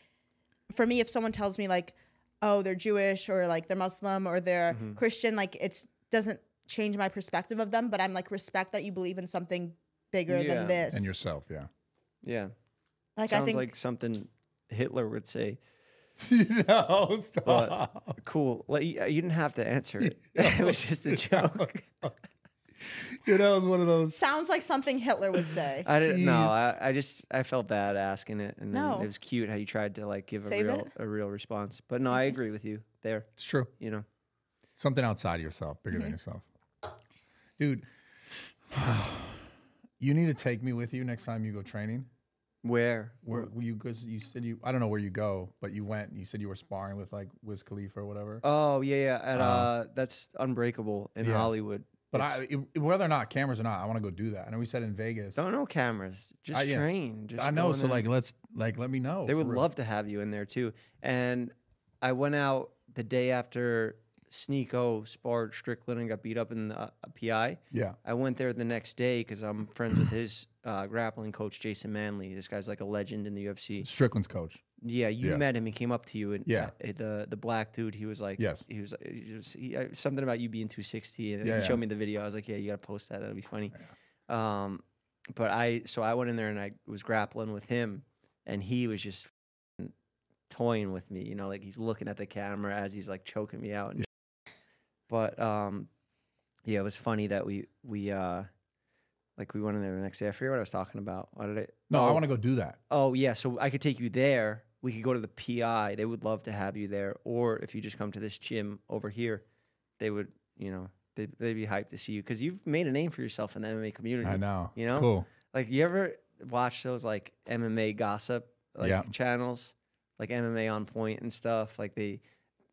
A: for me, if someone tells me like, oh, they're Jewish or like they're Muslim or they're
B: Mm-hmm.
A: Christian, like it's doesn't change my perspective of them. But I'm like respect that you believe in something bigger
B: Yeah.
A: than this.
C: And yourself, yeah.
B: Yeah.
A: like I
B: Sounds
A: think
B: like something Hitler would say.
F: no, stop.
B: But cool. Like you you didn't have to answer it. it was just a joke.
F: Dude, that was one of those.
A: Sounds like something Hitler would say.
B: I didn't know.
F: Jeez.
B: I, I just I felt bad asking it, and then
A: No.
B: it was cute how you tried to like give a
A: Save
B: real
A: it?
B: a real response. But no, I agree with you there.
C: It's true.
B: You know,
C: Something outside of yourself, bigger
F: Mm-hmm.
C: than yourself. Dude, you need to take me with you next time you go training.
B: where
C: Where where you go, you said you, I don't know where you go, but you went, you said you were sparring with like Wiz Khalifa or whatever.
B: Oh yeah, yeah. At uh, that's Unbreakable in
C: Uh-huh. yeah.
B: Hollywood.
C: but
B: it's-
C: I, it- whether or not cameras or not, I want to go do that. I know we said in Vegas.
B: Don't know cameras. Just
C: I- yeah.
B: train. Just
C: I
B: go
C: know.
B: in
C: So
B: there.
C: like, let's like, let me know.
B: they
C: for
B: would
C: real.
B: love to have you in there too. And I went out the day after Sneak O sparred Strickland and got beat up in the uh, PI.
C: Yeah.
B: I went there the next day because I'm friends with his uh, grappling coach Jason Manley. This guy's like a legend in the UFC.
C: Strickland's coach.
B: Yeah, you
C: Yeah.
B: met him. He came up to you and
C: Yeah.
B: uh, the the black dude. He was like,
C: Yes.
B: he was, he was he, uh, something about you being 260, and
C: Yeah,
B: he
C: yeah.
B: showed me the video. I was like, yeah, you gotta post that. That'll be funny. Um, but I so I went in there and I was grappling with him, and he was just f***ing toying with me. You know, like he's looking at the camera as he's like choking me out. And But um, yeah, it was funny that we we uh like we went in there the next day. I forget what I was talking about. What did I?
C: No, I
B: oh.
C: want to go do that.
B: Oh yeah, so I could take you there. We could go to the PI. They would love to have you there. Or if you just come to this gym over here, they would, you know, they they'd be hyped to see you because you've made a name for yourself in the MMA community.
C: I know.
B: You
C: It's
B: know?
C: cool.
B: Like you ever watch those like MMA gossip like
C: Yeah.
B: channels, like MMA on point and stuff. Like they,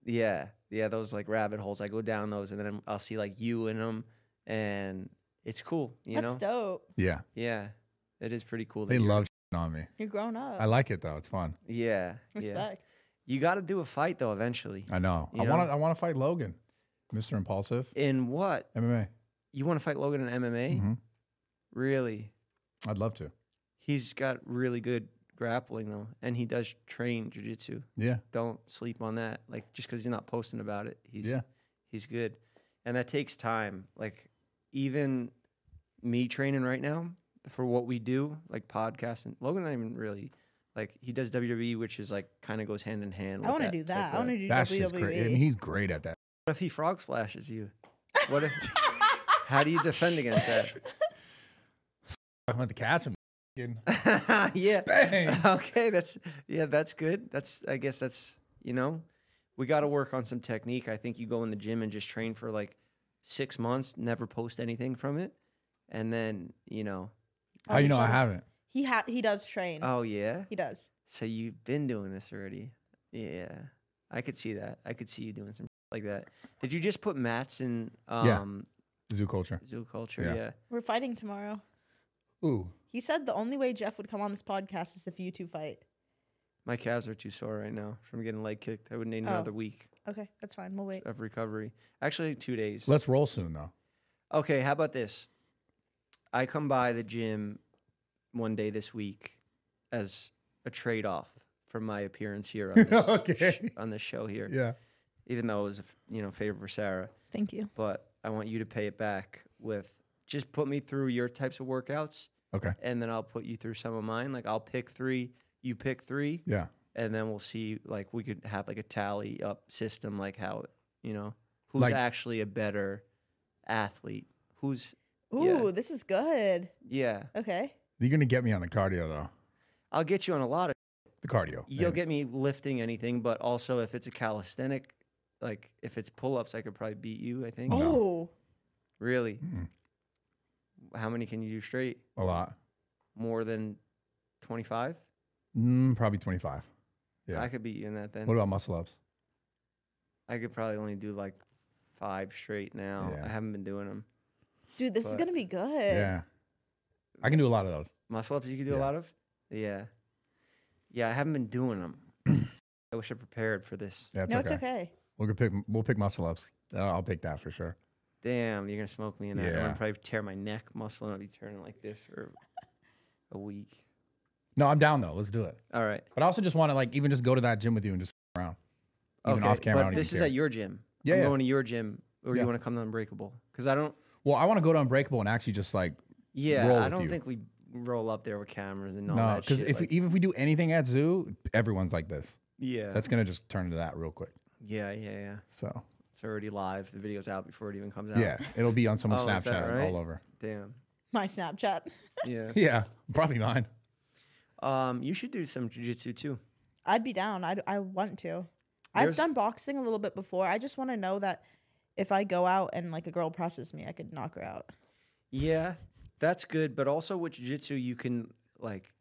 B: yeah, yeah, those like rabbit holes. I go down those and then I'm- I'll see like you in them, and it's cool. You
A: That's
B: know,
A: dope.
C: Yeah.
B: yeah, it is pretty cool.
C: They
B: that you're-
C: love on me.
A: You're grown up.
C: I like it though. It's fun.
B: yeah, yeah.
A: Respect.
B: You got to do a fight though eventually.
C: I know.
B: You
C: I
B: know?
C: want to. I want to fight Logan, Mr. Impulsive,
B: In what?
C: MMA.
B: You want to fight Logan in MMA?
C: Mhm.
B: Really?
C: I'd love to.
B: He's got really good grappling though, and he does train jujitsu.
C: Yeah.
B: Don't sleep on that. Like just because he's not posting about it, he's
C: Yeah.
B: he's good, and that takes time. Like even me training right now for what we do, like podcasting. Logan, not even really. Like he does WWE, which is like kind of goes hand in hand.
A: I
B: want to
A: do that. I want to do E.
C: That's just
A: WWE.
B: E.
C: great. And he's great at that.
B: What if he frog splashes you? What if? how do you defend against
C: I went to catch him.
B: that? yeah.
C: Bang.
B: Okay, that's yeah, that's good. That's I guess that's you know, we got to work on some technique. I think you go in the gym and just train for like six months, never post anything from it, and then you know,
C: How you know I
A: Obviously.
C: haven't?
A: He ha- he does train.
B: oh yeah,
A: he does.
B: so you've been doing this already. Yeah, I could see that. I could see you doing some like that. Did you just put mats in
C: Yeah.
B: um,
C: Zoo culture.
B: zoo culture?
C: Yeah.
B: yeah.
A: We're fighting tomorrow.
C: Ooh.
A: He said the only way Jeff would come on this podcast is if you two fight.
B: My calves are too sore right now from getting leg kicked. I would need
A: Oh.
B: another week
A: Okay, that's fine. We'll wait.
B: of recovery. Actually, two days.
C: Let's roll soon though.
B: Okay, how about this? I come by the gym one day this week as a trade off for my appearance here on this
C: Okay.
B: on this show here.
C: Yeah.
B: Even though it was a f- you know favor for Sarah,
A: Thank you.
B: but I want you to pay it back with just put me through your types of workouts
C: Okay.
B: and then I'll put you through some of mine. Like I'll pick 3, you pick 3
C: Yeah.
B: and then we'll see like we could have like a tally up system like how you know who's
C: Like-
B: actually a better athlete who's
A: Ooh, this is good.
B: yeah
A: Okay.
C: You're gonna get me on the cardio though.
B: i'll get you on a lot of
C: The cardio.
B: you'll
C: maybe.
B: get me lifting anything but also if it's a calisthenic like if it's pull-ups i could probably beat you i think
C: Oh.
A: Ooh.
B: really
C: Mm.
B: how many can you do straight
C: a lot.
B: more than 25
C: Mm, probably 25. Yeah.
B: i could beat you in that then
C: What about muscle ups?
B: i could probably only do like five straight now
C: Yeah.
B: i haven't been doing them
A: Dude, this is
B: But-
A: going to be good.
C: Yeah. I can do a lot of those.
B: Muscle ups you can do
C: Yeah.
B: a lot of? Yeah. Yeah, I haven't been doing them. I wish I prepared for this.
C: That's
A: no,
C: okay.
A: it's okay.
C: We're gonna pick. We'll pick muscle ups. Uh, I'll pick that for sure.
B: Damn, you're going to smoke me in that. I'm going
C: Yeah.
B: to probably tear my neck muscle and I'll be turning like this for a week.
C: No, I'm down though. Let's do it.
B: All right.
C: But I also just want to like even just go to that gym with you and just f- around. Even
B: okay,
C: off camera, I
B: But
C: don't
B: this
C: even
B: is
C: care.
B: at your gym.
C: Yeah,
B: I'm
C: yeah.
B: going to your gym or
C: Yeah.
B: you want to come to Unbreakable? Because I don't,
C: Well, I want to go to Unbreakable and actually just like
B: yeah,
C: Roll
B: I
C: with
B: don't
C: you.
B: think we roll up there with cameras and all
C: No,
B: that
C: because
B: shit.
C: if
B: like-
C: we, even if we do anything at zoo, everyone's like this.
B: yeah,
C: That's gonna just turn into that real quick.
B: yeah, yeah, yeah.
C: So
B: It's already live. The video's out before it even comes out.
C: yeah, it'll be on someone's
B: Oh, is
C: Snapchat
B: that right?
C: all over.
B: Damn.
A: My Snapchat.
B: Yeah.
C: Yeah, probably mine.
B: Um, you should do some jujitsu too.
A: I'd be down. I I want to.
B: There's-
A: I've done boxing a little bit before. I just want to know that if I go out and like a girl presses me, I could knock her out.
B: Yeah, that's good. But also with jujitsu, you can like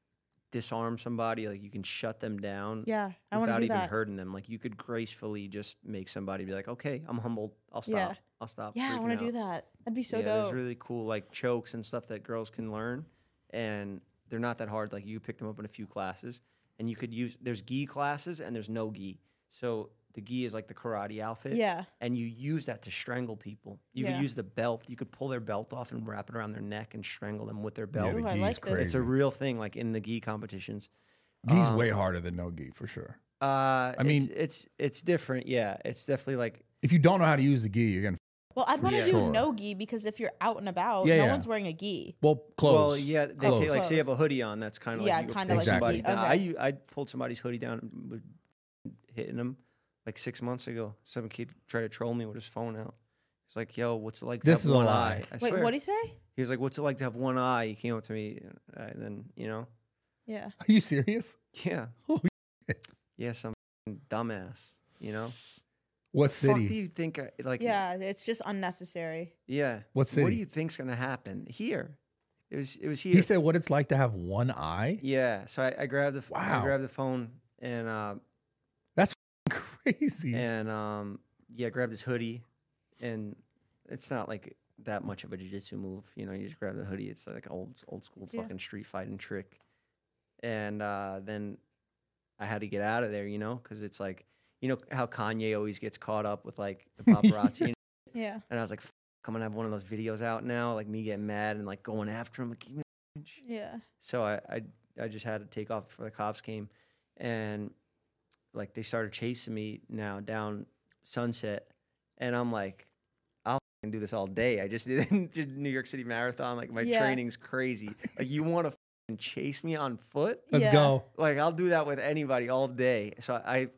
B: disarm somebody. Like you can shut them down.
A: Yeah, I want to
B: without
A: do
B: even
A: that.
B: hurting them. Like you could gracefully just make somebody be like, "Okay, I'm humbled. I'll stop.
A: Yeah.
B: I'll stop."
A: Yeah, I
B: freaking
A: want to do
B: out."
A: that. That'd be so
B: yeah,
A: dope.
B: there's really cool like chokes and stuff that girls can learn, and they're not that hard. Like you pick them up in a few classes, and you could use. There's gi classes and there's no gi. So the gi is like the karate outfit.
A: Yeah.
B: And you use that to strangle people. You
A: Yeah.
B: could use the belt. You could pull their belt off and wrap it around their neck and strangle them with their
C: Yeah,
B: belt.
C: the
A: Ooh, I
C: gi's
A: like this.
C: crazy.
B: it's a um, real thing, like in the gi competitions.
C: gi's way harder than no gi for sure.
B: Uh, I mean,
C: mean-
B: it's, it's it's different. Yeah, it's definitely like
C: If you don't know how to use the gi, you're gonna
A: well, I'd want to do
C: sure.
A: no gi because if you're out and about,
C: Yeah,
A: no
C: yeah.
A: one's wearing a gi.
C: well close.
B: well, yeah, they
C: Clothes.
B: take like say you have a hoodie on. That's kind of
A: Yeah,
B: like you would
A: kinda
B: pull
C: like
B: somebody
C: hoodie,
B: down. I
A: okay.
B: u- I pulled somebody's hoodie down, and was hitting them like six months ago. Some kid tried to troll me with his phone out. He's like, "Yo, what's it like?" to
C: This
B: have
C: is a
B: one
C: lie.
B: eye? I
A: Wait,
B: swear.
A: what do you say?
B: he was like, "What's it like to have one eye?" He came up to me, uh, and then you know,
A: Yeah.
C: Are you serious?
B: yeah,
C: Holy
B: yeah, some dumbass, you know.
C: What
B: Fuck, do
C: city?
B: you think? I, like,
A: Yeah, it's just unnecessary.
B: yeah.
C: What
B: What
C: city?
B: do you think's gonna happen here? It was, it was here.
C: He said what it's like to have one eye.
B: yeah. So I, I grabbed the, f- I
C: Wow.
B: grabbed the phone and. uh
C: Crazy.
B: and um, yeah, grabbed his hoodie, and it's not like that much of a jiu-jitsu move, you know. You just grab the hoodie; it's like old, old school
A: Yeah.
B: fucking street fighting trick. And uh, then I had to get out of there, you know, because it's like, you know, how Kanye always gets caught up with like the paparazzi, and,
A: Yeah.
B: and I was like, "F- I'm gonna have one of those videos out now, like me getting mad and like going after him, like, "Give me the bitch."
A: Yeah.
B: So I, I I just had to take off before the cops came, and like they started chasing me now down Sunset, and I'm like, I'll f***ing do this all day. I just did, did New York City Marathon. Like my
A: Yeah.
B: training's crazy. Like you want to f***ing chase me on foot?
C: Let's
A: yeah.
C: go.
B: Like I'll do that with anybody all day. So I. I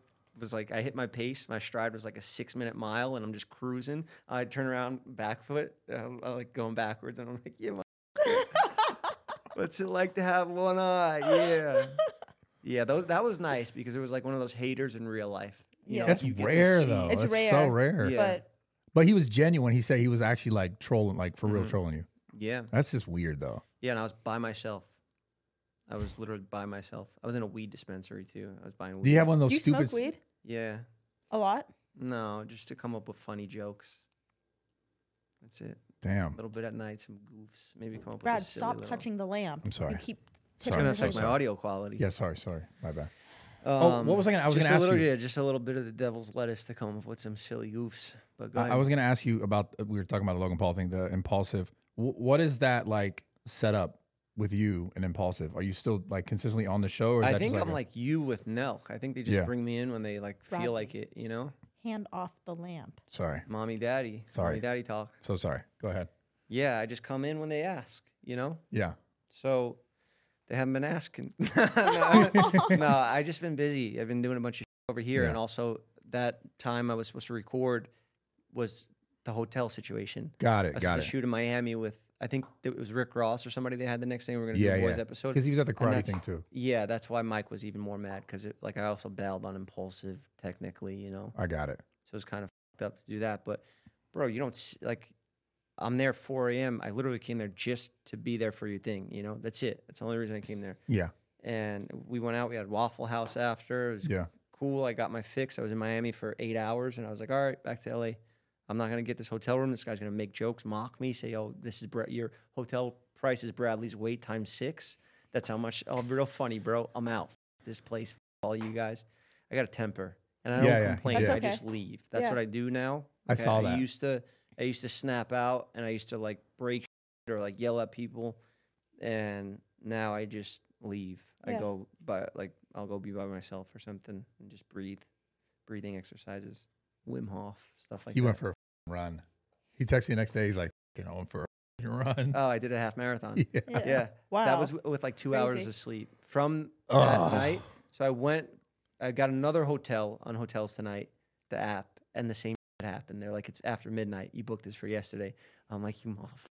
B: was like I hit my pace. My stride was like a six minute mile, and I'm just cruising. I turn around back foot, I'm, I'm, like going backwards, and I'm like, "Yeah, What's it like to have one eye? Yeah. Yeah, those, that was nice because it was like one of those haters in real life. You
A: Yeah.
B: know,
C: That's
B: you get to
C: rare
B: see-
C: though.
A: It's
C: That's so
A: rare.
C: rare.
B: Yeah.
A: But
C: But he was genuine. He said he was actually like trolling, like for
B: Mm-hmm.
C: real trolling you.
B: Yeah.
C: That's just weird though.
B: Yeah, and I was by myself. I was literally by myself. I was in a weed dispensary too. I was buying weed.
C: Do you have one of those
A: do you
C: stupid
A: smoke weed
B: Yeah.
A: a lot?
B: No, just to come up with funny jokes. That's it. A
C: Damn.
B: little bit at night, some goofs. Maybe come up
A: Brad,
B: with a silly
A: stop
B: little-
A: touching the lamp.
C: I'm sorry.
A: You keep
B: It's going
C: Sorry.
B: to
C: I'm so
B: affect my
C: sorry.
B: audio quality.
C: Yeah, sorry, sorry. My bad.
B: Um,
C: Oh, what was I gonna- I was
B: just
C: gonna
B: a
C: ask
B: little,
C: you.
B: Yeah, just a little bit of the devil's lettuce to come up with some silly goofs. But go
C: I,
B: ahead.
C: I was going to ask you about uh, we were talking about the Logan Paul thing, the impulsive. Wh- what is that like set up with you and impulsive? Are you still like consistently on the show? Or is
B: I
C: that just
B: think I'm
C: a-
B: like you with Nelk. I think they just
C: Yeah.
B: bring me in when they like feel
A: Right.
B: like it, you know?
A: hand off the lamp.
C: sorry,
B: Mommy, daddy.
C: Sorry.
B: Mommy, daddy talk.
C: so sorry. Go ahead.
B: Yeah, I just come in when they ask, you know?
C: Yeah,
B: So they haven't been asking. no, I- no, I just been busy. I've been doing a bunch of over here.
C: Yeah.
B: And also, that time I was supposed to record was the hotel situation.
C: got
B: I
C: it,
B: was
C: got
B: supposed
C: it.
B: to shoot in Miami with, I think it was Rick Ross or somebody they had the next day. We were going to
C: yeah,
B: do a boys
C: yeah.
B: episode.
C: Because he was at the
B: And
C: karate
B: that's-
C: thing too.
B: Yeah, that's why Mike was even more mad because like I also bailed on impulsive technically, you know.
C: I got it.
B: So it's kind of fucked up to do that. But bro, you don't s- like. I'm there 4 a.m. I literally came there just to be there for your thing. You know, that's it. That's the only reason I came there.
C: Yeah,
B: And we went out. We had Waffle House after. It was
C: yeah.
B: cool. I got my fix. I was in Miami for eight hours, and I was like, all right, back to LA. I'm not gonna get this hotel room. This guy's gonna make jokes, mock me, say, oh, this is Brad. Your hotel price is Bradley's weight times six. That's how much. Oh, real funny, bro. I'm out. F- This place. F- all you guys. I got a temper, and I don't
C: Yeah, yeah, you
B: complain.
A: did.
B: I
A: That's okay.
B: just leave. That's
A: Yeah.
B: what I do now.
C: I saw
B: I
C: that.
B: used to. I used to snap out, and I used to like break or like yell at people, and now I just leave. I
A: Yeah.
B: go by like I'll go be by myself or something and just breathe, breathing exercises, Wim Hof stuff like
C: he
B: that.
C: went for a run. He texted me the next day. He's like, you know, went for a fucking run.
B: Oh, I did a half marathon. Yeah. That
A: Wow.
B: was w- with like two hours
A: Crazy.
B: of sleep from that night. So I went, I got another hotel on Hotels Tonight, the app, and the same shit happened. They're like, it's after midnight. You booked this for yesterday. I'm like, you motherfucker.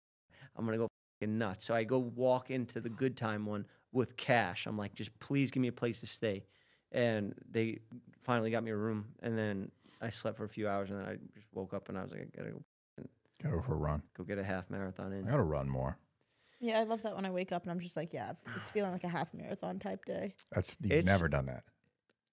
B: I'm going to go fucking nuts. So I go walk into the good time one with cash. I'm like, just please give me a place to stay. And they finally got me a room. And then I slept for a few hours and then I just woke up and I was like, I gotta go,
C: Gotta go for a run.
B: go get a half marathon in.
C: I gotta run more.
A: Yeah, I love that when I wake up and I'm just like, yeah, it's feeling like a half marathon type day.
C: That's you've
B: It's-
C: never done that.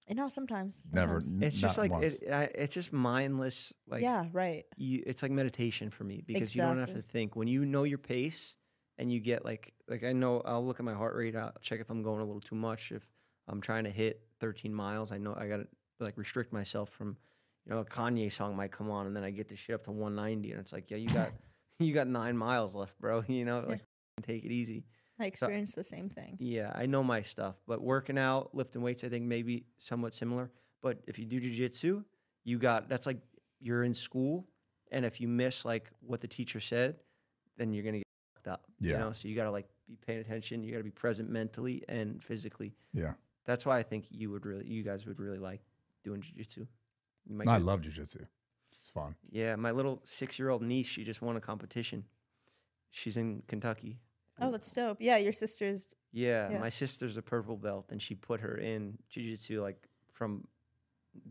A: You know, sometimes.
C: Never.
A: sometimes.
C: n-
B: It's just
C: not
B: like
C: once.
B: it, I, it's just mindless. Like
A: yeah, right.
B: you, it's like meditation for me because you don't have to
A: Exactly.
B: think. When you know your pace and you get like like I know I'll look at my heart rate. I'll check if I'm going a little too much. If I'm trying to hit 13 miles, I know I gotta like restrict myself from. You know, a Kanye song might come on, and then I get this shit up to 190, and it's like, yeah, you got you got nine miles left, bro. You know, like take it easy.
A: I experienced the same thing.
B: Yeah, I know my stuff, but working out, lifting weights, I think maybe somewhat similar. But if you do jujitsu, you got that's like you're in school, and if you miss like what the teacher said, then you're gonna get fucked up.
C: Yeah.
B: You know, so you gotta like be paying attention. You gotta be present mentally and physically.
C: Yeah.
B: That's why I think you would really, you guys would really like doing jujitsu. You might
C: No, I
B: get-
C: love jujitsu. It's fun.
B: yeah, my little six year old niece, she just won a competition. She's in Kentucky.
A: Oh, that's dope. Yeah, your sister's.
B: Yeah,
A: Yeah.
B: my sister's a purple belt, and she put her in jujitsu like from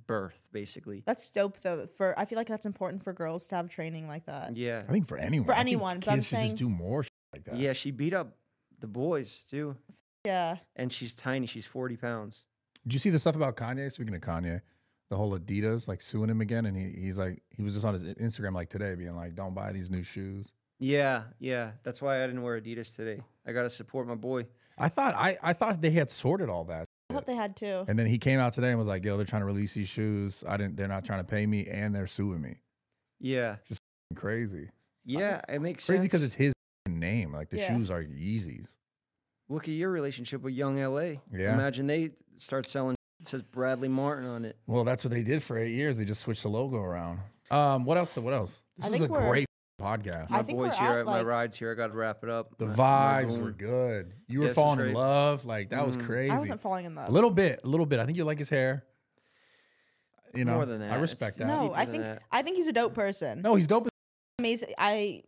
B: birth, basically.
A: That's dope though. For I feel like that's important for girls to have training like that.
B: Yeah,
C: I think for anyone. I think
A: anyone,
C: kids
A: but I'm
C: should
A: saying-
C: just do more shit like that.
B: yeah. She beat up the boys too,
A: Yeah.
B: and she's tiny. She's forty pounds.
C: Did you see the stuff about Kanye? Speaking of Kanye, the whole Adidas like suing him again, and he, he's like, he was just on his Instagram like today, being like, "Don't buy these new shoes."
B: Yeah, yeah. That's why I didn't wear Adidas today. I gotta support my boy.
C: I thought I, I thought they had sorted all that,
A: I thought they had to.
C: and then he came out today and was like, "Yo, they're trying to release these shoes. I didn't. They're not trying to pay me, and they're suing me.
B: Yeah,
C: Crazy,
B: yeah. It makes
C: crazy because
B: sense.
C: it's his name. Like the
A: Yeah.
C: shoes are Yeezys.
B: look at your relationship with Young L.A.
C: Yeah.
B: Imagine they start selling. It says Bradley Martin on it.
C: Well, that's what they did for eight years. They just switched the logo around. Um, what else? What else? This
A: I
C: was a
A: think we're-
C: great podcast.
A: I
B: My
A: think
B: boys
A: we're
B: here,
A: at,
B: at, my
A: like-
B: rides here. I gotta wrap it up.
C: The
B: My- my
C: vibes
B: goon.
C: were good. You were
B: Yes, that's
C: falling in
B: right.
C: love. Like that was
B: Mhm. I
C: crazy.
A: I wasn't falling in love.
C: A little bit, a little bit. I think you like his hair. You know,
B: More than that.
C: I
B: It's-
C: respect that.
B: it's
A: no,
B: deeper
A: I
B: than
A: think
B: that.
A: I think he's a dope person.
C: No, he's dope. as-
A: amazing. I.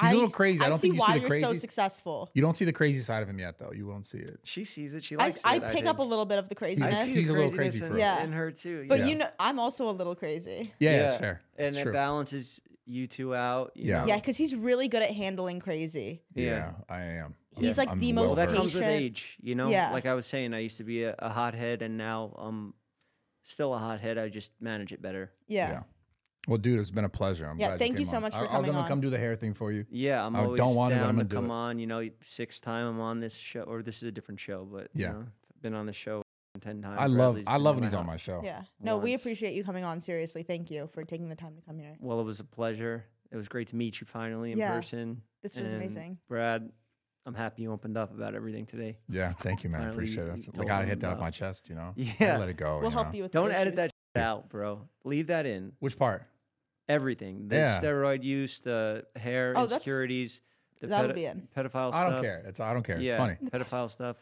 C: He's
A: I
C: a little
A: s-
C: crazy. I don't
A: see
C: think you see
A: why
C: the
A: you're so
C: crazy-
A: successful.
C: You don't see the crazy side of him yet, though. You won't see it.
B: She sees it. She
A: I,
B: likes
A: I
B: it.
A: pick up a
B: think.
A: little bit of the craziness,
B: I
C: He's-
B: see
C: he's
B: the
C: a little
B: craziness
C: crazy
B: in,
C: for her.
A: Yeah.
B: in her too.
A: but
B: yeah.
A: you know, I'm also a little crazy.
C: Yeah, it's fair.
B: And
C: It's
B: it
C: true.
B: balances you two out. you
C: Yeah.
B: know?
A: Yeah, because he's really good at handling crazy.
C: Yeah,
B: Yeah.
C: I am.
A: He's, like, the
C: well
B: Well,
A: most
B: that
C: versed.
B: comes with
A: Patient.
B: age, you know.
A: Yeah.
B: Like I was saying, I used to be a, a hothead, and now I'm still a hothead. I just manage it better.
A: Yeah.
C: Yeah. Well, dude, it's been a pleasure. I'm
A: Yeah,
C: glad
A: thank you
C: came
A: so
C: on.
A: much for
C: I'll-
A: coming
C: I'll,
A: on.
C: I'll come do the hair thing for you.
B: Yeah, I'm
C: I
B: always
C: don't want it, but
B: down
C: I'm
B: to
C: gonna do
B: come
C: it.
B: on. You know, sixth time I'm on this show, or this is a different show, but
C: Yeah.
B: you know, been on the show ten times.
C: I love,
B: Bradley's
C: I
B: been in
C: love when he's on
B: house.
C: my show.
A: Yeah. No, we
B: Once.
A: appreciate you coming on. Seriously, thank you for taking the time to come here.
B: Well, it was a pleasure. It was great to meet you finally in
A: Yeah.
B: person.
A: This was
B: And
A: amazing.
B: Brad. I'm happy you opened up about everything today.
C: Yeah, thank you, man. I
B: Apparently
C: appreciate
B: you-
C: it.
B: you
C: Like I
B: told
C: hit
B: him
C: that up
B: about-
C: my chest, you know. I
B: Yeah.
C: let it go.
A: We'll
C: you
A: help
C: know?
A: you with. the
B: Don't edit
A: issues.
B: that shit out, bro. Leave that in.
C: Which part?
B: Everything. The
C: Yeah.
B: steroid use, the hair
A: Oh, that's-
B: insecurities, the
A: that'll
B: pedo-
A: be in.
B: pedophile
C: I
B: stuff.
C: don't care. It's I don't care.
B: Yeah,
C: It's funny.
B: pedophile stuff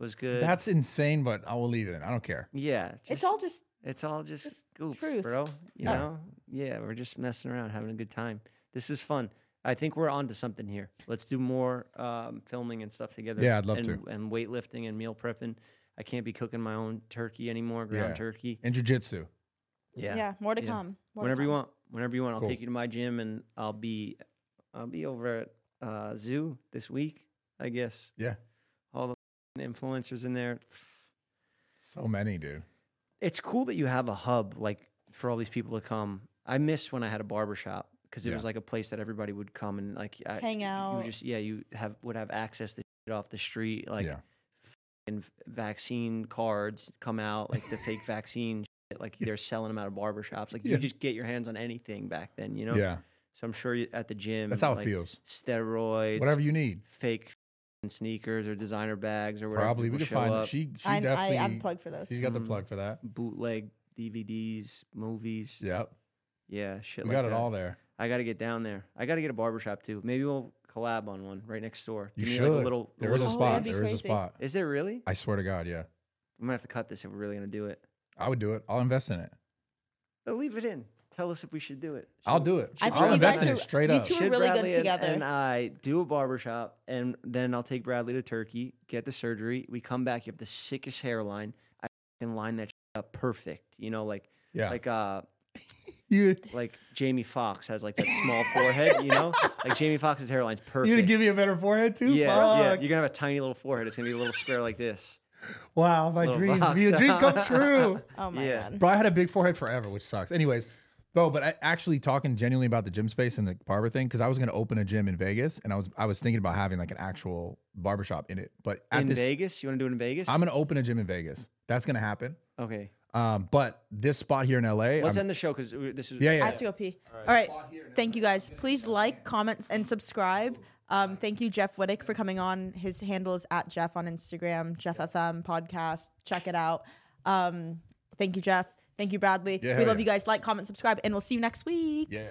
B: was good.
C: That's insane, but I will leave it in. I don't care.
B: yeah.
A: It's
B: just-
A: all just
B: it's all just,
A: just
B: goofs,
A: truth.
B: bro. You
C: Yeah.
B: know? Yeah, we're just messing around, having a good time. This is fun. I think we're onto something here. Let's do more um, filming and stuff together.
C: Yeah, I'd love
B: and,
C: to.
B: And weightlifting and meal prepping. I can't be cooking my own turkey anymore, ground
C: Yeah.
B: turkey.
C: And jujitsu.
A: yeah.
B: Yeah.
A: more to
B: Yeah.
A: come. More to
B: whenever you
A: come.
B: want. Whenever you want, I'll
C: Cool.
B: take you to my gym, and I'll be, I'll be over at uh, Zoo this week, I guess.
C: Yeah.
B: All the f***ing influencers in there.
C: So many, dude.
B: It's cool that you have a hub like for all these people to come. I miss when I had a barber shop because it
C: Yeah.
B: was like a place that everybody would come and like I,
A: Hang
B: You
A: out.
B: would just yeah, you have would have access to shit off the street like.
C: Yeah.
B: And vaccine cards come out like the fake vaccine, shit, like they're selling them out of barber shops. Like
C: Yeah.
B: you just get your hands on anything back then, you know?
C: Yeah.
B: So I'm sure you- at the gym,
C: That's how it
B: like,
C: feels.
B: Steroids,
C: Whatever you need.
B: fake f***ing sneakers or designer bags or whatever.
C: Probably
B: people
C: we could
B: show
C: find
B: up,
C: she she
A: I'm, I,
C: definitely
A: I'm plugged for those.
C: she's got the
B: Mm.
C: plug for that.
B: bootleg DVDs, movies.
C: Yep.
B: yeah, shit.
C: We
B: like
C: got it
B: that.
C: all there.
B: I got to get down there. I got to get a barbershop too. Maybe we'll collab on one right next door.
C: You
B: Give me,
C: should.
B: Like a little,
C: there is a
A: Oh,
B: little-
C: spot.
A: that'd be
C: there is a
A: crazy.
C: spot.
B: Is there really?
C: I swear to God, yeah.
B: I'm gonna have to cut this if we're really gonna do it.
C: I would do it. I'll invest in it.
B: But leave it in. Tell us if we should do it.
C: I'll
B: Should-
C: do it.
A: I think
C: I'll
A: you
C: invest
A: guys
C: in
A: are
C: it straight
A: you
C: up.
A: two are
B: Should
A: really
B: Bradley
A: good
B: and-
A: together.
B: And I do a barbershop, and then I'll take Bradley to Turkey, get the surgery. We come back, you have the sickest hairline. I can line that shit up perfect. You know, like
C: Yeah.
B: like uh
F: You,
B: like Jamie Foxx has like that small forehead. You know, like Jamie Foxx's hairline's perfect.
F: you to give me a better forehead too?
B: yeah, yeah.
F: Fuck.
B: You're gonna have a tiny little forehead. It's gonna be a little square like this.
F: Wow, my
B: Little
F: dreams.
B: box.
F: Be a dream come true.
A: oh my
B: yeah.
A: god.
C: Bro, I had a big forehead forever, which sucks. Anyways, bro, but I actually talking genuinely about the gym space and the barber thing because I was gonna open a gym in Vegas and I was I was thinking about having like an actual barbershop in it. But at
B: In
C: this,
B: Vegas, you want to do it in Vegas?
C: I'm gonna open a gym in Vegas. That's gonna happen.
B: okay.
C: Um, but this spot here in LA,
B: Let's
C: I'm-
B: end the show because this is
C: yeah,
A: I
C: yeah,
A: have to go pee. All right. Thank you guys. Please like, comment, and subscribe. Um, thank you, Jeff Wittick, for coming on. His handle is at Jeff on Instagram, Jeff FM podcast. Check it out. Um, thank you, Jeff. Thank you, Bradley.
C: Yeah,
A: we
C: hell
A: love
C: yeah.
A: you guys. Like, comment, subscribe, and we'll see you next week.
C: yeah.